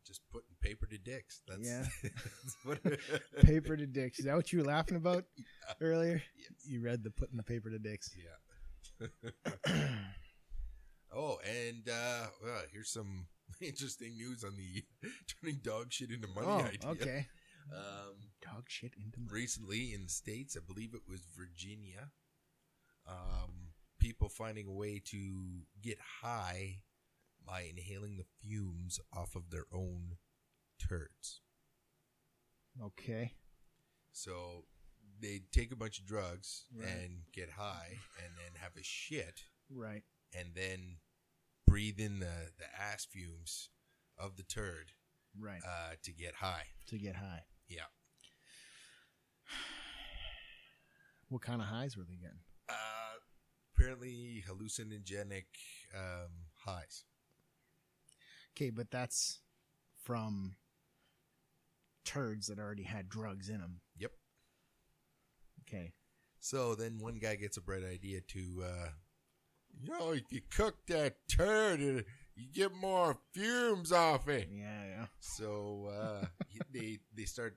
[SPEAKER 2] just putting paper to dicks. That's,
[SPEAKER 1] Yeah.
[SPEAKER 2] *laughs* that's what.
[SPEAKER 1] *laughs* Paper to dicks. Is that what you were laughing
[SPEAKER 2] *laughs*
[SPEAKER 1] about earlier?
[SPEAKER 2] Yes.
[SPEAKER 1] You read the putting the paper to dicks.
[SPEAKER 2] *clears throat* Yeah. Oh, and uh, well, here's some *laughs* interesting news on the *laughs* turning dog shit into money
[SPEAKER 1] oh,
[SPEAKER 2] idea.
[SPEAKER 1] okay.
[SPEAKER 2] Um,
[SPEAKER 1] Dog shit into my.
[SPEAKER 2] recently in states, I believe it was Virginia, um, people finding a way to get high by inhaling the fumes off of their own turds.
[SPEAKER 1] Okay.
[SPEAKER 2] So they take a bunch of drugs
[SPEAKER 1] Right.
[SPEAKER 2] and get high, and then have a shit,
[SPEAKER 1] Right.
[SPEAKER 2] and then breathe in the the ass fumes of the turd
[SPEAKER 1] Right.
[SPEAKER 2] uh, to get high.
[SPEAKER 1] to get high.
[SPEAKER 2] Yeah.
[SPEAKER 1] *sighs* What kind of highs were they getting?
[SPEAKER 2] Uh, apparently hallucinogenic um, highs.
[SPEAKER 1] Okay, but that's from turds that already had drugs in them.
[SPEAKER 2] Yep.
[SPEAKER 1] Okay.
[SPEAKER 2] So then one guy gets a bright idea to, uh, you know, if you cook that turd, uh, you get more fumes off it.
[SPEAKER 1] Yeah, yeah.
[SPEAKER 2] So uh, *laughs* he- they they start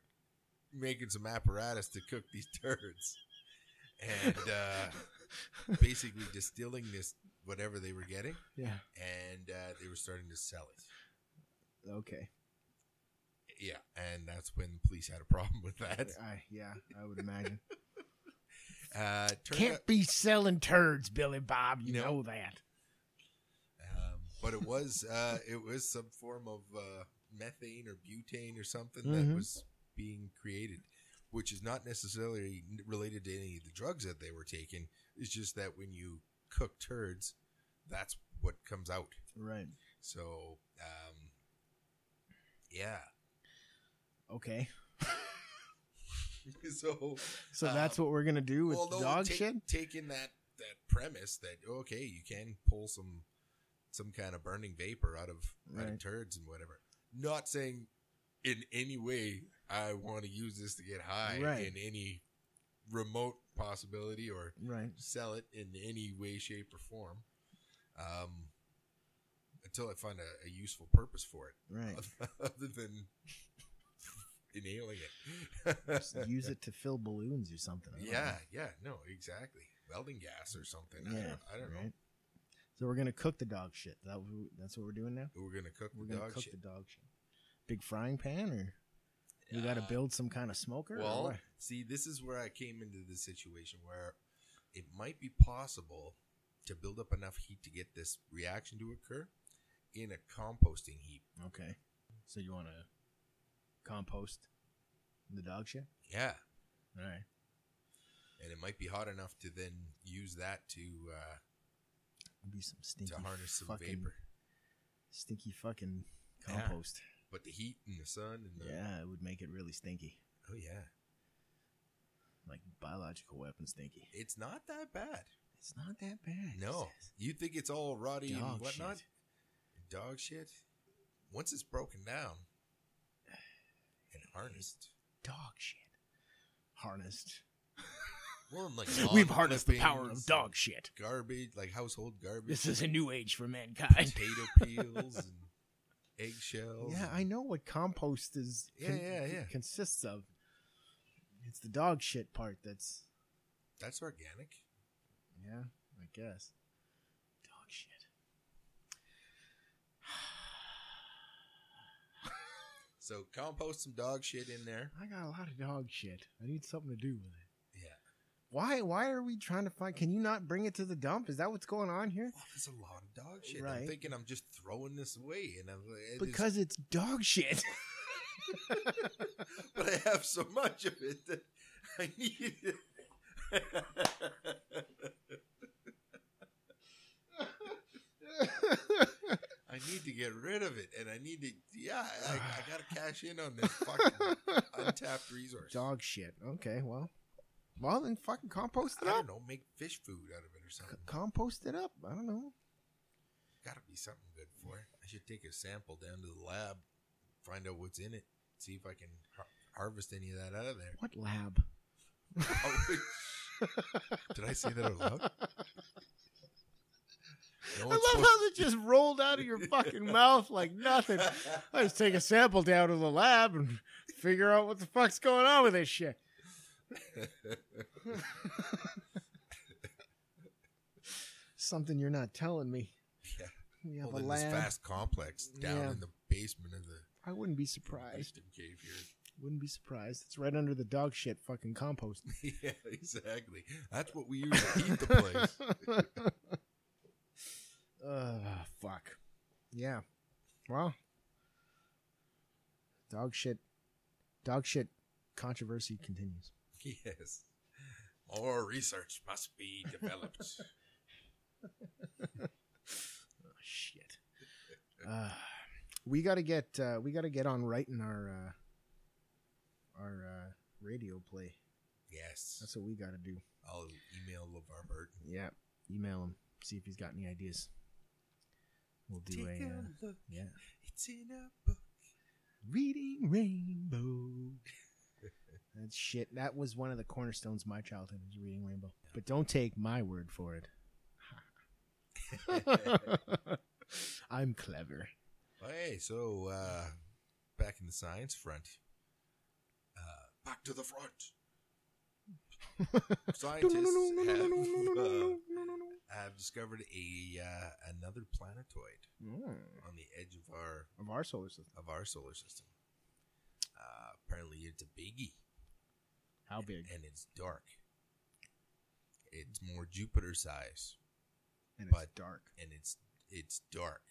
[SPEAKER 2] making some apparatus to cook these turds, and uh, basically distilling this whatever they were getting,
[SPEAKER 1] *laughs* Yeah.
[SPEAKER 2] and uh, they were starting to sell it.
[SPEAKER 1] Okay.
[SPEAKER 2] Yeah, and that's when the police had a *laughs* problem with that.
[SPEAKER 1] I, yeah, I would
[SPEAKER 2] *laughs*
[SPEAKER 1] imagine.
[SPEAKER 2] Uh, turned out-
[SPEAKER 1] Can't be selling turds, Billy Bob. You
[SPEAKER 2] No.
[SPEAKER 1] know that.
[SPEAKER 2] Um, but it was uh, it was some form of uh, methane or butane or something that
[SPEAKER 1] Mhm.
[SPEAKER 2] was being created, which is not necessarily n- related to any of the drugs that they were taking. It's just that when you cook turds, that's what comes out.
[SPEAKER 1] Right.
[SPEAKER 2] So, um, yeah. *laughs*
[SPEAKER 1] Okay.
[SPEAKER 2] so
[SPEAKER 1] So that's what we're gonna do with
[SPEAKER 2] well, no,
[SPEAKER 1] dog
[SPEAKER 2] Uh, take-
[SPEAKER 1] shit.
[SPEAKER 2] taking that that premise that okay, you can pull some some kind of burning vapor out of out of
[SPEAKER 1] Right.
[SPEAKER 2] turds and whatever. Not saying in any way I want to use this to get high
[SPEAKER 1] Right.
[SPEAKER 2] in any remote possibility or
[SPEAKER 1] Right.
[SPEAKER 2] sell it in any way, shape, or form. Um, until I find a, a useful purpose for it, *laughs*
[SPEAKER 1] Right.
[SPEAKER 2] other than inhaling it.
[SPEAKER 1] Just use it to fill balloons or something. I don't
[SPEAKER 2] Yeah, yeah, no, exactly. Welding gas or something.
[SPEAKER 1] know.
[SPEAKER 2] I
[SPEAKER 1] Yeah.
[SPEAKER 2] don't, I don't know.
[SPEAKER 1] right? So we're gonna cook the dog shit. That w- that's what we're doing now.
[SPEAKER 2] We're gonna cook
[SPEAKER 1] We're
[SPEAKER 2] the
[SPEAKER 1] gonna
[SPEAKER 2] dog
[SPEAKER 1] cook
[SPEAKER 2] shit.
[SPEAKER 1] the dog shit. Big frying pan, or we got to
[SPEAKER 2] Uh,
[SPEAKER 1] build some kind of smoker. or
[SPEAKER 2] Well,
[SPEAKER 1] what?
[SPEAKER 2] see, this is where I came into the situation where it might be possible to build up enough heat to get this reaction to occur in a composting heap.
[SPEAKER 1] okay. So you want to compost the dog shit?
[SPEAKER 2] Yeah,
[SPEAKER 1] All right.
[SPEAKER 2] and it might be hot enough to then use that to uh,
[SPEAKER 1] It'd be some stinky,
[SPEAKER 2] to harness some
[SPEAKER 1] fucking,
[SPEAKER 2] vapor.
[SPEAKER 1] stinky fucking
[SPEAKER 2] Yeah.
[SPEAKER 1] compost.
[SPEAKER 2] But the heat and the sun and the
[SPEAKER 1] yeah, it would make it really stinky,
[SPEAKER 2] oh yeah,
[SPEAKER 1] like biological weapon stinky.
[SPEAKER 2] it's not that bad.
[SPEAKER 1] It's not that bad.
[SPEAKER 2] No, you think it's all rotty and
[SPEAKER 1] Dog
[SPEAKER 2] whatnot?
[SPEAKER 1] shit.
[SPEAKER 2] Dog shit. Once it's broken down and harnessed,
[SPEAKER 1] dog shit. Harnessed.
[SPEAKER 2] well,
[SPEAKER 1] *laughs*
[SPEAKER 2] and like
[SPEAKER 1] We've
[SPEAKER 2] lawn
[SPEAKER 1] harnessed the power
[SPEAKER 2] clippings
[SPEAKER 1] of dog
[SPEAKER 2] and
[SPEAKER 1] shit.
[SPEAKER 2] garbage, like household garbage,
[SPEAKER 1] This is a new age for mankind. *laughs*
[SPEAKER 2] potato peels and eggshells.
[SPEAKER 1] Yeah, I know what compost is.
[SPEAKER 2] Yeah, yeah, yeah.
[SPEAKER 1] Consists of. It's the dog shit part that's.
[SPEAKER 2] that's organic.
[SPEAKER 1] Yeah, I guess. Dog shit. *sighs*
[SPEAKER 2] So compost some dog shit in there.
[SPEAKER 1] I got a lot of dog shit. I need something to do with it.
[SPEAKER 2] Yeah,
[SPEAKER 1] Why? Why are we trying to find? Can you not bring it to the dump? Is that what's going on here?
[SPEAKER 2] well, there's a lot of dog shit. I'm
[SPEAKER 1] Right.
[SPEAKER 2] thinking I'm just throwing this away, and I'm like, it is-
[SPEAKER 1] Because it's dog
[SPEAKER 2] *laughs*
[SPEAKER 1] shit.
[SPEAKER 2] but I have so much of it that I need it. *laughs* I need to get rid of it, and I need to. Yeah, I,
[SPEAKER 1] *sighs*
[SPEAKER 2] I gotta cash in on this fucking untapped resource.
[SPEAKER 1] dog shit. Okay, well, well then fucking compost
[SPEAKER 2] I
[SPEAKER 1] it up.
[SPEAKER 2] don't know. Make fish food out of it or something.
[SPEAKER 1] C- compost it up. I don't know.
[SPEAKER 2] Gotta be something good for it. I should take a sample down to the lab, find out what's in it, see if I can har- harvest any of that out of there. *laughs* Oh,
[SPEAKER 1] What lab?
[SPEAKER 2] Did I say that out loud?
[SPEAKER 1] *laughs*
[SPEAKER 2] No,
[SPEAKER 1] I
[SPEAKER 2] it's
[SPEAKER 1] love
[SPEAKER 2] supposed-
[SPEAKER 1] how that just rolled out of your *laughs* fucking mouth like nothing. I just take a sample down to the lab and figure out what the fuck's going on with this shit. *laughs* Something you're not telling me.
[SPEAKER 2] Yeah.
[SPEAKER 1] We have
[SPEAKER 2] well,
[SPEAKER 1] a
[SPEAKER 2] in this
[SPEAKER 1] lab.
[SPEAKER 2] vast complex down
[SPEAKER 1] Yeah.
[SPEAKER 2] in the basement of the
[SPEAKER 1] I wouldn't be surprised.
[SPEAKER 2] wisdom cave here. *laughs*
[SPEAKER 1] Wouldn't be surprised. It's right under the dog shit fucking compost.
[SPEAKER 2] yeah, exactly. That's what we use to heat the
[SPEAKER 1] *laughs*
[SPEAKER 2] place.
[SPEAKER 1] Ugh, fuck. Yeah. Well, dog shit. Dog shit controversy continues.
[SPEAKER 2] yes. More research must be developed.
[SPEAKER 1] Oh, shit. Uh, we gotta get uh, we gotta get on writing our uh, our uh, radio play.
[SPEAKER 2] yes.
[SPEAKER 1] That's what we gotta do.
[SPEAKER 2] I'll email LeVar Burton.
[SPEAKER 1] Yeah. Email him. See if he's got any ideas. We'll do a uh,
[SPEAKER 2] look.
[SPEAKER 1] yeah.
[SPEAKER 2] It's in a book.
[SPEAKER 1] Reading Rainbow. *laughs* That's shit. That was one of the cornerstones of my childhood was reading Rainbow. But don't take my word for *laughs* it. I'm *laughs* clever.
[SPEAKER 2] Hey, so uh, back in the science front. Uh, back to the front.
[SPEAKER 1] *laughs*
[SPEAKER 2] Scientists have, uh, have discovered a uh, another planetoid
[SPEAKER 1] Mm,
[SPEAKER 2] on the edge of our
[SPEAKER 1] Of our solar system.
[SPEAKER 2] of our solar system. Uh, apparently, it's a biggie,
[SPEAKER 1] How big?
[SPEAKER 2] and it's dark. It's more Jupiter size,
[SPEAKER 1] And it's
[SPEAKER 2] but-
[SPEAKER 1] dark.
[SPEAKER 2] and it's it's dark.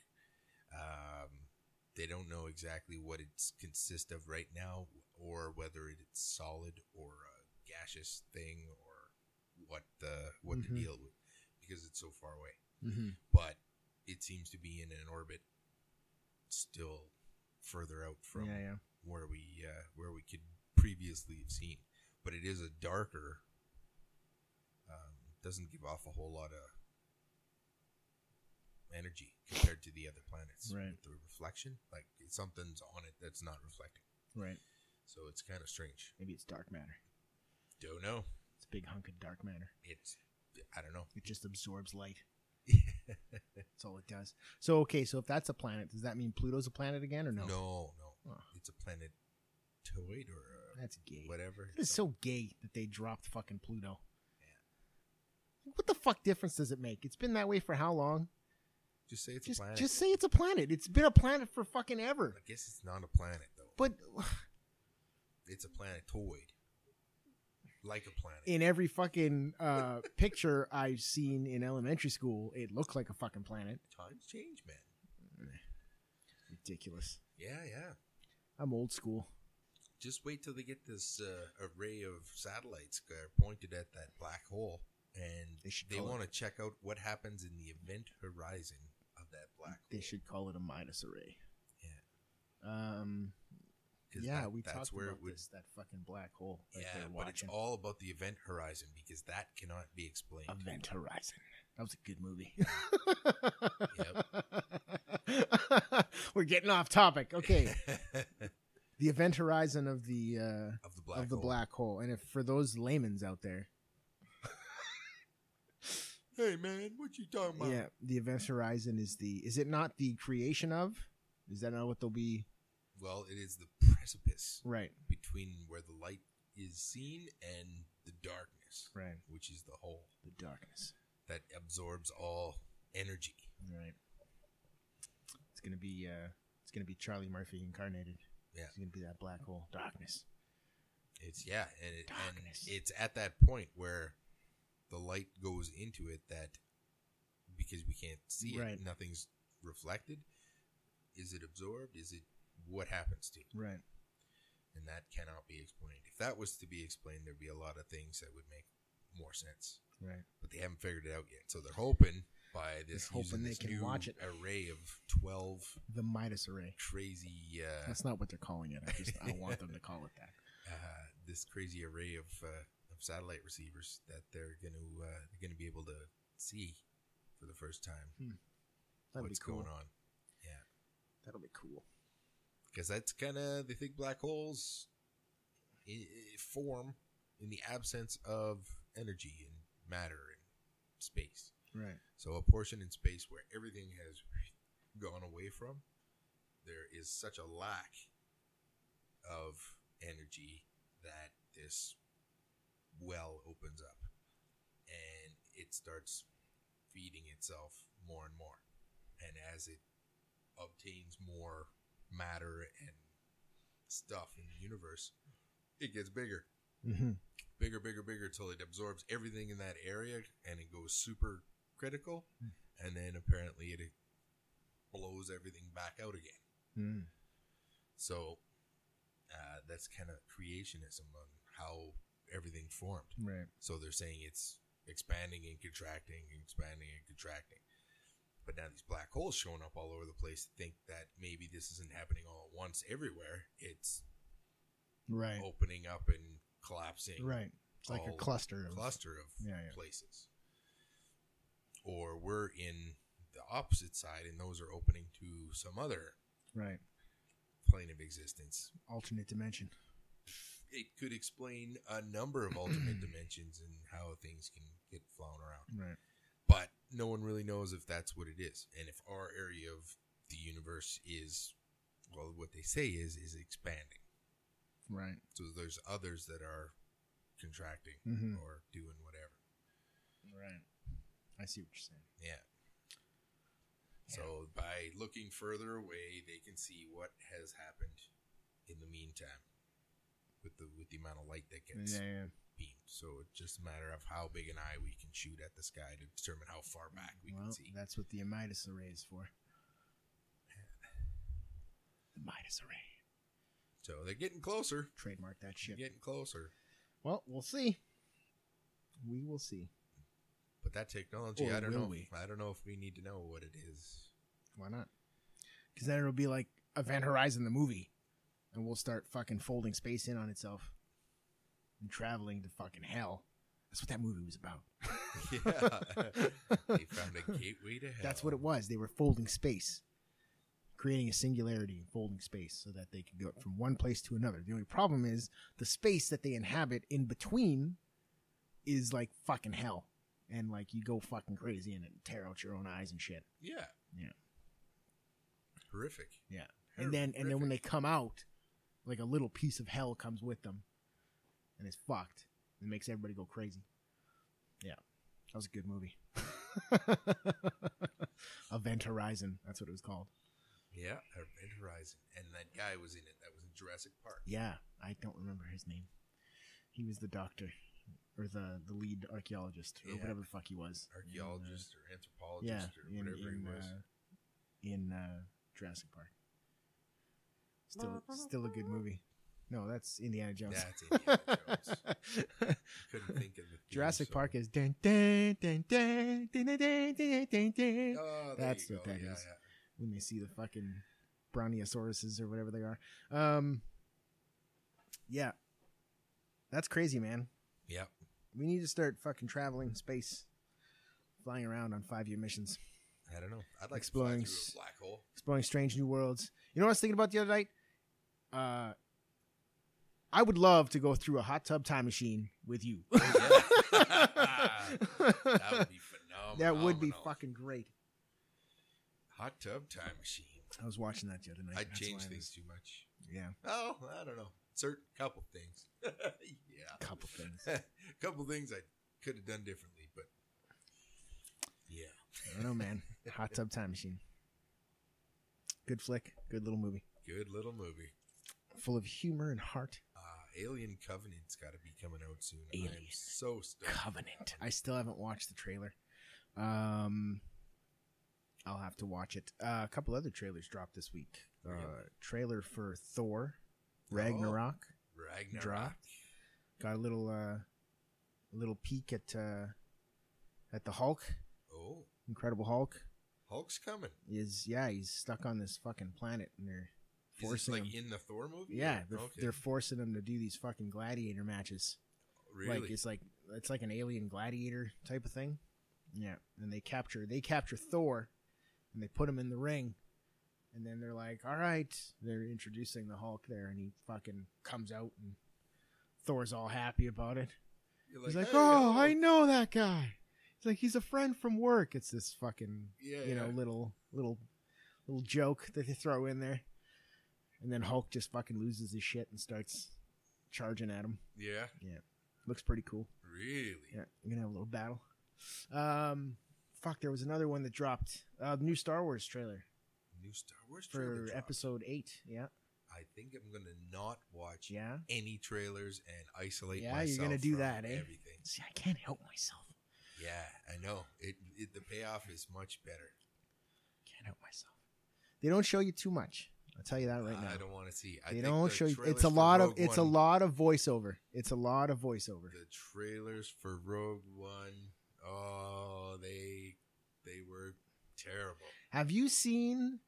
[SPEAKER 2] Um, they don't know exactly what it's consists of right now, or whether it's solid or a gaseous thing, or what the what
[SPEAKER 1] Mhm.
[SPEAKER 2] the deal with, because it's so far away.
[SPEAKER 1] Mm-hmm.
[SPEAKER 2] But it seems to be in an orbit still further out from
[SPEAKER 1] yeah, yeah.
[SPEAKER 2] where we uh, where we could previously have seen, but it is a darker. Um, doesn't give off a whole lot of energy compared to the other planets.
[SPEAKER 1] Right.
[SPEAKER 2] With the reflection, like it's- something's on it that's not reflecting,
[SPEAKER 1] Right.
[SPEAKER 2] so it's kind of strange.
[SPEAKER 1] Maybe it's dark matter.
[SPEAKER 2] Don't know.
[SPEAKER 1] It's a big hunk of dark matter.
[SPEAKER 2] It's I don't know. *laughs*
[SPEAKER 1] It just absorbs light. That's all it does. So okay, so if that's a planet, does that mean Pluto's a planet again or no?
[SPEAKER 2] No, no.
[SPEAKER 1] Oh.
[SPEAKER 2] It's a planetoid or a
[SPEAKER 1] That's gay.
[SPEAKER 2] whatever.
[SPEAKER 1] It's so gay that they dropped fucking Pluto. What the fuck difference does it make? It's been that way for how long?
[SPEAKER 2] just say it's
[SPEAKER 1] just
[SPEAKER 2] a planet.
[SPEAKER 1] just say it's a planet. It's been a planet for fucking
[SPEAKER 2] I
[SPEAKER 1] ever.
[SPEAKER 2] guess it's not a planet though.
[SPEAKER 1] But *sighs*
[SPEAKER 2] it's a planetoid, like a planet.
[SPEAKER 1] in every fucking uh, *laughs* picture I've seen in elementary school, it looked like a fucking planet.
[SPEAKER 2] Times change, man.
[SPEAKER 1] Ridiculous.
[SPEAKER 2] Yeah, yeah.
[SPEAKER 1] I'm old school.
[SPEAKER 2] Just wait till they get this uh, array of satellites uh, pointed at that black hole, and
[SPEAKER 1] They should
[SPEAKER 2] they
[SPEAKER 1] call it-
[SPEAKER 2] want to check out what happens in the event horizon of that black
[SPEAKER 1] They
[SPEAKER 2] hole.
[SPEAKER 1] should call it a minus array. Yeah. Um.
[SPEAKER 2] 'Cause
[SPEAKER 1] yeah,
[SPEAKER 2] that-
[SPEAKER 1] we
[SPEAKER 2] that's
[SPEAKER 1] talked
[SPEAKER 2] where
[SPEAKER 1] about
[SPEAKER 2] it would.
[SPEAKER 1] this. That fucking black hole. Like
[SPEAKER 2] yeah,
[SPEAKER 1] they're
[SPEAKER 2] but it's
[SPEAKER 1] watching.
[SPEAKER 2] all about the event horizon because that cannot be explained. *laughs*
[SPEAKER 1] Event Horizon. That was a good *laughs* movie. We're getting off topic. *laughs* Okay, the Event Horizon of the uh,
[SPEAKER 2] of the black
[SPEAKER 1] of the
[SPEAKER 2] hole.
[SPEAKER 1] black hole, and if for those layman's out there,
[SPEAKER 2] Hey man, what you talking about?
[SPEAKER 1] yeah, the Event Horizon is the is it not the creation of? Is that not what they'll be?
[SPEAKER 2] Well, it is the precipice
[SPEAKER 1] Right,
[SPEAKER 2] between where the light is seen and the darkness,
[SPEAKER 1] right.
[SPEAKER 2] which is the hole.
[SPEAKER 1] The darkness.
[SPEAKER 2] that absorbs all energy.
[SPEAKER 1] Right. It's gonna be uh, it's gonna be Charlie Murphy incarnated.
[SPEAKER 2] Yeah.
[SPEAKER 1] it's gonna be that black hole darkness.
[SPEAKER 2] It's yeah, and, it, and
[SPEAKER 1] Darkness.
[SPEAKER 2] it's at that point where the light goes into it that because we can't see
[SPEAKER 1] Right.
[SPEAKER 2] it, nothing's reflected. Is it absorbed? Is it what happens to it?
[SPEAKER 1] Right.
[SPEAKER 2] And that cannot be explained. If that was to be explained, there'd be a lot of things that would make more sense.
[SPEAKER 1] Right.
[SPEAKER 2] But they haven't figured it out yet, so they're hoping by this
[SPEAKER 1] They're hoping
[SPEAKER 2] using
[SPEAKER 1] they
[SPEAKER 2] this
[SPEAKER 1] can
[SPEAKER 2] new
[SPEAKER 1] watch it.
[SPEAKER 2] array of twelve
[SPEAKER 1] The Midas array.
[SPEAKER 2] crazy uh,
[SPEAKER 1] That's not what they're calling it. I just I want them to call it that.
[SPEAKER 2] uh, this crazy array of uh, of satellite receivers that they're going to uh, they're going to be able to see for the first time
[SPEAKER 1] *laughs* That'll
[SPEAKER 2] what's
[SPEAKER 1] be cool.
[SPEAKER 2] going on
[SPEAKER 1] That'll be cool.
[SPEAKER 2] because that's kind of they think black holes i i form in the absence of energy and matter and space.
[SPEAKER 1] Right.
[SPEAKER 2] So a portion in space where everything has gone away from, there is such a lack of energy that this well opens up and it starts feeding itself more and more. And as it obtains more matter and stuff in the universe, it gets bigger
[SPEAKER 1] Mm-hmm.
[SPEAKER 2] bigger, bigger, bigger till it absorbs everything in that area and it goes super critical.
[SPEAKER 1] Hmm.
[SPEAKER 2] And then apparently it blows everything back out again.
[SPEAKER 1] Mm.
[SPEAKER 2] So uh, that's kind of creationism on how everything formed.
[SPEAKER 1] Right.
[SPEAKER 2] So they're saying it's expanding and contracting, expanding and contracting. But now these black holes showing up all over the place to think that maybe this isn't happening all at once everywhere. It's
[SPEAKER 1] Right.
[SPEAKER 2] opening up and collapsing.
[SPEAKER 1] Right. It's like a
[SPEAKER 2] all
[SPEAKER 1] cluster. Of,
[SPEAKER 2] cluster of
[SPEAKER 1] Yeah, yeah.
[SPEAKER 2] places. Or we're in the opposite side, and those are opening to some other
[SPEAKER 1] Right.
[SPEAKER 2] plane of existence.
[SPEAKER 1] Alternate dimension.
[SPEAKER 2] it could explain a number of alternate dimensions and how things can get flown around.
[SPEAKER 1] Right.
[SPEAKER 2] But no one really knows if that's what it is, and if our area of the universe is, well, what they say is is expanding.
[SPEAKER 1] Right.
[SPEAKER 2] So there's others that are contracting
[SPEAKER 1] Mm-hmm.
[SPEAKER 2] or doing whatever.
[SPEAKER 1] Right. I see what you're saying.
[SPEAKER 2] Yeah. So by looking further away, they can see what has happened in the meantime with the with the amount of light that gets
[SPEAKER 1] Yeah, yeah.
[SPEAKER 2] beamed. So it's just a matter of how big an eye we can shoot at the sky to determine how far back we
[SPEAKER 1] well,
[SPEAKER 2] can see.
[SPEAKER 1] that's what the Midas array is for. The Midas array.
[SPEAKER 2] So they're getting closer.
[SPEAKER 1] Trademark that shit.
[SPEAKER 2] Getting closer.
[SPEAKER 1] Well, we'll see. We will see.
[SPEAKER 2] But that technology,
[SPEAKER 1] Or
[SPEAKER 2] I don't
[SPEAKER 1] will
[SPEAKER 2] know.
[SPEAKER 1] we?
[SPEAKER 2] I don't know if we need to know what it
[SPEAKER 1] *laughs*
[SPEAKER 2] is. *laughs*
[SPEAKER 1] Why not? Because then it'll be like Event Horizon, the movie, and we'll start fucking folding space in on itself and traveling to fucking hell. That's what that movie was about.
[SPEAKER 2] yeah. they found a gateway to hell.
[SPEAKER 1] That's what it was. They were folding space, creating a singularity, and folding space so that they could go from one place to another. The only problem is the space that they inhabit in between is like fucking hell. And like you go fucking crazy in it and tear out your own eyes and shit.
[SPEAKER 2] Yeah.
[SPEAKER 1] Yeah.
[SPEAKER 2] Horrific.
[SPEAKER 1] Yeah. And then and then when they come out, like a little piece of hell comes with them and it's fucked. It makes everybody go crazy. Yeah. That was a good
[SPEAKER 2] *laughs*
[SPEAKER 1] movie. Event Horizon, that's what it was called.
[SPEAKER 2] Yeah, Event Horizon, and that guy was in it. That was in Jurassic Park.
[SPEAKER 1] Yeah, I don't remember his name. He was the doctor or the the lead archaeologist or
[SPEAKER 2] Yeah.
[SPEAKER 1] whatever the fuck he was.
[SPEAKER 2] Archaeologist or
[SPEAKER 1] In, uh, yeah,
[SPEAKER 2] anthropologist or
[SPEAKER 1] in,
[SPEAKER 2] whatever
[SPEAKER 1] in,
[SPEAKER 2] he was.
[SPEAKER 1] uh, in uh, Jurassic Park. Still, still a good movie. No, that's Indiana Jones.
[SPEAKER 2] That's Indiana
[SPEAKER 1] *laughs*
[SPEAKER 2] Jones. Couldn't think of the theme
[SPEAKER 1] Jurassic
[SPEAKER 2] song.
[SPEAKER 1] Park is dun dun dun dun dun dun dun dun dun dun.
[SPEAKER 2] Oh, there
[SPEAKER 1] That's
[SPEAKER 2] you
[SPEAKER 1] what
[SPEAKER 2] go.
[SPEAKER 1] that
[SPEAKER 2] yeah,
[SPEAKER 1] is.
[SPEAKER 2] yeah.
[SPEAKER 1] when they see the fucking brontosauruses or whatever they are. Um, yeah, that's crazy, man.
[SPEAKER 2] Yep.
[SPEAKER 1] We need to start fucking traveling space, flying around on five-year missions,
[SPEAKER 2] I don't know. I'd like
[SPEAKER 1] Exploring
[SPEAKER 2] to fly
[SPEAKER 1] s-
[SPEAKER 2] through a black
[SPEAKER 1] *laughs*
[SPEAKER 2] hole.
[SPEAKER 1] exploring strange new worlds. You know what I was thinking about the other night? Uh, I would love to go through a hot tub time machine with you.
[SPEAKER 2] That would be phenomenal.
[SPEAKER 1] That would be fucking great.
[SPEAKER 2] hot tub time machine.
[SPEAKER 1] I was watching that the other night.
[SPEAKER 2] I'd
[SPEAKER 1] That's
[SPEAKER 2] change
[SPEAKER 1] why I
[SPEAKER 2] things
[SPEAKER 1] was-
[SPEAKER 2] too much. *laughs*
[SPEAKER 1] Yeah,
[SPEAKER 2] Oh, I don't know. Certain couple things. *laughs* yeah.
[SPEAKER 1] a couple things.
[SPEAKER 2] couple things I could have done differently, but yeah.
[SPEAKER 1] I don't know, man. Hot Tub Time Machine. Good flick. Good little movie.
[SPEAKER 2] Good little movie.
[SPEAKER 1] Full of humor and heart.
[SPEAKER 2] Uh, Alien Covenant's got to be coming out soon. I'm
[SPEAKER 1] Alien
[SPEAKER 2] so stoked.
[SPEAKER 1] Covenant. I still haven't watched the trailer. Um, I'll have to watch it. Uh, a couple other trailers dropped this week. Uh,
[SPEAKER 2] Really?
[SPEAKER 1] trailer for Thor, Ragnarok.
[SPEAKER 2] Oh, Ragnarok.
[SPEAKER 1] Dropped. Got a little, uh, little peek at uh, at the Hulk.
[SPEAKER 2] Oh,
[SPEAKER 1] Incredible Hulk
[SPEAKER 2] Hulk's coming.
[SPEAKER 1] is yeah, he's stuck on this fucking planet, and they're
[SPEAKER 2] Is this
[SPEAKER 1] forcing
[SPEAKER 2] like
[SPEAKER 1] him.
[SPEAKER 2] in the Thor movie?
[SPEAKER 1] Yeah,
[SPEAKER 2] Or-
[SPEAKER 1] they're, they're forcing them to do these fucking gladiator matches.
[SPEAKER 2] really.
[SPEAKER 1] Like it's like it's like an alien gladiator type of thing. Yeah, and they capture they capture Thor, and they put him in the ring, and then they're like, "All right," they're introducing the Hulk there, and he fucking comes out, and Thor's all happy about it.
[SPEAKER 2] You're
[SPEAKER 1] He's like,
[SPEAKER 2] "Hey,
[SPEAKER 1] "Oh,
[SPEAKER 2] hello."
[SPEAKER 1] I know that guy." He's like, "He's a friend from work." It's this fucking
[SPEAKER 2] Yeah,
[SPEAKER 1] you know,
[SPEAKER 2] yeah.
[SPEAKER 1] little little little joke that they throw in there. And then Hulk just fucking loses his shit and starts charging at him.
[SPEAKER 2] yeah,
[SPEAKER 1] Looks pretty cool.
[SPEAKER 2] really.
[SPEAKER 1] Yeah, we're gonna have a little battle. Um, fuck, there was another one that dropped. Uh, the new Star Wars trailer
[SPEAKER 2] New Star Wars trailer
[SPEAKER 1] for
[SPEAKER 2] dropped.
[SPEAKER 1] Episode Eight. Yeah,
[SPEAKER 2] I think I'm gonna not watch
[SPEAKER 1] yeah.
[SPEAKER 2] any trailers and isolate
[SPEAKER 1] Yeah,
[SPEAKER 2] myself.
[SPEAKER 1] you're gonna do
[SPEAKER 2] from
[SPEAKER 1] that, eh?
[SPEAKER 2] Everything.
[SPEAKER 1] See, I can't help myself.
[SPEAKER 2] Yeah, I know. It, it the payoff is much better.
[SPEAKER 1] Can't help myself. They don't show you too much. I'll tell you that right now.
[SPEAKER 2] I don't want to see. I
[SPEAKER 1] they
[SPEAKER 2] think
[SPEAKER 1] don't
[SPEAKER 2] the
[SPEAKER 1] show you.
[SPEAKER 2] trailers
[SPEAKER 1] It's a
[SPEAKER 2] for
[SPEAKER 1] lot of
[SPEAKER 2] Rogue
[SPEAKER 1] it's a
[SPEAKER 2] One-
[SPEAKER 1] lot of voiceover. It's a lot of voiceover.
[SPEAKER 2] The trailers for Rogue One, oh, they they were terrible.
[SPEAKER 1] Have you seen?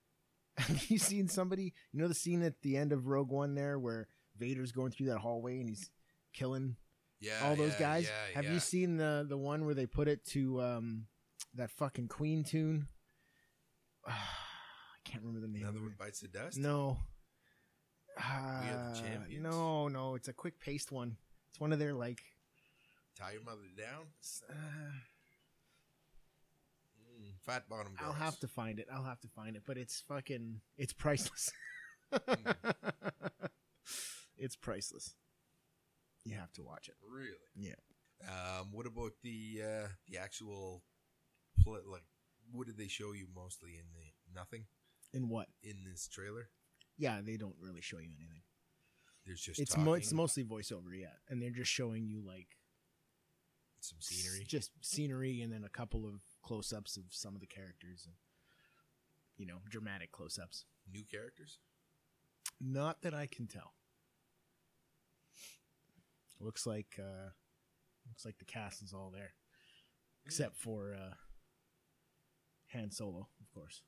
[SPEAKER 1] *laughs* Have you seen somebody? You know the scene at the end of Rogue One there where Vader's going through that hallway and he's killing
[SPEAKER 2] Yeah,
[SPEAKER 1] all those
[SPEAKER 2] Uh, yeah,
[SPEAKER 1] guys.
[SPEAKER 2] yeah,
[SPEAKER 1] Have
[SPEAKER 2] yeah.
[SPEAKER 1] you seen the the one where they put it to um that fucking Queen tune? *sighs* I can't remember the name.
[SPEAKER 2] another
[SPEAKER 1] of
[SPEAKER 2] one
[SPEAKER 1] it.
[SPEAKER 2] bites the dust?
[SPEAKER 1] No.
[SPEAKER 2] We are the
[SPEAKER 1] Ah,
[SPEAKER 2] champions.
[SPEAKER 1] No, no, it's a quick paced one. It's one of their like.
[SPEAKER 2] Tie your mother down.
[SPEAKER 1] s- Uh,
[SPEAKER 2] Mm, fat bottom.
[SPEAKER 1] I'll
[SPEAKER 2] girls.
[SPEAKER 1] have to find it. I'll have to find it, but it's fucking. It's priceless.
[SPEAKER 2] Mm.
[SPEAKER 1] *laughs* it's priceless. You have to watch it.
[SPEAKER 2] Really?
[SPEAKER 1] Yeah.
[SPEAKER 2] Um, what about the uh, the actual pl- like? What did they show you mostly in the nothing
[SPEAKER 1] In what?
[SPEAKER 2] in this trailer?
[SPEAKER 1] Yeah, they don't really show you anything.
[SPEAKER 2] There's just
[SPEAKER 1] It's
[SPEAKER 2] talking,
[SPEAKER 1] mo- it's mostly voiceover, yeah, and they're just showing you like
[SPEAKER 2] some
[SPEAKER 1] s-
[SPEAKER 2] scenery.
[SPEAKER 1] just scenery, and then a couple of close ups of some of the characters, and you know, dramatic close ups.
[SPEAKER 2] New characters.
[SPEAKER 1] Not that I can tell. Looks like uh looks like the cast is all there. Except for uh Han Solo, of course.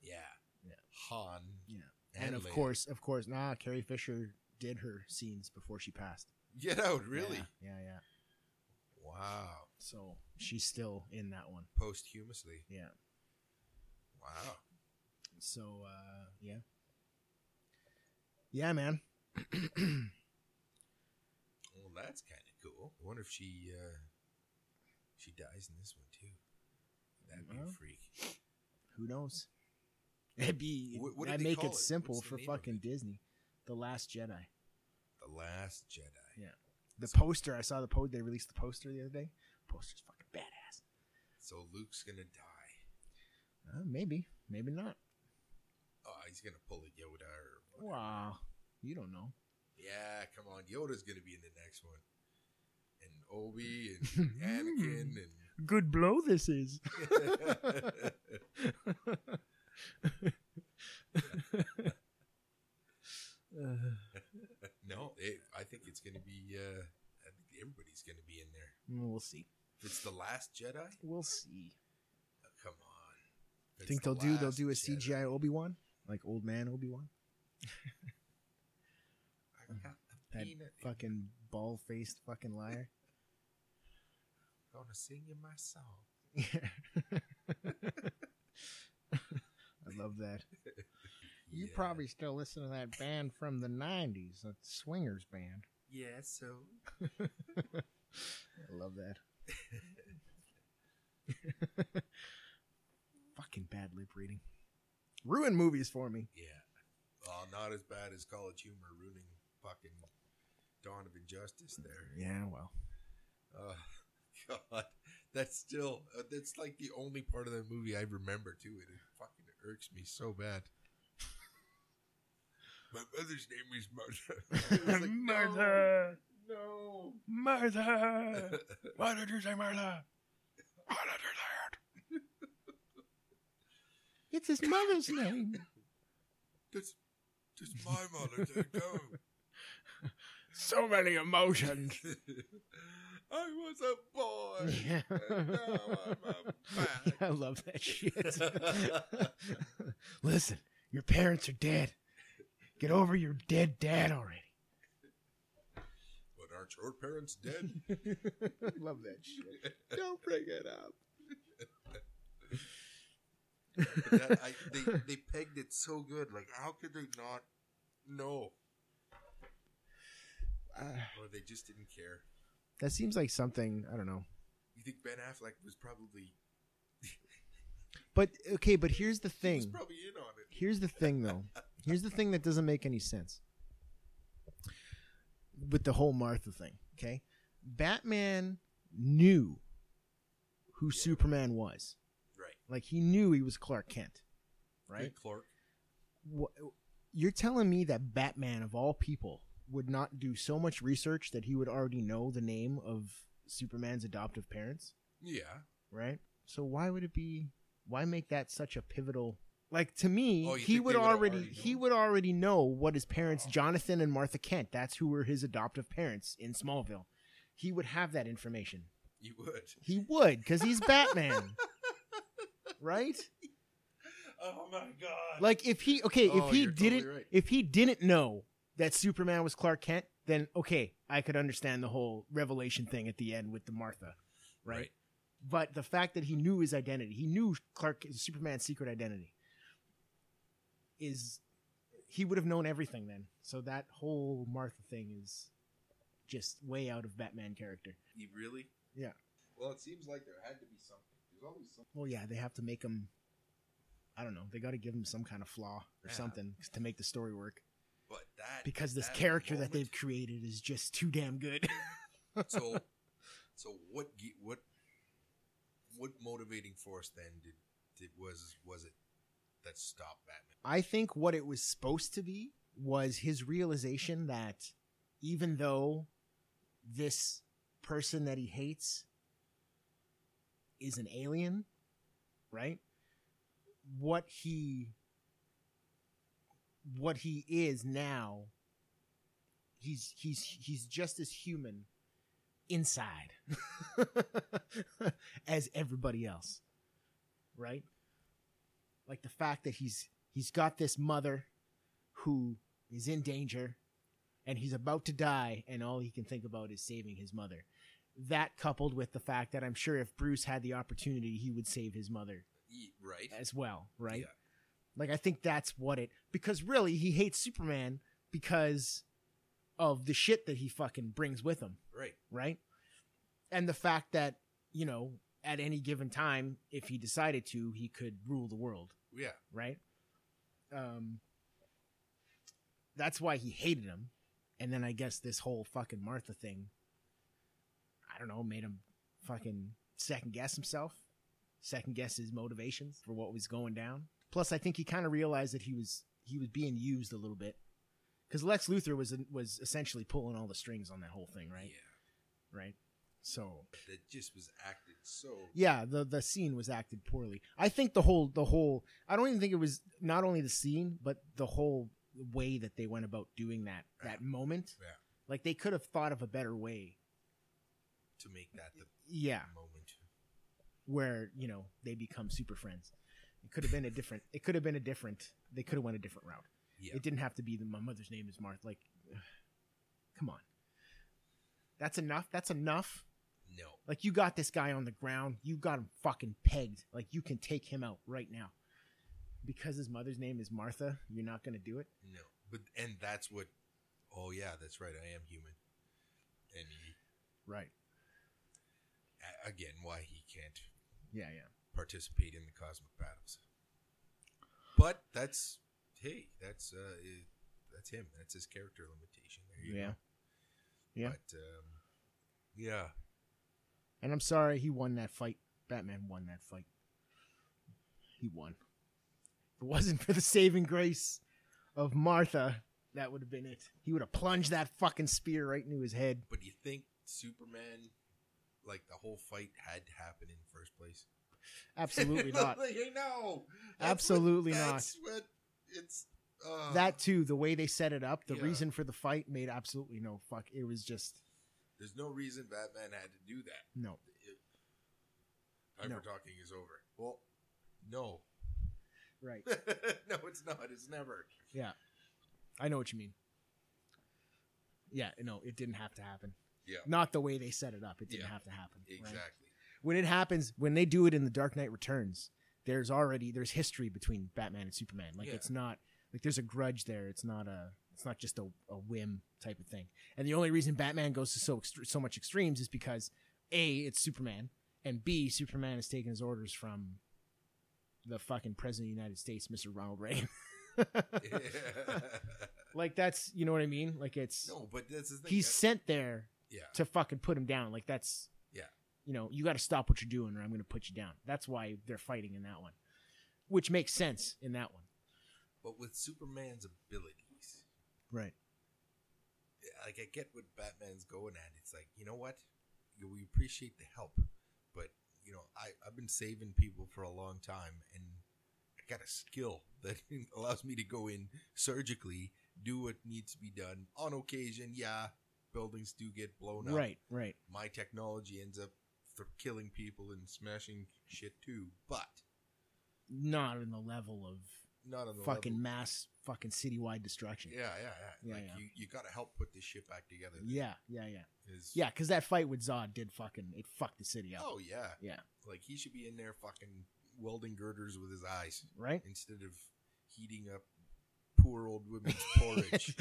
[SPEAKER 2] Yeah.
[SPEAKER 1] Yeah.
[SPEAKER 2] Han.
[SPEAKER 1] Yeah. And of
[SPEAKER 2] Leia.
[SPEAKER 1] course, of course, nah, Carrie Fisher did her scenes before she passed.
[SPEAKER 2] Get out! Really?
[SPEAKER 1] Yeah, yeah. yeah.
[SPEAKER 2] Wow.
[SPEAKER 1] So she's still in that one.
[SPEAKER 2] Posthumously.
[SPEAKER 1] Yeah.
[SPEAKER 2] Wow.
[SPEAKER 1] So uh yeah. Yeah, man. *clears throat*
[SPEAKER 2] Well, that's kind of cool. I wonder if she uh, she dies in this one too. That'd be
[SPEAKER 1] Well,
[SPEAKER 2] a freak.
[SPEAKER 1] Who knows? It'd be
[SPEAKER 2] What- what did
[SPEAKER 1] that'd
[SPEAKER 2] they
[SPEAKER 1] make
[SPEAKER 2] call
[SPEAKER 1] it
[SPEAKER 2] it?
[SPEAKER 1] simple
[SPEAKER 2] What's the
[SPEAKER 1] for
[SPEAKER 2] name of
[SPEAKER 1] fucking
[SPEAKER 2] it?
[SPEAKER 1] Disney. The Last Jedi.
[SPEAKER 2] The Last Jedi.
[SPEAKER 1] The
[SPEAKER 2] So-
[SPEAKER 1] poster I saw the post they released the poster the other day. Poster's fucking badass.
[SPEAKER 2] So Luke's gonna die.
[SPEAKER 1] Uh, maybe, maybe not.
[SPEAKER 2] Oh, he's gonna pull a Yoda or whatever.
[SPEAKER 1] Wow, you don't *laughs* know.
[SPEAKER 2] Yeah, come on, Yoda's gonna be in the next one, and Obi and Anakin
[SPEAKER 1] Good blow this is.
[SPEAKER 2] and *laughs* no, it, I think it's gonna be. Uh, I think everybody's gonna be in there.
[SPEAKER 1] *laughs* we'll see.
[SPEAKER 2] If it's the Last Jedi,
[SPEAKER 1] We'll see.
[SPEAKER 2] oh, come on. If
[SPEAKER 1] I
[SPEAKER 2] it's
[SPEAKER 1] think
[SPEAKER 2] The
[SPEAKER 1] they'll do they'll
[SPEAKER 2] Last
[SPEAKER 1] do a
[SPEAKER 2] Jedi-
[SPEAKER 1] CGI Obi Wan, like old man Obi Wan,
[SPEAKER 2] I got a
[SPEAKER 1] Mm-hmm. That
[SPEAKER 2] peanut.
[SPEAKER 1] fucking ball faced fucking liar. *laughs*
[SPEAKER 2] gonna sing you my song.
[SPEAKER 1] I love that. You
[SPEAKER 2] Yeah.
[SPEAKER 1] probably still listen to that band from the '90s, that swingers band.
[SPEAKER 2] Yeah. So
[SPEAKER 1] I love that. *laughs* Fucking bad lip reading. Ruin movies for me.
[SPEAKER 2] *laughs* yeah. Well, not as bad as College Humor ruining fucking Dawn of Injustice there.
[SPEAKER 1] Yeah, *laughs* well.
[SPEAKER 2] Oh *laughs* God, that's still uh, that's like the only part of that movie I remember too. and It fucking irks me so bad. *laughs* My mother's name is Martha. *laughs* I was like,
[SPEAKER 1] No.
[SPEAKER 2] No.
[SPEAKER 1] *laughs* Martha! Why did you say Martha?
[SPEAKER 2] Why did you say it?
[SPEAKER 1] It's his mother's name.
[SPEAKER 2] That's that's my mother. Dad,
[SPEAKER 1] *laughs*
[SPEAKER 2] Go.
[SPEAKER 1] So many
[SPEAKER 2] *laughs*
[SPEAKER 1] emotions.
[SPEAKER 2] I was a boy.
[SPEAKER 1] *laughs* Yeah.
[SPEAKER 2] And now I'm a man.
[SPEAKER 1] *laughs* I love that shit. *laughs* Listen, your parents are dead. Get over your dead dad already.
[SPEAKER 2] But aren't your
[SPEAKER 1] *laughs*
[SPEAKER 2] parents dead?
[SPEAKER 1] Love that shit. Don't bring it *laughs* up.
[SPEAKER 2] But that, I, they they pegged it so good. Like how could they not know? Or they just didn't care.
[SPEAKER 1] uh, that seems like something I don't know.
[SPEAKER 2] You think Ben Affleck was probably
[SPEAKER 1] But okay, but here's the
[SPEAKER 2] he was
[SPEAKER 1] thing.
[SPEAKER 2] probably in on it.
[SPEAKER 1] Here's the thing though. Here's the thing that doesn't make any sense. With the whole Martha thing, okay? Batman knew who Superman was.
[SPEAKER 2] Right.
[SPEAKER 1] Like he knew he was Clark Kent, right?
[SPEAKER 2] Good Clark.
[SPEAKER 1] Wha you're telling me that Batman of all people would not do so much research that he would already know the name of Superman's adoptive parents,
[SPEAKER 2] Yeah.
[SPEAKER 1] right? So why would it be why make that such a pivotal like to me
[SPEAKER 2] Oh, you
[SPEAKER 1] he
[SPEAKER 2] think
[SPEAKER 1] would
[SPEAKER 2] they would've
[SPEAKER 1] already,
[SPEAKER 2] already
[SPEAKER 1] he
[SPEAKER 2] known?
[SPEAKER 1] would already know what his parents Jonathan and Martha Kent that's who were his adoptive parents in Smallville. He would have that information.
[SPEAKER 2] You would.
[SPEAKER 1] He would cuz he's
[SPEAKER 2] *laughs*
[SPEAKER 1] Batman. right?
[SPEAKER 2] Oh my god.
[SPEAKER 1] Like if he okay,
[SPEAKER 2] Oh,
[SPEAKER 1] if he
[SPEAKER 2] you're totally
[SPEAKER 1] didn't
[SPEAKER 2] right.
[SPEAKER 1] if he didn't know that Superman was Clark Kent, then okay, I could understand the whole revelation thing at the end with the Martha, right? But the fact that he knew his identity, he knew Clark Superman's secret identity is he would have known everything then. So that whole Martha thing is just way out of Batman character.
[SPEAKER 2] You really?
[SPEAKER 1] Yeah.
[SPEAKER 2] Well, it seems like there had to be something. There's always something.
[SPEAKER 1] Well, yeah, they have to make him. I don't know. They got to give him some kind of flaw or
[SPEAKER 2] Yeah.
[SPEAKER 1] something to make the story work.
[SPEAKER 2] But that
[SPEAKER 1] Because this
[SPEAKER 2] that
[SPEAKER 1] character that
[SPEAKER 2] moment-
[SPEAKER 1] they've created is just too damn good. *laughs*
[SPEAKER 2] so *laughs* so what ge- what what motivating force then did, did was was it that stopped Batman?
[SPEAKER 1] I think what it was supposed to be was his realization that even though this person that he hates is an alien, right? What he what he is now he's he's he's just as human inside *laughs* as everybody else. Right? Like the fact that he's he's got this mother who is in danger and he's about to die and all he can think about is saving his mother that coupled with the fact that i'm sure if bruce had the opportunity he would save his mother
[SPEAKER 2] Ye- E, Right.
[SPEAKER 1] as well right
[SPEAKER 2] Yeah.
[SPEAKER 1] like i think that's what it because really he hates superman because of the shit that he fucking brings with him
[SPEAKER 2] Right.
[SPEAKER 1] right? And the fact that, you know, at any given time, if he decided to, he could rule the world,
[SPEAKER 2] Yeah.
[SPEAKER 1] right? Um, that's why he hated him. And then I guess this whole fucking Martha thing, I don't know, made him fucking second guess himself, second guess his motivations for what was going down. Plus, I think he kind of realized that he was he was being used a little bit, because Lex Luthor was was essentially pulling all the strings on that whole thing, right?
[SPEAKER 2] Yeah.
[SPEAKER 1] right? So
[SPEAKER 2] That just was acted so.
[SPEAKER 1] yeah, the the scene was acted poorly. I think the whole the whole I don't even think it was not only the scene but the whole way that they went about doing that that moment.
[SPEAKER 2] Yeah.
[SPEAKER 1] Like they could have thought of a better way.
[SPEAKER 2] to make that the
[SPEAKER 1] Yeah,
[SPEAKER 2] moment.
[SPEAKER 1] where you know they become super friends. It could have been a different. It could have been a different. They could have went a different route.
[SPEAKER 2] Yeah.
[SPEAKER 1] It didn't have to be the, my mother's name is Martha. Like, *sighs* ugh, come on. That's enough. That's enough.
[SPEAKER 2] no.
[SPEAKER 1] Like you got this guy on the ground, you got him fucking pegged. Like you can take him out right now. Because his mother's name is Martha, you're not gonna do it.
[SPEAKER 2] No. But and that's what. Oh yeah, that's right. I am human. And he,
[SPEAKER 1] Right.
[SPEAKER 2] a- again, why he can't
[SPEAKER 1] Yeah, yeah.
[SPEAKER 2] participate in the cosmic battles. But that's hey, that's uh, i- that's him. That's his character limitation. There you
[SPEAKER 1] Yeah.
[SPEAKER 2] go.
[SPEAKER 1] Yeah.
[SPEAKER 2] But um, yeah,
[SPEAKER 1] And I'm sorry he won that fight. Batman won that fight. He won. If it wasn't for the saving grace of Martha, that would have been it. He would have plunged that fucking spear right into his head.
[SPEAKER 2] but you think Superman, like the whole fight had to happen in the first place? *laughs*
[SPEAKER 1] Absolutely not.
[SPEAKER 2] like, no. That's what-
[SPEAKER 1] Absolutely not.
[SPEAKER 2] that's What it's uh,
[SPEAKER 1] That too, the way they set it up, the
[SPEAKER 2] Yeah.
[SPEAKER 1] reason for the fight made absolutely no fuck. It was just
[SPEAKER 2] There's no reason Batman had to do that.
[SPEAKER 1] no.
[SPEAKER 2] It- time
[SPEAKER 1] No.
[SPEAKER 2] for talking is over. Well, no,
[SPEAKER 1] Right.
[SPEAKER 2] *laughs* no, it's not. It's never.
[SPEAKER 1] I know what you mean. Yeah, no, it didn't have to happen.
[SPEAKER 2] Yeah.
[SPEAKER 1] Not the way they set it up. It didn't
[SPEAKER 2] Yeah.
[SPEAKER 1] have to happen. right?
[SPEAKER 2] Exactly.
[SPEAKER 1] When it happens, when they do it in The Dark Knight Returns, there's already there's history between Batman and Superman. Like
[SPEAKER 2] Yeah.
[SPEAKER 1] it's not like there's a grudge there. It's not a it's not just a, a whim type of thing. And the only reason Batman goes to so extre- so much extremes is because a it's Superman and b Superman has taken his orders from the fucking president of the United States, Mr. Ronald
[SPEAKER 2] *laughs*
[SPEAKER 1] Reagan. *laughs* like that's you know what I mean. Like it's
[SPEAKER 2] no, but that's the thing.
[SPEAKER 1] he's
[SPEAKER 2] that's-
[SPEAKER 1] sent there
[SPEAKER 2] yeah,
[SPEAKER 1] to fucking put him down. Like that's
[SPEAKER 2] Yeah.
[SPEAKER 1] You know, you got to stop what you're doing, or I'm going to put you down. That's why they're fighting in that one, which makes sense in that one.
[SPEAKER 2] but with Superman's abilities,
[SPEAKER 1] Right.
[SPEAKER 2] like I get what Batman's going at. It's like you know what, we appreciate the help, but you know I I've been saving people for a long time, and I got a skill that *laughs* allows me to go in surgically, do what needs to be done on occasion. Yeah, buildings do get blown up.
[SPEAKER 1] Right. Right.
[SPEAKER 2] my technology ends up th- killing people and smashing shit too, but
[SPEAKER 1] Not on the level of
[SPEAKER 2] not on the
[SPEAKER 1] fucking
[SPEAKER 2] level.
[SPEAKER 1] mass fucking citywide destruction.
[SPEAKER 2] Yeah, yeah, yeah.
[SPEAKER 1] Yeah,
[SPEAKER 2] like
[SPEAKER 1] yeah.
[SPEAKER 2] you, you got to help put this shit back together.
[SPEAKER 1] Yeah. Yeah. Yeah.
[SPEAKER 2] Is-
[SPEAKER 1] Yeah. Because that fight with Zod did fucking it fucked the city up.
[SPEAKER 2] Oh yeah.
[SPEAKER 1] Yeah.
[SPEAKER 2] Like he should be in *laughs* there fucking welding girders with his eyes
[SPEAKER 1] Right.
[SPEAKER 2] instead of heating up poor old
[SPEAKER 1] *laughs*
[SPEAKER 2] women's *laughs* porridge.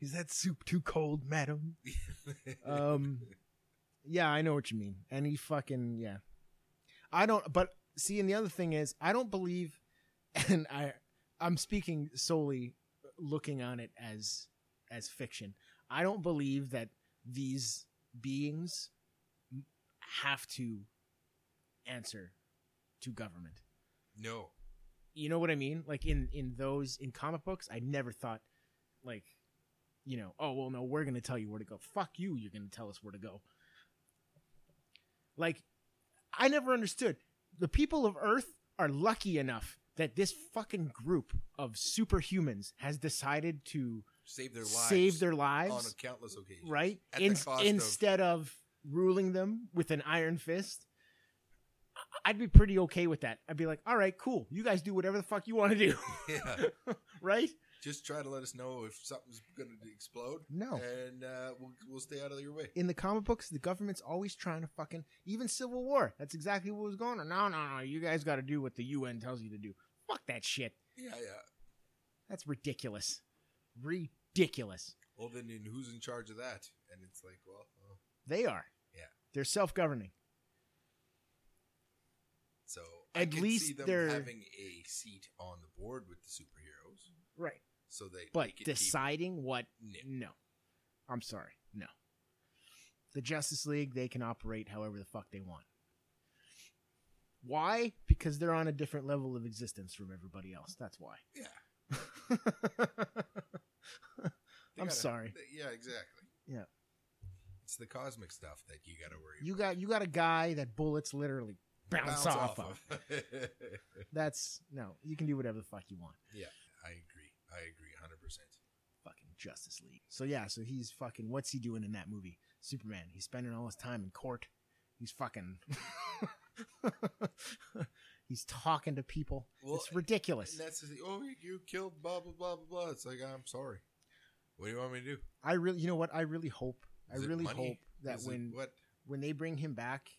[SPEAKER 1] Is that soup too cold, madam? Um, yeah, I know what you mean. And he fucking yeah. I don't. But see, and the other thing is, I don't believe, *laughs* and I, I'm speaking solely looking on it as as fiction. I don't believe that these beings have to answer to government
[SPEAKER 2] *laughs* no.
[SPEAKER 1] you know what I mean? Like in in those in comic books, I never thought like you know, oh well no, we're going to tell you where to go. Fuck you, you're going to tell us where to go. Like I never understood. The people of Earth are lucky enough that this fucking group of superhumans has decided to
[SPEAKER 2] Save their lives.
[SPEAKER 1] save their
[SPEAKER 2] on
[SPEAKER 1] lives,
[SPEAKER 2] a countless occasions.
[SPEAKER 1] right?
[SPEAKER 2] at the cost of-
[SPEAKER 1] instead of... ruling them with an iron fist. I- I'd be pretty okay with that. I'd be like, "All right, cool. You guys do whatever the fuck you want to do."
[SPEAKER 2] *laughs* Yeah.
[SPEAKER 1] *laughs* right?
[SPEAKER 2] Just try to let us know if something's going to explode,
[SPEAKER 1] No.
[SPEAKER 2] and uh, we'll, we'll stay out of your way.
[SPEAKER 1] In the comic books, the government's always trying to fucking even Civil War. That's exactly what was going on. No, no, no. You guys got to do what the UN tells you to do. Fuck that shit.
[SPEAKER 2] Yeah, yeah.
[SPEAKER 1] That's ridiculous. Ridiculous.
[SPEAKER 2] Well, then, then who's in charge of that? And it's like, well, uh,
[SPEAKER 1] They are.
[SPEAKER 2] Yeah.
[SPEAKER 1] They're self-governing.
[SPEAKER 2] so
[SPEAKER 1] At
[SPEAKER 2] I can see
[SPEAKER 1] least
[SPEAKER 2] them
[SPEAKER 1] they're-
[SPEAKER 2] having a seat on the board with the superheroes,
[SPEAKER 1] Right.
[SPEAKER 2] so they
[SPEAKER 1] But
[SPEAKER 2] they can keep-
[SPEAKER 1] deciding what
[SPEAKER 2] No.
[SPEAKER 1] no. I'm sorry. No. The Justice League, they can operate however the fuck they want. Why? Because they're on a different level of existence from everybody else. That's why.
[SPEAKER 2] Yeah. They
[SPEAKER 1] I'm
[SPEAKER 2] gotta-
[SPEAKER 1] sorry.
[SPEAKER 2] they- yeah, exactly.
[SPEAKER 1] Yeah.
[SPEAKER 2] It's the cosmic stuff that you got to worry.
[SPEAKER 1] *laughs* You got you got a guy that bullets literally
[SPEAKER 2] about.
[SPEAKER 1] bounce, off, of.
[SPEAKER 2] of. *laughs*
[SPEAKER 1] That's no, you can do whatever the fuck you want.
[SPEAKER 2] I agree. I agree 100%.
[SPEAKER 1] Fucking Justice League. So yeah, so he's fucking what's he doing in that movie? Superman. He's spending all his time in court. He's fucking *laughs* He's talking to people.
[SPEAKER 2] Well,
[SPEAKER 1] it's ridiculous.
[SPEAKER 2] And that's the thing. Oh, you- you killed blah, blah, blah, blah, blah. It's like, I'm sorry. What do you want me to do?
[SPEAKER 1] I really you know what? I really hope I
[SPEAKER 2] Is it
[SPEAKER 1] really
[SPEAKER 2] money?
[SPEAKER 1] hope that
[SPEAKER 2] Is it
[SPEAKER 1] when
[SPEAKER 2] what?
[SPEAKER 1] when they bring him back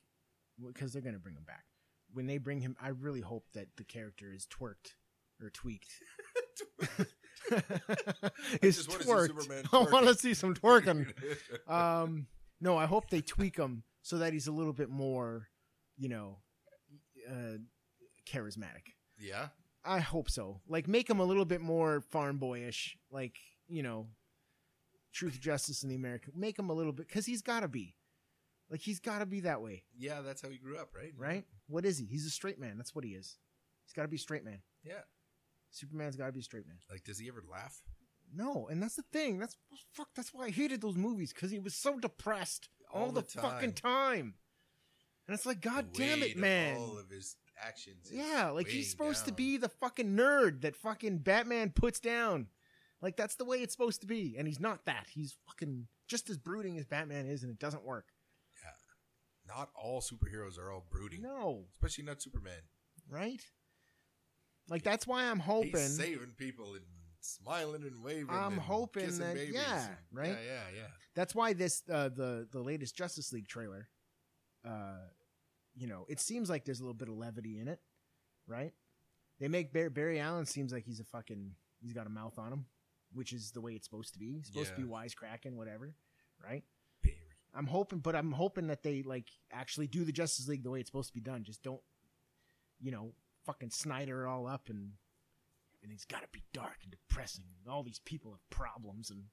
[SPEAKER 1] because they're going to bring him back. When they bring him I really hope that the character is twerked or tweaked.
[SPEAKER 2] *laughs*
[SPEAKER 1] *laughs* is
[SPEAKER 2] just wanna see Superman
[SPEAKER 1] twerked. *laughs* I want to
[SPEAKER 2] twerking.
[SPEAKER 1] see some twerking.
[SPEAKER 2] *laughs*
[SPEAKER 1] Um, no, I hope they tweak him so that he's a little bit more, you know, uh, charismatic.
[SPEAKER 2] yeah.
[SPEAKER 1] I hope so. Like, make him a little bit more farm boyish. Like, you know, truth, justice, and the American. Make him a little bit because he's got to be. Like, he's got to be that way,
[SPEAKER 2] Yeah, that's how he grew up, right?
[SPEAKER 1] right? What is he? He's a straight man. That's what he is. He's got to be a straight man.
[SPEAKER 2] Yeah.
[SPEAKER 1] Superman's got to be a straight man.
[SPEAKER 2] Like, does he ever laugh?
[SPEAKER 1] No, and that's the thing. That's fuck. That's why I hated those movies because he was so depressed all,
[SPEAKER 2] All
[SPEAKER 1] the,
[SPEAKER 2] the
[SPEAKER 1] fucking time. And it's like, God
[SPEAKER 2] The
[SPEAKER 1] damn
[SPEAKER 2] weight
[SPEAKER 1] it,
[SPEAKER 2] of
[SPEAKER 1] man.
[SPEAKER 2] All of his actions. is
[SPEAKER 1] Yeah, like
[SPEAKER 2] weighing
[SPEAKER 1] he's supposed to
[SPEAKER 2] down.
[SPEAKER 1] be the fucking nerd that fucking Batman puts down. Like that's the way it's supposed to be, and he's not that. He's fucking just as brooding as Batman is, and it doesn't work.
[SPEAKER 2] Not all superheroes are all brooding.
[SPEAKER 1] No,
[SPEAKER 2] Especially not Superman.
[SPEAKER 1] right? Like that's why I'm hoping.
[SPEAKER 2] He's saving people and smiling and waving.
[SPEAKER 1] I'm
[SPEAKER 2] and
[SPEAKER 1] hoping
[SPEAKER 2] kissing
[SPEAKER 1] that-
[SPEAKER 2] babies
[SPEAKER 1] yeah,
[SPEAKER 2] and-
[SPEAKER 1] right?
[SPEAKER 2] Yeah, yeah, yeah.
[SPEAKER 1] that's why this uh, the the latest Justice League trailer, uh, you know, it seems like there's a little bit of levity in it, right? They make Bar- Barry Allen seems like he's a fucking he's got a mouth on him, which is the way it's supposed to be. He's supposed to
[SPEAKER 2] Yeah.
[SPEAKER 1] be wisecracking, whatever, right?
[SPEAKER 2] Barry.
[SPEAKER 1] I'm hoping, but I'm hoping that they like actually do the Justice League the way it's supposed to be done. Just don't, you know, fucking Snyder it all up and everything's got to be dark and depressing. And all these people have problems and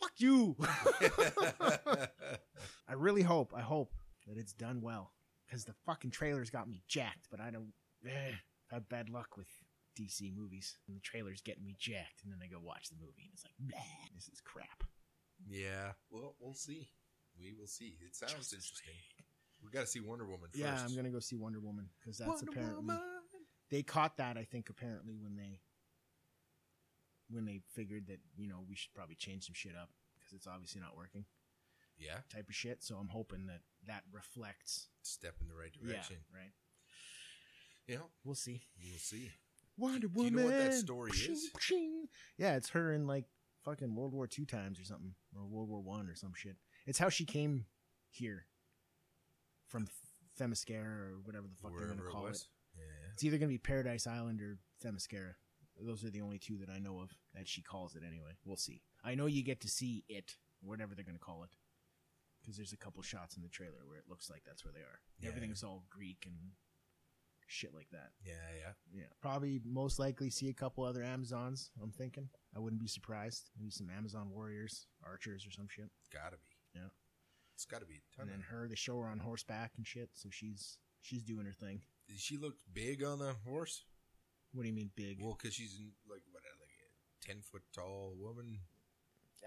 [SPEAKER 1] fuck
[SPEAKER 2] *laughs*
[SPEAKER 1] you. I really hope, I hope that it's done well because the fucking trailers got me jacked, but I don't. Eh, I have bad luck with DC movies, and the trailers get me jacked, and then I go watch the movie, and it's like, "Bleh, this is crap.
[SPEAKER 2] yeah. Well, we'll see. We will see. It sounds
[SPEAKER 1] Justice
[SPEAKER 2] interesting. We got to see Wonder Woman first.
[SPEAKER 1] Yeah, i I'm gonna go see Wonder Woman because that's
[SPEAKER 2] Wonder
[SPEAKER 1] apparently
[SPEAKER 2] Woman.
[SPEAKER 1] they caught that. I think apparently when they when they figured that you know we should probably change some shit up because it's obviously not working
[SPEAKER 2] Yeah,
[SPEAKER 1] type of shit. So I'm hoping that that reflects.
[SPEAKER 2] step in the right direction.
[SPEAKER 1] Yeah, right.
[SPEAKER 2] Yeah. You know,
[SPEAKER 1] We'll see.
[SPEAKER 2] we'll see.
[SPEAKER 1] Wonder
[SPEAKER 2] Do you
[SPEAKER 1] Woman.
[SPEAKER 2] know what that story
[SPEAKER 1] Pshing,
[SPEAKER 2] is?
[SPEAKER 1] pshing. Yeah, it's her in like fucking World War Two times or something, or World War One or some shit. It's how she came here from Themyscira or whatever the fuck they're
[SPEAKER 2] Wherever
[SPEAKER 1] gonna
[SPEAKER 2] it
[SPEAKER 1] call it.
[SPEAKER 2] was. Yeah.
[SPEAKER 1] It's either gonna be Paradise Island or Themyscira. Those are the only two that I know of that she calls it. Anyway, we'll see. I know you get to see it, whatever they're gonna call it, because there's a couple shots in the trailer where it looks like that's where they are.
[SPEAKER 2] Yeah.
[SPEAKER 1] Everything's all Greek and shit like that.
[SPEAKER 2] Yeah, yeah.
[SPEAKER 1] Yeah, probably most likely see a couple other Amazons. I'm thinking. I wouldn't be surprised. Maybe some Amazon warriors, archers, or some shit.
[SPEAKER 2] Gotta be.
[SPEAKER 1] Yeah.
[SPEAKER 2] It's gotta be a ton
[SPEAKER 1] And
[SPEAKER 2] of
[SPEAKER 1] then her, they show her on horseback and shit. So she's she's doing her thing.
[SPEAKER 2] She looked big on the horse.
[SPEAKER 1] What do you mean big?
[SPEAKER 2] Well, because she's like what, uh, like a ten foot tall woman.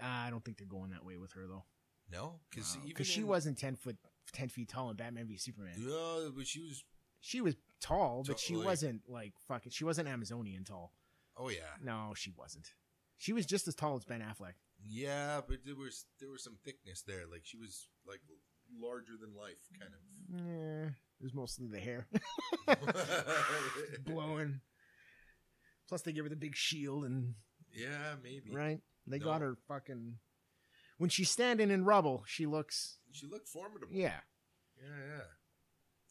[SPEAKER 1] Ah, I don't think they're going that way with her though.
[SPEAKER 2] No, because
[SPEAKER 1] Because she wasn't ten foot, ten feet tall in Batman v Superman.
[SPEAKER 2] Yeah, but she was.
[SPEAKER 1] She was tall, but she
[SPEAKER 2] Totally.
[SPEAKER 1] wasn't like fucking. She wasn't Amazonian tall.
[SPEAKER 2] Oh yeah,
[SPEAKER 1] No, she wasn't. She was just as tall as Ben Affleck.
[SPEAKER 2] yeah, but there was there was some thickness there. Like she was like larger than life, kind
[SPEAKER 1] *laughs*
[SPEAKER 2] of. *laughs*
[SPEAKER 1] Yeah, it was mostly the hair *laughs* blowing. Plus, they give her the big shield and
[SPEAKER 2] yeah, maybe.
[SPEAKER 1] right. They
[SPEAKER 2] No.
[SPEAKER 1] got her fucking. When she's standing in rubble, she looks.
[SPEAKER 2] She looked formidable.
[SPEAKER 1] Yeah,
[SPEAKER 2] yeah, yeah.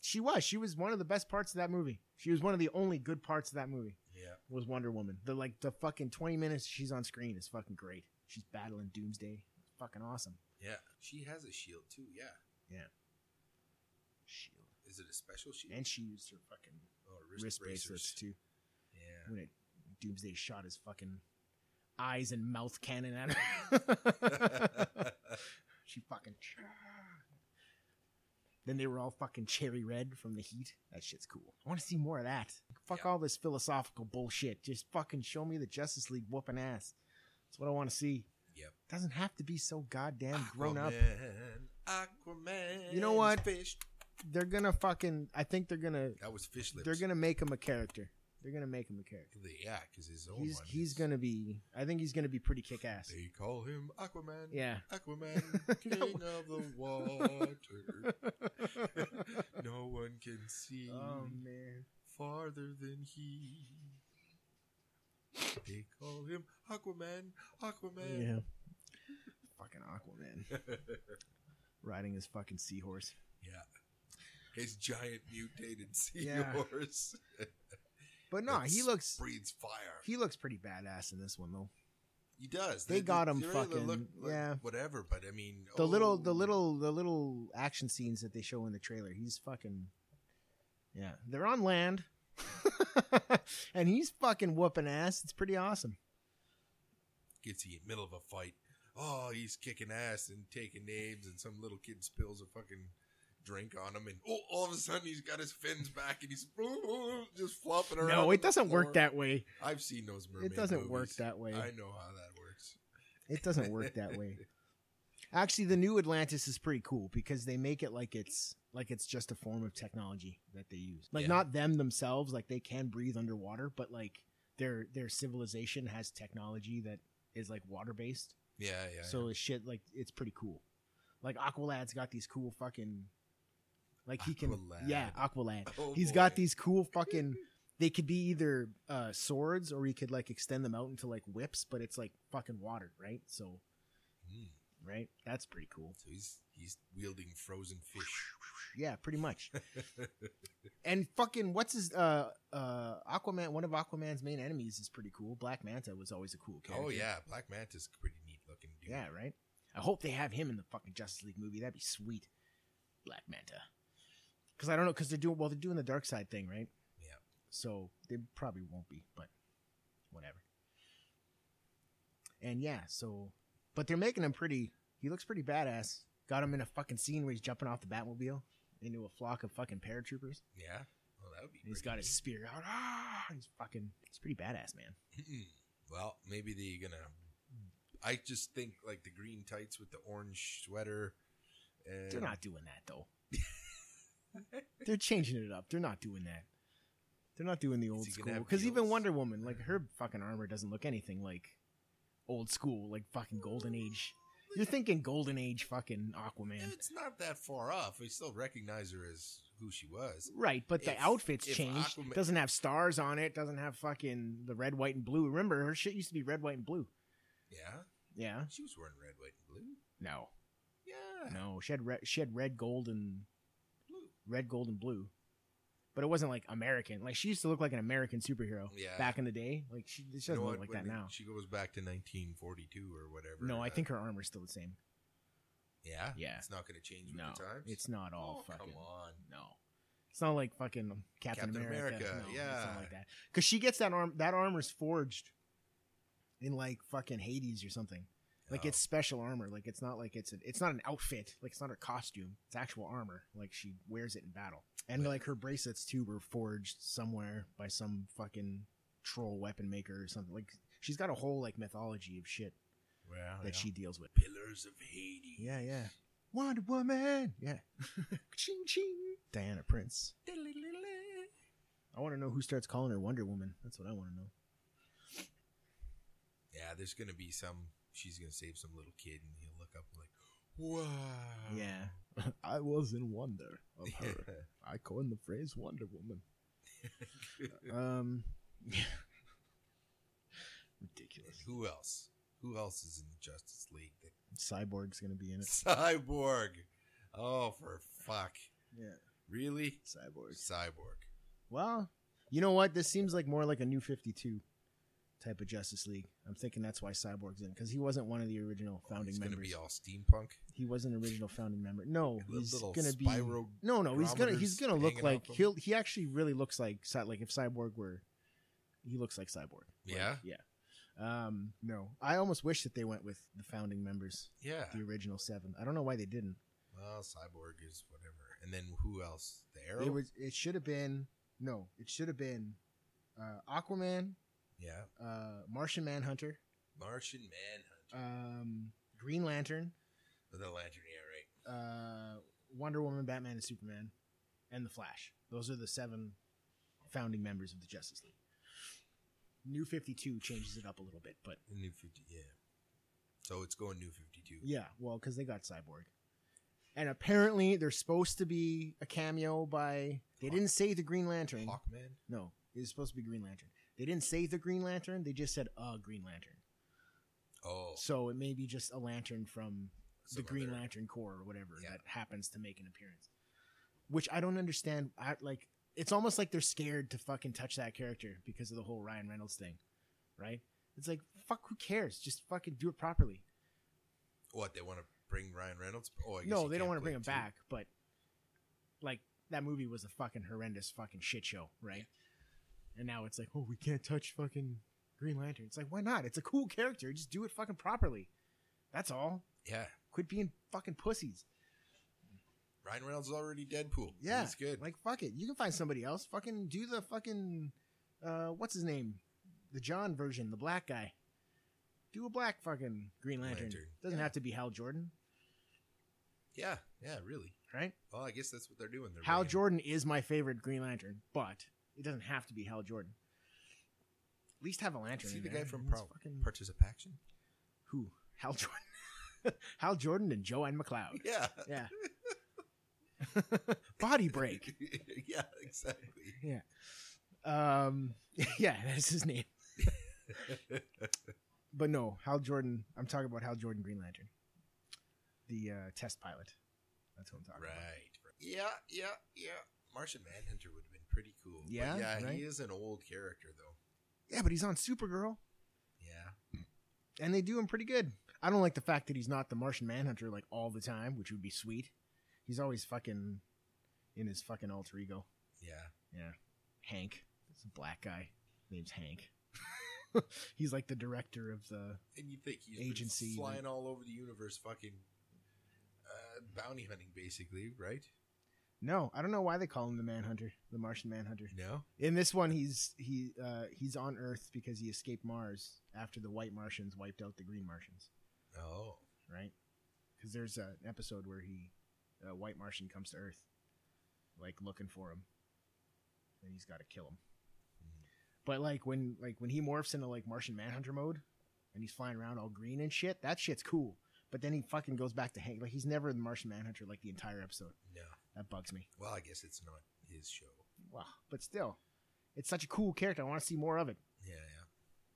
[SPEAKER 1] she was. She was one of the best parts of that movie. She was one of the only good parts of that movie.
[SPEAKER 2] Yeah.
[SPEAKER 1] was Wonder Woman. The like the fucking twenty minutes she's on screen is fucking great. She's battling Doomsday. It's fucking awesome.
[SPEAKER 2] Yeah. She has a shield too. Yeah.
[SPEAKER 1] Shield.
[SPEAKER 2] Is it a special shield?
[SPEAKER 1] And she used her fucking
[SPEAKER 2] oh,
[SPEAKER 1] wrist, bracelets too
[SPEAKER 2] Yeah.
[SPEAKER 1] when it Doomsday shot his fucking eyes and mouth cannon at
[SPEAKER 2] *laughs*
[SPEAKER 1] her. *laughs* she fucking. Then they were all fucking cherry red from the heat. That shit's cool. I want to see more of that. Fuck
[SPEAKER 2] Yeah.
[SPEAKER 1] all this philosophical bullshit. Just fucking show me the Justice League whooping ass. That's what I want to see.
[SPEAKER 2] Yep. Ah,
[SPEAKER 1] Doesn't have to be so goddamn grown up.
[SPEAKER 2] Aquaman, Aquaman.
[SPEAKER 1] You know what?
[SPEAKER 2] is Fish.
[SPEAKER 1] they're gonna fucking. I think they're gonna.
[SPEAKER 2] That was fish lips.
[SPEAKER 1] They're gonna make him a character. They're gonna make him a character.
[SPEAKER 2] Yeah, because his own
[SPEAKER 1] He's
[SPEAKER 2] one.
[SPEAKER 1] he's
[SPEAKER 2] is-
[SPEAKER 1] gonna be. I think he's gonna be pretty kick ass.
[SPEAKER 2] They call him Aquaman. *laughs*
[SPEAKER 1] Yeah. *laughs*
[SPEAKER 2] Aquaman, king
[SPEAKER 1] No.
[SPEAKER 2] of
[SPEAKER 1] *laughs*
[SPEAKER 2] the water. no one can see
[SPEAKER 1] oh man.
[SPEAKER 2] farther than he. They call him Aquaman. Aquaman.
[SPEAKER 1] Yeah. Fucking Aquaman
[SPEAKER 2] Yeah. *laughs*
[SPEAKER 1] riding his fucking seahorse.
[SPEAKER 2] His giant mutated
[SPEAKER 1] Yeah.
[SPEAKER 2] seahorse *laughs*
[SPEAKER 1] But no, he
[SPEAKER 2] That's-
[SPEAKER 1] looks
[SPEAKER 2] breathes fire.
[SPEAKER 1] he looks pretty badass in this one though.
[SPEAKER 2] He does.
[SPEAKER 1] They got him
[SPEAKER 2] they
[SPEAKER 1] fucking- yeah.
[SPEAKER 2] Whatever, but I mean.
[SPEAKER 1] The little the
[SPEAKER 2] oh,
[SPEAKER 1] little the little action scenes that they show in the trailer. He's fucking. Yeah, they're on land. *laughs* and he's fucking whooping ass. It's pretty awesome.
[SPEAKER 2] Gets he in the middle of a fight. Oh, he's kicking ass and taking names, and some little kid spills a fucking drink on him, and oh, all of a sudden he's got his fins back and he's *laughs* just flopping around.
[SPEAKER 1] No,
[SPEAKER 2] on
[SPEAKER 1] it
[SPEAKER 2] the
[SPEAKER 1] doesn't work
[SPEAKER 2] floor.
[SPEAKER 1] that way.
[SPEAKER 2] I've seen those mermaid
[SPEAKER 1] It doesn't work
[SPEAKER 2] movies.
[SPEAKER 1] that way.
[SPEAKER 2] I know how that works.
[SPEAKER 1] It doesn't work that way. Actually, the new Atlantis is pretty cool because they make it like it's like it's just a form of technology that they use. Like
[SPEAKER 2] Yeah.
[SPEAKER 1] not them themselves, like they can breathe underwater, but like their their civilization has technology that is like water based.
[SPEAKER 2] Yeah, yeah.
[SPEAKER 1] So it's shit like it's pretty cool. Like Aqualad's got these cool fucking like he can
[SPEAKER 2] Aqualad.
[SPEAKER 1] yeah Aqualad.
[SPEAKER 2] yeah. *laughs* Oh,
[SPEAKER 1] He's got
[SPEAKER 2] boy.
[SPEAKER 1] these cool fucking. They could be either uh, swords or he could like extend them out into like whips, but it's like fucking water, right? So
[SPEAKER 2] Mm,
[SPEAKER 1] right? That's pretty cool.
[SPEAKER 2] so he's he's wielding frozen fish.
[SPEAKER 1] Yeah, pretty much. and fucking what's his uh uh Aquaman one of Aquaman's main enemies is pretty cool. Black Manta was always a cool character.
[SPEAKER 2] Oh yeah, Black Manta's a pretty neat looking dude.
[SPEAKER 1] Yeah, right? I hope they have him in the fucking Justice League movie. That'd be sweet. Black Manta. Cuz I don't know cuz they're doing well they're doing the dark side thing, right?
[SPEAKER 2] Yeah.
[SPEAKER 1] So they probably won't be, but whatever. And yeah, so but they're making him pretty he looks pretty badass. Got him in a fucking scene where he's jumping off the Batmobile into a flock of fucking paratroopers.
[SPEAKER 2] Yeah. Well, that would be.
[SPEAKER 1] And he's
[SPEAKER 2] pretty
[SPEAKER 1] got his
[SPEAKER 2] neat.
[SPEAKER 1] spear out. Ah, he's fucking. It's pretty badass, man.
[SPEAKER 2] Mm-mm. well, maybe they're gonna. I just think like the green tights with the orange sweater. And
[SPEAKER 1] They're not doing that though. *laughs* They're changing it up. They're not doing that. They're not doing the old
[SPEAKER 2] he gonna
[SPEAKER 1] school.
[SPEAKER 2] have
[SPEAKER 1] Because even
[SPEAKER 2] heels?
[SPEAKER 1] Wonder Woman, like her fucking armor doesn't look anything like old school, like fucking Golden Age. You're thinking Golden Age fucking Aquaman,
[SPEAKER 2] It's not that far off. I still recognize her as who she was.
[SPEAKER 1] right? But the
[SPEAKER 2] If-
[SPEAKER 1] outfits
[SPEAKER 2] if
[SPEAKER 1] changed.
[SPEAKER 2] Aquaman-
[SPEAKER 1] Doesn't have stars on it. Doesn't have fucking the red, white, and blue. Remember, her shit used to be red, white, and blue.
[SPEAKER 2] Yeah,
[SPEAKER 1] Yeah.
[SPEAKER 2] she was wearing red, white, and blue.
[SPEAKER 1] No.
[SPEAKER 2] Yeah,
[SPEAKER 1] No. She had red. She had red, gold, and
[SPEAKER 2] blue.
[SPEAKER 1] red, gold, and blue. but it wasn't like American. Like she used to look like an American superhero
[SPEAKER 2] Yeah.
[SPEAKER 1] back in the day. Like she, she doesn't
[SPEAKER 2] You know
[SPEAKER 1] look
[SPEAKER 2] what?
[SPEAKER 1] like that
[SPEAKER 2] When
[SPEAKER 1] now.
[SPEAKER 2] She goes back to 1942 or whatever.
[SPEAKER 1] No, I
[SPEAKER 2] that-
[SPEAKER 1] think her armor's still the same.
[SPEAKER 2] Yeah.
[SPEAKER 1] Yeah.
[SPEAKER 2] It's not going to change with
[SPEAKER 1] No,
[SPEAKER 2] the times.
[SPEAKER 1] it's not all
[SPEAKER 2] oh,
[SPEAKER 1] fucking.
[SPEAKER 2] Come on.
[SPEAKER 1] No. It's not like fucking Captain,
[SPEAKER 2] Captain
[SPEAKER 1] America.
[SPEAKER 2] America,
[SPEAKER 1] No, It's
[SPEAKER 2] yeah.
[SPEAKER 1] not like that. Because she gets that arm. That armor's forged in like fucking Hades or something. Like
[SPEAKER 2] No.
[SPEAKER 1] it's special armor. Like it's not like it's a, it's not an outfit. Like it's not her costume. It's actual armor. Like she wears it in battle. And
[SPEAKER 2] But-
[SPEAKER 1] like her bracelets too were forged somewhere by some fucking troll weapon maker or something. Like she's got a whole like mythology of shit
[SPEAKER 2] Well,
[SPEAKER 1] that
[SPEAKER 2] yeah.
[SPEAKER 1] she deals with.
[SPEAKER 2] Pillars of Hades.
[SPEAKER 1] Oh, Yeah, yeah. Wonder Woman. Yeah. *laughs* ching ching. Diana Prince.
[SPEAKER 2] Diddly-diddly.
[SPEAKER 1] I want to know who starts calling her Wonder Woman. That's what I want to know.
[SPEAKER 2] Yeah, there's going to be some. She's going to save some little kid and he'll look up like, wow.
[SPEAKER 1] Yeah. *laughs* I was in wonder
[SPEAKER 2] *laughs*
[SPEAKER 1] *laughs*
[SPEAKER 2] Yeah.
[SPEAKER 1] I coined the phrase Wonder
[SPEAKER 2] *laughs*
[SPEAKER 1] Woman. Um, *laughs*
[SPEAKER 2] And
[SPEAKER 1] ridiculous.
[SPEAKER 2] who else? Who else is in the Justice League? That
[SPEAKER 1] Cyborg's gonna be in it.
[SPEAKER 2] Cyborg. Oh, for fuck.
[SPEAKER 1] Yeah,
[SPEAKER 2] Really?
[SPEAKER 1] Cyborg.
[SPEAKER 2] Cyborg.
[SPEAKER 1] Well, you know what? This seems like more like a New Fifty Two type of Justice League. I'm thinking that's why Cyborg's in because he wasn't one of the original founding
[SPEAKER 2] Oh, he's gonna
[SPEAKER 1] members.
[SPEAKER 2] be all steampunk.
[SPEAKER 1] he wasn't an original founding member. No,
[SPEAKER 2] Li-
[SPEAKER 1] he's
[SPEAKER 2] little
[SPEAKER 1] gonna be.
[SPEAKER 2] Spyro
[SPEAKER 1] No, no, he's gonna he's
[SPEAKER 2] Grommers
[SPEAKER 1] gonna look
[SPEAKER 2] hanging off
[SPEAKER 1] like
[SPEAKER 2] him.
[SPEAKER 1] he'll he actually really looks like Cy- like if Cyborg were he looks like Cyborg. Like,
[SPEAKER 2] Yeah?
[SPEAKER 1] yeah. Um, no, I almost wish that they went with the founding members,
[SPEAKER 2] Yeah.
[SPEAKER 1] the original seven. I don't know why they didn't.
[SPEAKER 2] Well, Cyborg is whatever. And then who else? The Arrow?
[SPEAKER 1] It was it should have been no, it should have been uh, Aquaman,
[SPEAKER 2] yeah.
[SPEAKER 1] uh, Martian Manhunter,
[SPEAKER 2] Martian Manhunter. Oh,
[SPEAKER 1] um, Green Lantern,
[SPEAKER 2] the Lantern, yeah,
[SPEAKER 1] uh, Wonder Woman, Batman, and Superman, and the Flash. Those are the seven founding members of the Justice League. New Fifty Two changes it up a little bit, but
[SPEAKER 2] right. New 50, yeah. So it's going New 52.
[SPEAKER 1] yeah, well, because they got Cyborg, and apparently there's supposed to be a cameo by. They didn't say the Green Lantern.
[SPEAKER 2] Hawkman?
[SPEAKER 1] No, it was supposed to be Green Lantern. They didn't say the Green Lantern. They just said a Green Lantern.
[SPEAKER 2] Oh.
[SPEAKER 1] So it may be just a lantern from the
[SPEAKER 2] some
[SPEAKER 1] Green
[SPEAKER 2] other-
[SPEAKER 1] Lantern Corps or whatever
[SPEAKER 2] Yeah.
[SPEAKER 1] that happens to make an appearance. Which I don't understand. I, like it's almost like they're scared to fucking touch that character because of the whole Ryan Reynolds thing, right? It's like fuck, who cares? Just fucking do it properly.
[SPEAKER 2] What, they want to bring Ryan Reynolds? Oh, I guess
[SPEAKER 1] No,
[SPEAKER 2] he
[SPEAKER 1] they don't
[SPEAKER 2] can't
[SPEAKER 1] want to bring
[SPEAKER 2] play
[SPEAKER 1] him
[SPEAKER 2] two.
[SPEAKER 1] back, but like that movie was a fucking horrendous fucking shit show, right? And now it's like, oh, we can't touch fucking Green Lantern. It's like, why not? It's a cool character. Just do it fucking properly. That's all.
[SPEAKER 2] Yeah.
[SPEAKER 1] Quit being fucking pussies.
[SPEAKER 2] Ryan Reynolds is already Deadpool.
[SPEAKER 1] Yeah,
[SPEAKER 2] He's good.
[SPEAKER 1] Like fuck it, you can find somebody else. Fucking do the fucking uh, what's his name, the John version, the black guy. Do a black fucking Green Lantern.
[SPEAKER 2] Lantern,
[SPEAKER 1] Doesn't
[SPEAKER 2] yeah.
[SPEAKER 1] have to be Hal Jordan,
[SPEAKER 2] yeah, yeah, really.
[SPEAKER 1] right?
[SPEAKER 2] Well, I guess that's what they're doing. They're
[SPEAKER 1] Hal
[SPEAKER 2] bringing-
[SPEAKER 1] Jordan is my favorite Green Lantern, but it doesn't have to be Hal Jordan. At least have a lantern.
[SPEAKER 2] See
[SPEAKER 1] in
[SPEAKER 2] the
[SPEAKER 1] there.
[SPEAKER 2] guy from
[SPEAKER 1] It's
[SPEAKER 2] Pro-
[SPEAKER 1] fucking-
[SPEAKER 2] Participation?
[SPEAKER 1] who? Hal Jordan. *laughs* Hal Jordan and Joanne McLeod. *laughs*
[SPEAKER 2] Yeah.
[SPEAKER 1] Yeah. Body break.
[SPEAKER 2] *laughs* yeah, exactly.
[SPEAKER 1] *laughs* Um, *laughs* yeah, that's his name. but no, Hal Jordan. I'm talking about Hal Jordan, Green Lantern, the uh, test pilot. That's what I'm talking about.
[SPEAKER 2] Right. Yeah, yeah, yeah. Martian Manhunter would have been pretty cool. But
[SPEAKER 1] Yeah,
[SPEAKER 2] yeah.
[SPEAKER 1] right?
[SPEAKER 2] He is an old character though.
[SPEAKER 1] Yeah, but he's on Supergirl,
[SPEAKER 2] Yeah.
[SPEAKER 1] and they do him pretty good. I don't like the fact that he's not the Martian Manhunter like all the time, which would be sweet. He's always fucking in his fucking alter ego,
[SPEAKER 2] Yeah.
[SPEAKER 1] Hank. It's a black guy. Name's Hank. *laughs* he's like the director of the
[SPEAKER 2] And you think he's
[SPEAKER 1] Agency,
[SPEAKER 2] been flying all over the universe, fucking uh, bounty hunting, basically, right?
[SPEAKER 1] no, I don't know why they call him the Manhunter, the Martian Manhunter.
[SPEAKER 2] No.
[SPEAKER 1] In this one, he's he uh, he's on Earth because he escaped Mars after the White Martians wiped out the Green Martians,
[SPEAKER 2] Oh.
[SPEAKER 1] right? Because there's an episode where he, a White Martian, comes to Earth, like looking for him, and he's got to kill him.
[SPEAKER 2] Mhm.
[SPEAKER 1] But like when like when he morphs into like Martian Manhunter mode, and he's flying around all green and shit, that shit's cool. But then he fucking goes back to Hank. Like he's never the Martian Manhunter like the entire episode.
[SPEAKER 2] No.
[SPEAKER 1] That bugs me.
[SPEAKER 2] Well, I guess it's not his show.
[SPEAKER 1] Wow. But still, it's such a cool character. I want to see more of it.
[SPEAKER 2] Yeah, yeah.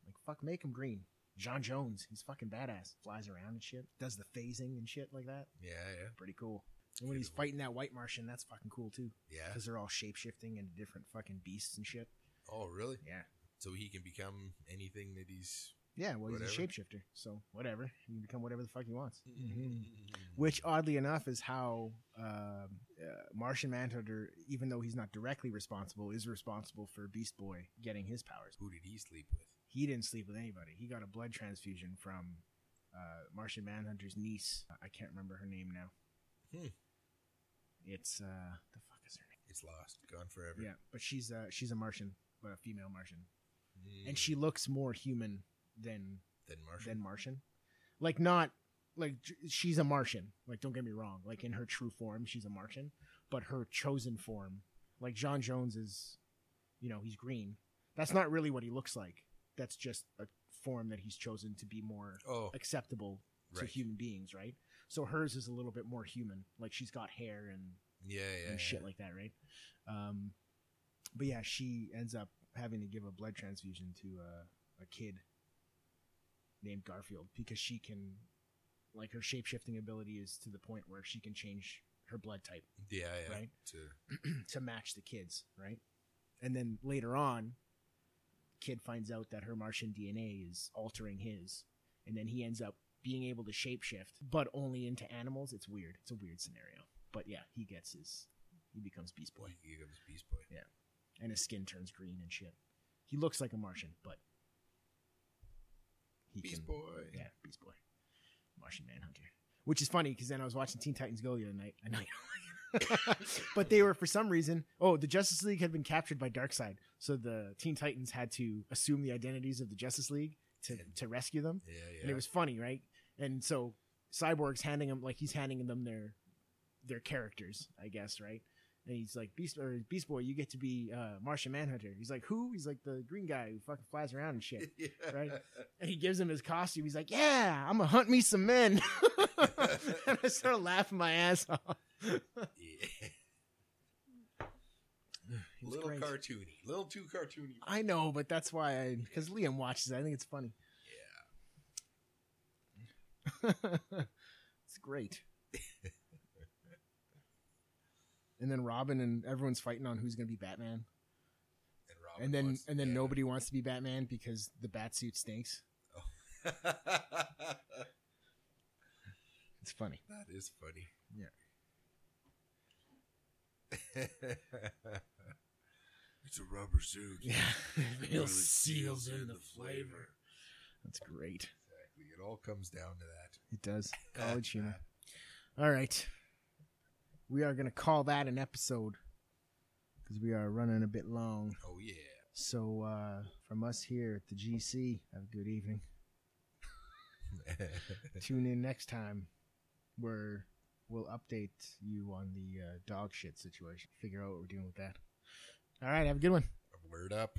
[SPEAKER 1] Like fuck, make him green. John Jones, he's fucking badass. Flies around and shit. Does the phasing and shit like that.
[SPEAKER 2] Yeah, yeah.
[SPEAKER 1] Pretty cool. And when he's
[SPEAKER 2] Beautiful.
[SPEAKER 1] fighting that white Martian, that's fucking cool too.
[SPEAKER 2] Yeah.
[SPEAKER 1] Because they're all shape shifting into different fucking beasts and shit.
[SPEAKER 2] Oh, really?
[SPEAKER 1] Yeah.
[SPEAKER 2] So he can become anything that he's.
[SPEAKER 1] Yeah, well, he's a
[SPEAKER 2] Whatever. Mm-hmm.
[SPEAKER 1] shapeshifter. So, whatever. He can become whatever the fuck he wants. Mm-hmm. Which, oddly enough, is how um uh, Martian Manhunter, even though he's not directly responsible, is responsible for Beast Boy getting his powers.
[SPEAKER 2] Who did he sleep with?
[SPEAKER 1] He didn't sleep with anybody. He got a blood transfusion from uh, Martian Manhunter's niece. I can't remember her name now.
[SPEAKER 2] Hmm.
[SPEAKER 1] It's uh, the fuck is her name?
[SPEAKER 2] It's lost, gone forever.
[SPEAKER 1] Yeah, but she's uh, she's a Martian, but a female Martian,
[SPEAKER 2] Mm,
[SPEAKER 1] and she looks more human than
[SPEAKER 2] then Martian.
[SPEAKER 1] than Martian. Like not like j- she's a Martian. Like don't get me wrong. Like in her true form, she's a Martian, but her chosen form, like John Jones is, you know, he's green. That's not really what he looks like. That's just a form that he's chosen to be more
[SPEAKER 2] oh,
[SPEAKER 1] acceptable to
[SPEAKER 2] right.
[SPEAKER 1] human beings, right? So hers is a little bit more human. Like she's got hair and
[SPEAKER 2] Yeah, yeah.
[SPEAKER 1] and shit
[SPEAKER 2] yeah.
[SPEAKER 1] like that, right? Um, but yeah, she ends up having to give a blood transfusion to uh, a kid named Garfield because she can, like, her shape shifting ability is to the point where she can change her blood type *clears throat*
[SPEAKER 2] yeah, yeah.
[SPEAKER 1] Right?
[SPEAKER 2] To-
[SPEAKER 1] to match the kids, right? And then later on, kid finds out that her Martian DNA is altering his, and then he ends up being able to shapeshift, but only into animals. It's weird. It's a weird scenario. But yeah, he gets his. He becomes Beast Boy,
[SPEAKER 2] He becomes Beast Boy.
[SPEAKER 1] and his skin turns green and shit. He looks like a Martian, but he
[SPEAKER 2] Beast
[SPEAKER 1] can-
[SPEAKER 2] Boy.
[SPEAKER 1] yeah, Beast Boy, Martian Manhunter. Which is funny because then I was watching Teen Titans Go the other night. *laughs* I know you don't like it. but they were for some reason. Oh, the Justice League had been captured by Darkseid, so the Teen Titans had to assume the identities of the Justice League to
[SPEAKER 2] And-
[SPEAKER 1] to rescue them.
[SPEAKER 2] Yeah, yeah. *laughs*
[SPEAKER 1] And it was funny, right? And so Cyborg's handing them like he's handing them their their characters, I guess, right? And he's like Beast or Beast Boy, you get to be uh, Martian Manhunter. He's like who? He's like the green guy who fucking flies around and shit.
[SPEAKER 2] yeah.
[SPEAKER 1] right? And he gives him his costume. He's like, "Yeah, I'm gonna hunt me some men." *laughs* and I started laughing my ass off.
[SPEAKER 2] Yeah.
[SPEAKER 1] It was
[SPEAKER 2] little
[SPEAKER 1] great. Ah.
[SPEAKER 2] cartoony. Little too cartoony.
[SPEAKER 1] I know, but that's why I because Liam watches. it. I think it's funny. *laughs* it's great. and then Robin and everyone's fighting on who's gonna be Batman.
[SPEAKER 2] And, Robin
[SPEAKER 1] and then
[SPEAKER 2] wants-
[SPEAKER 1] and then
[SPEAKER 2] yeah.
[SPEAKER 1] nobody wants to be Batman because the bat suit stinks.
[SPEAKER 2] *laughs* that
[SPEAKER 1] It's funny.
[SPEAKER 2] is funny. *laughs*
[SPEAKER 1] Yeah.
[SPEAKER 2] it's a rubber suit.
[SPEAKER 1] Yeah,
[SPEAKER 2] *laughs*
[SPEAKER 1] *laughs*
[SPEAKER 2] It
[SPEAKER 1] it
[SPEAKER 2] really
[SPEAKER 1] seals in the flavor. That's great.
[SPEAKER 2] Exactly. It all comes down to that.
[SPEAKER 1] It *laughs* does. College humor. All right. We are going to call that an episode because we are running a bit long.
[SPEAKER 2] Oh yeah. *laughs*
[SPEAKER 1] So, uh, from us here at the GC, have a good evening. Tune in next time where we'll update you on the uh, dog shit situation. Figure out what we're doing with that. All right. Have a good one.
[SPEAKER 2] Word up.